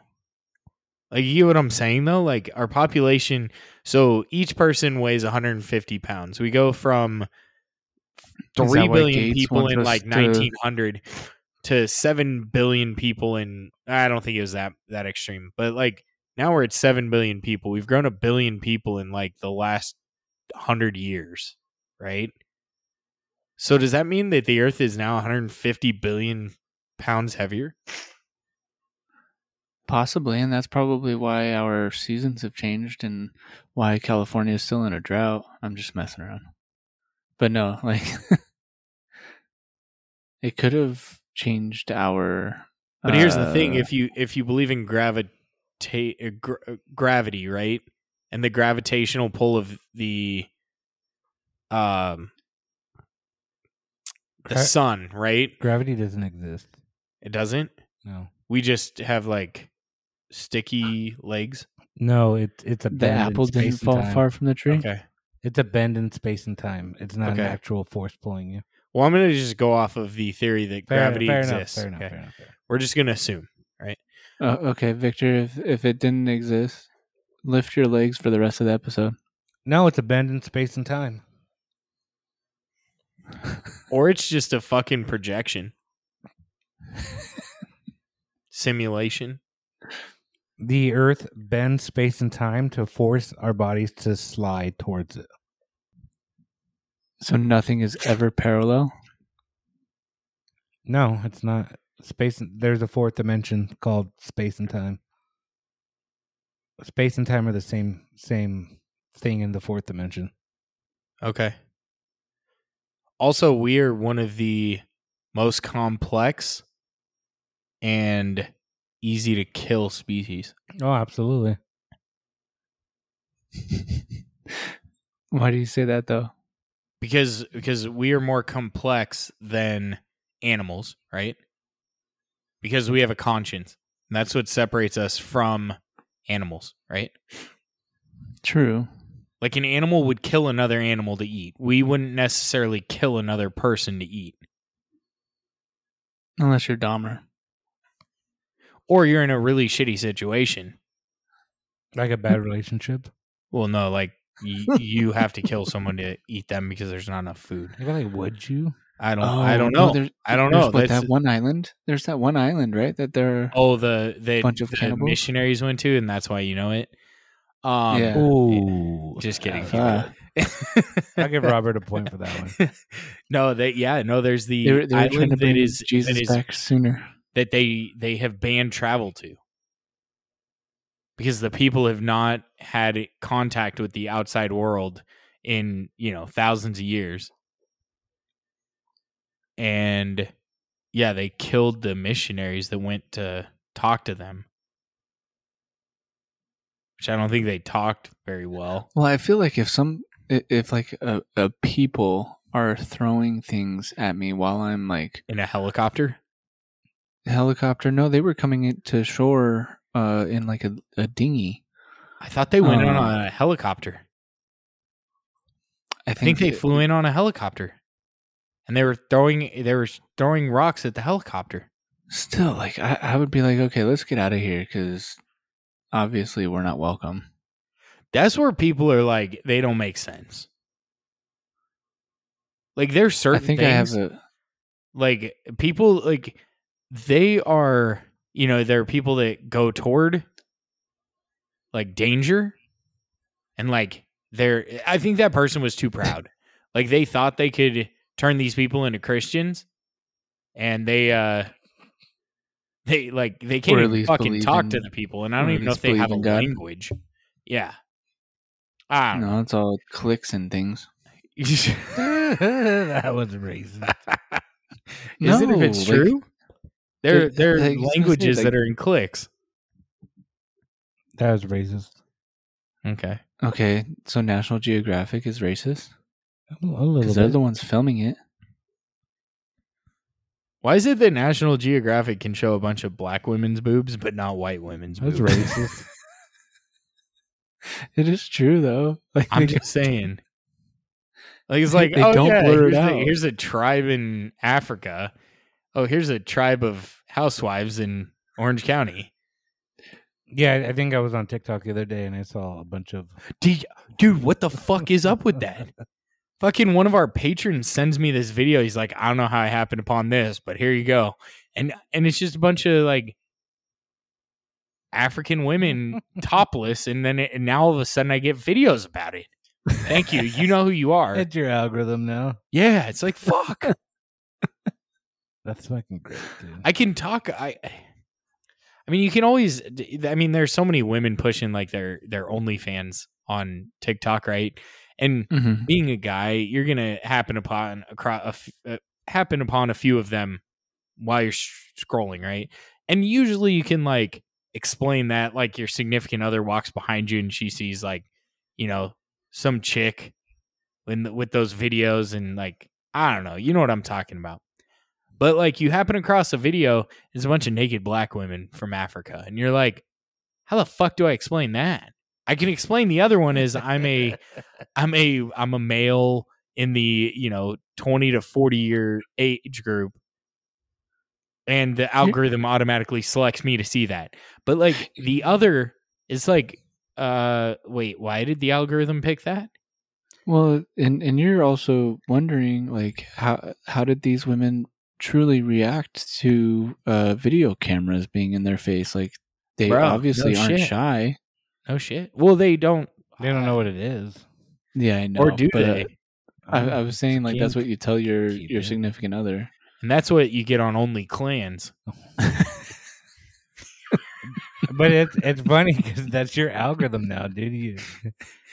Speaker 2: Like you get what I'm saying though? Like our population so each person weighs 150 pounds. We go from
Speaker 1: that
Speaker 2: three
Speaker 1: why
Speaker 2: billion
Speaker 1: Gates
Speaker 2: people
Speaker 1: wants
Speaker 2: in
Speaker 1: us
Speaker 2: like
Speaker 1: to-
Speaker 2: 1900 to 7 billion people in I don't think it was that that extreme. But like now we're at 7 billion people. We've grown a billion people in like the last 100 years, right? So does that mean that the earth is now 150 billion pounds heavier?
Speaker 1: Possibly, and that's probably why our seasons have changed and why California is still in a drought. I'm just messing around. But no, like it could have changed our
Speaker 2: But here's the thing:
Speaker 1: uh,
Speaker 2: if you if you believe in gravitate uh, gr- uh, gravity, right, and the gravitational pull of the um the
Speaker 3: Gra-
Speaker 2: sun, right,
Speaker 3: Gravity doesn't exist.
Speaker 2: it doesn't.
Speaker 3: No.
Speaker 2: We just have like sticky legs.
Speaker 3: No, it, it's a
Speaker 1: the
Speaker 3: bend in
Speaker 1: apple didn't
Speaker 3: space and
Speaker 1: fall
Speaker 3: time.
Speaker 1: far from the tree.
Speaker 2: Okay.
Speaker 3: It's a bend in space and time. It's not
Speaker 2: Okay.
Speaker 3: an actual force pulling you.
Speaker 2: Well, I'm gonna just go off of the theory that gravity exists.
Speaker 3: Enough, fair enough.
Speaker 2: okay?
Speaker 3: Fair enough. Fair enough.
Speaker 2: We're just gonna assume.
Speaker 1: Uh, okay, Victor, if if it didn't exist, lift your legs for the rest of the episode.
Speaker 3: No, it's a bend in space and time.
Speaker 2: or it's just a fucking projection simulation
Speaker 3: The Earth bends space and time to force our bodies to slide towards it.
Speaker 1: So nothing is ever parallel.
Speaker 3: No, it's not space. and- There's a fourth dimension called space and time. Space and time are the same same thing in the fourth dimension.
Speaker 2: okay also we are one of the most complex and easy to kill species
Speaker 3: Oh, absolutely.
Speaker 1: Why do you say that though?
Speaker 2: because because we are more complex than animals right because we have a conscience and that's what separates us from animals right
Speaker 1: True.
Speaker 2: Like an animal would kill another animal to eat. We wouldn't necessarily kill another person to eat.
Speaker 1: Unless you're Dahmer.
Speaker 2: Or you're in a really shitty situation.
Speaker 3: Like a bad relationship.
Speaker 2: Well, no, like y- you have to kill someone to eat them because there's not enough food.
Speaker 3: You're like, would you?
Speaker 2: I don't.
Speaker 1: Oh,
Speaker 2: I don't
Speaker 1: no,
Speaker 2: know.
Speaker 1: there's-
Speaker 2: I don't
Speaker 1: There's
Speaker 2: know.
Speaker 1: what,
Speaker 2: That's-
Speaker 1: that one island. There's that one island, right? That they're
Speaker 2: oh, the the,
Speaker 1: Bunch of
Speaker 2: the
Speaker 1: cannibals?
Speaker 2: missionaries went to, and that's why you know it. Um,
Speaker 1: Yeah.
Speaker 3: Ooh. Ah.
Speaker 2: just kidding.
Speaker 1: Uh,
Speaker 3: I'll give Robert a point for that one.
Speaker 2: no, that yeah, no. There's the
Speaker 1: they were, they were trying to
Speaker 2: island that
Speaker 1: bring
Speaker 2: is
Speaker 1: Jesus
Speaker 2: that is
Speaker 1: back sooner.
Speaker 2: that they they have banned travel to because the people have not had contact with the outside world in you know thousands of years and yeah they killed the missionaries that went to talk to them which i don't think they talked very well
Speaker 1: Well, I feel like if some i- if like a, a people are throwing things at me while I'm like
Speaker 2: in a helicopter
Speaker 1: helicopter. No, they were coming in- to shore uh in like a, a dinghy.
Speaker 2: i thought they went in
Speaker 1: Um,
Speaker 2: on a helicopter
Speaker 1: I
Speaker 2: I
Speaker 1: think,
Speaker 2: think they
Speaker 1: it-
Speaker 2: flew in on a helicopter, and they were throwing they were throwing rocks at the helicopter.
Speaker 1: Still, like I, I would be like, okay, let's get out of here because obviously we're not welcome.
Speaker 2: That's where people are like they don't make sense. Like there's
Speaker 1: I
Speaker 2: certain
Speaker 1: think I
Speaker 2: things
Speaker 1: have a
Speaker 2: like people like they are you know there are people that go toward like danger and like they're i think that person was too proud like they thought they could turn these people into christians and they uh they like they can't
Speaker 1: Or at
Speaker 2: even
Speaker 1: least
Speaker 2: fucking
Speaker 1: believe
Speaker 2: talk
Speaker 1: in-
Speaker 2: to the people and i
Speaker 1: or
Speaker 2: don't
Speaker 1: at
Speaker 2: even know
Speaker 1: least
Speaker 2: if they have a
Speaker 1: believe in God.
Speaker 2: language yeah i don't
Speaker 1: no, it's all clicks and things.
Speaker 2: know
Speaker 3: that was racist.
Speaker 2: Is it if it's
Speaker 1: No, like,
Speaker 2: true? There,
Speaker 1: Dude,
Speaker 2: there are
Speaker 1: like, I was gonna say,
Speaker 2: languages that
Speaker 1: like-
Speaker 2: are in clicks.
Speaker 3: That was racist.
Speaker 2: Okay.
Speaker 1: Okay, so National Geographic is racist
Speaker 3: A little
Speaker 1: because they're
Speaker 3: bit.
Speaker 1: the ones filming it.
Speaker 2: Why is it that National Geographic can show a bunch of black women's boobs but not white women's
Speaker 3: That's
Speaker 2: boobs?
Speaker 3: racist.
Speaker 1: It is true though. Like
Speaker 2: I'm
Speaker 1: they-
Speaker 2: just saying. Like it's like
Speaker 1: They
Speaker 2: oh
Speaker 1: don't
Speaker 2: yeah,
Speaker 1: blur it
Speaker 2: here's,
Speaker 1: out.
Speaker 2: A, here's a tribe in Africa. Oh, here's a tribe of housewives in Orange County.
Speaker 3: Yeah, I think I was on TikTok the other day and I saw a bunch of
Speaker 2: Dude, dude, what the fuck is up with that? Fucking one of our patrons sends me this video. He's like, I don't know how I happened upon this, but here you go. And and it's just a bunch of like African women topless, and then it, and now all of a sudden I get videos about it. Thank you. You know who you are.
Speaker 3: It's your algorithm now.
Speaker 2: Yeah, it's like fuck.
Speaker 3: That's fucking great, dude.
Speaker 2: I can talk. I, I mean, you can always. I mean, there's so many women pushing like their their OnlyFans on TikTok, right? And
Speaker 1: Mhm.
Speaker 2: being a guy, you're gonna happen upon across a, f- uh, happen upon a few of them while you're sh- scrolling, right? And usually, you can like explain that like your significant other walks behind you and she sees like you know some chick in the, with those videos and like I don't know, you know what I'm talking about. But like you happen across a video, it's a bunch of naked black women from Africa, and you're like, how the fuck do I explain that? I can explain the other one is I'm a I'm a I'm a male in the you know 20 to 40 year age group and the algorithm automatically selects me to see that but like the other is like uh wait why did the algorithm pick that
Speaker 1: Well, and and you're also wondering like how how did these women truly react to uh, video cameras being in their face? Like they
Speaker 2: Bro,
Speaker 1: obviously
Speaker 2: no
Speaker 1: aren't
Speaker 2: shit.
Speaker 1: shy.
Speaker 2: oh shit well they don't
Speaker 3: they don't know what it is.
Speaker 1: Yeah, I know.
Speaker 2: or do
Speaker 1: but, uh,
Speaker 2: they
Speaker 1: I, I was saying like that's
Speaker 3: Kink.
Speaker 1: what you tell your
Speaker 3: Keep
Speaker 1: your
Speaker 3: it.
Speaker 1: significant other.
Speaker 2: and that's what you get on only clans
Speaker 3: but it's it's funny because that's your algorithm now, dude. You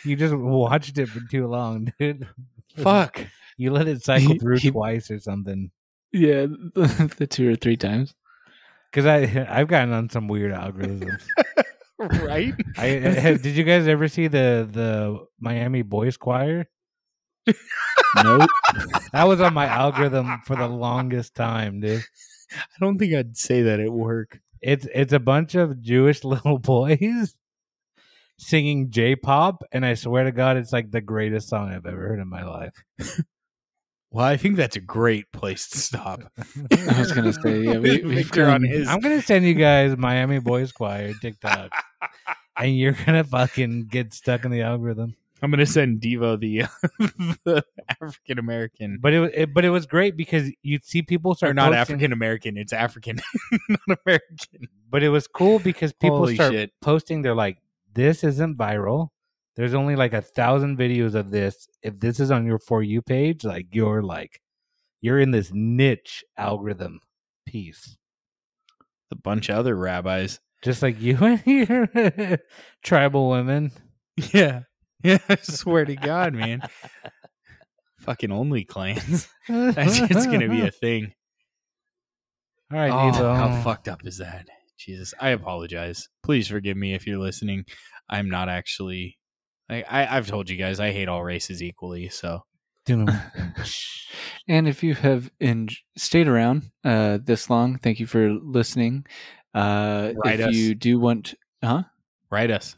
Speaker 3: you just watched it for too long, dude.
Speaker 2: fuck
Speaker 3: You let it cycle
Speaker 1: He-
Speaker 3: through
Speaker 1: he-
Speaker 3: twice or something.
Speaker 1: Yeah, the two or three times.
Speaker 3: Because I I've gotten on some weird algorithms.
Speaker 2: right
Speaker 3: I, I- did you guys ever see the the Miami Boys Choir?
Speaker 1: Nope.
Speaker 3: That was on my algorithm for the longest time, dude.
Speaker 2: i don't think i'd say that at work
Speaker 3: It's it's a bunch of Jewish little boys singing J-pop, and I swear to God, it's like the greatest song I've ever heard in my life.
Speaker 2: well i think that's a great place to stop
Speaker 1: I was gonna say, yeah, we, we've
Speaker 2: Victor on
Speaker 1: done-
Speaker 2: his-
Speaker 3: I'm gonna send you guys Miami Boys Choir TikTok, and you're gonna fucking get stuck in the algorithm.
Speaker 2: I'm gonna send Devo the, the African American.
Speaker 3: But it, wa- it but it was great because you'd see people start
Speaker 2: Or not
Speaker 3: posting-
Speaker 2: African American. It's African, not American.
Speaker 3: But it was cool because people
Speaker 2: Holy
Speaker 3: start
Speaker 2: shit.
Speaker 3: posting. They're like, "This isn't viral. There's only like a thousand videos of this. If this is on your for you page, like you're like, you're in this niche algorithm piece."
Speaker 2: A bunch of other rabbis.
Speaker 3: Just like you and your tribal women.
Speaker 2: Yeah, yeah. I swear to God, man. Fucking only clans. That's it's gonna be a thing.
Speaker 3: all right.
Speaker 2: Oh,
Speaker 3: Devo.
Speaker 2: how fucked up is that? Jesus, I apologize. Please forgive me if you're listening. I'm not actually. I, I I've told you guys I hate all races equally. So
Speaker 1: and if you have en- stayed around uh, this long, thank you for listening. Uh,
Speaker 2: Write
Speaker 1: if
Speaker 2: us.
Speaker 1: you do want, huh?
Speaker 2: write us.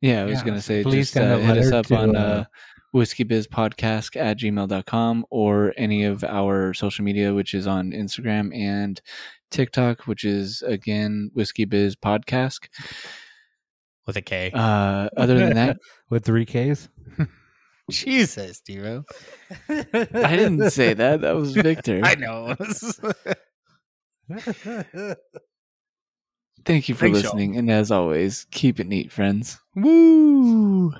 Speaker 1: Yeah, I was
Speaker 3: Yeah.
Speaker 1: gonna say,
Speaker 3: Please
Speaker 1: just
Speaker 3: send
Speaker 1: uh,
Speaker 3: a
Speaker 1: hit us
Speaker 3: letter
Speaker 1: up
Speaker 3: to,
Speaker 1: on
Speaker 3: uh,
Speaker 1: uh, whiskeybizpodcast at gmail.com or any of our social media, which is on Instagram and TikTok, which is again whiskeybiz podcast.
Speaker 2: With a K.
Speaker 1: Uh, other than that,
Speaker 3: with three Ks.
Speaker 2: Jesus, Devo.
Speaker 1: I didn't say that. That was Victor.
Speaker 2: I know.
Speaker 1: Thank you for
Speaker 2: Thanks, y'all.
Speaker 1: listening, and as always, keep it neat, friends.
Speaker 2: Woo!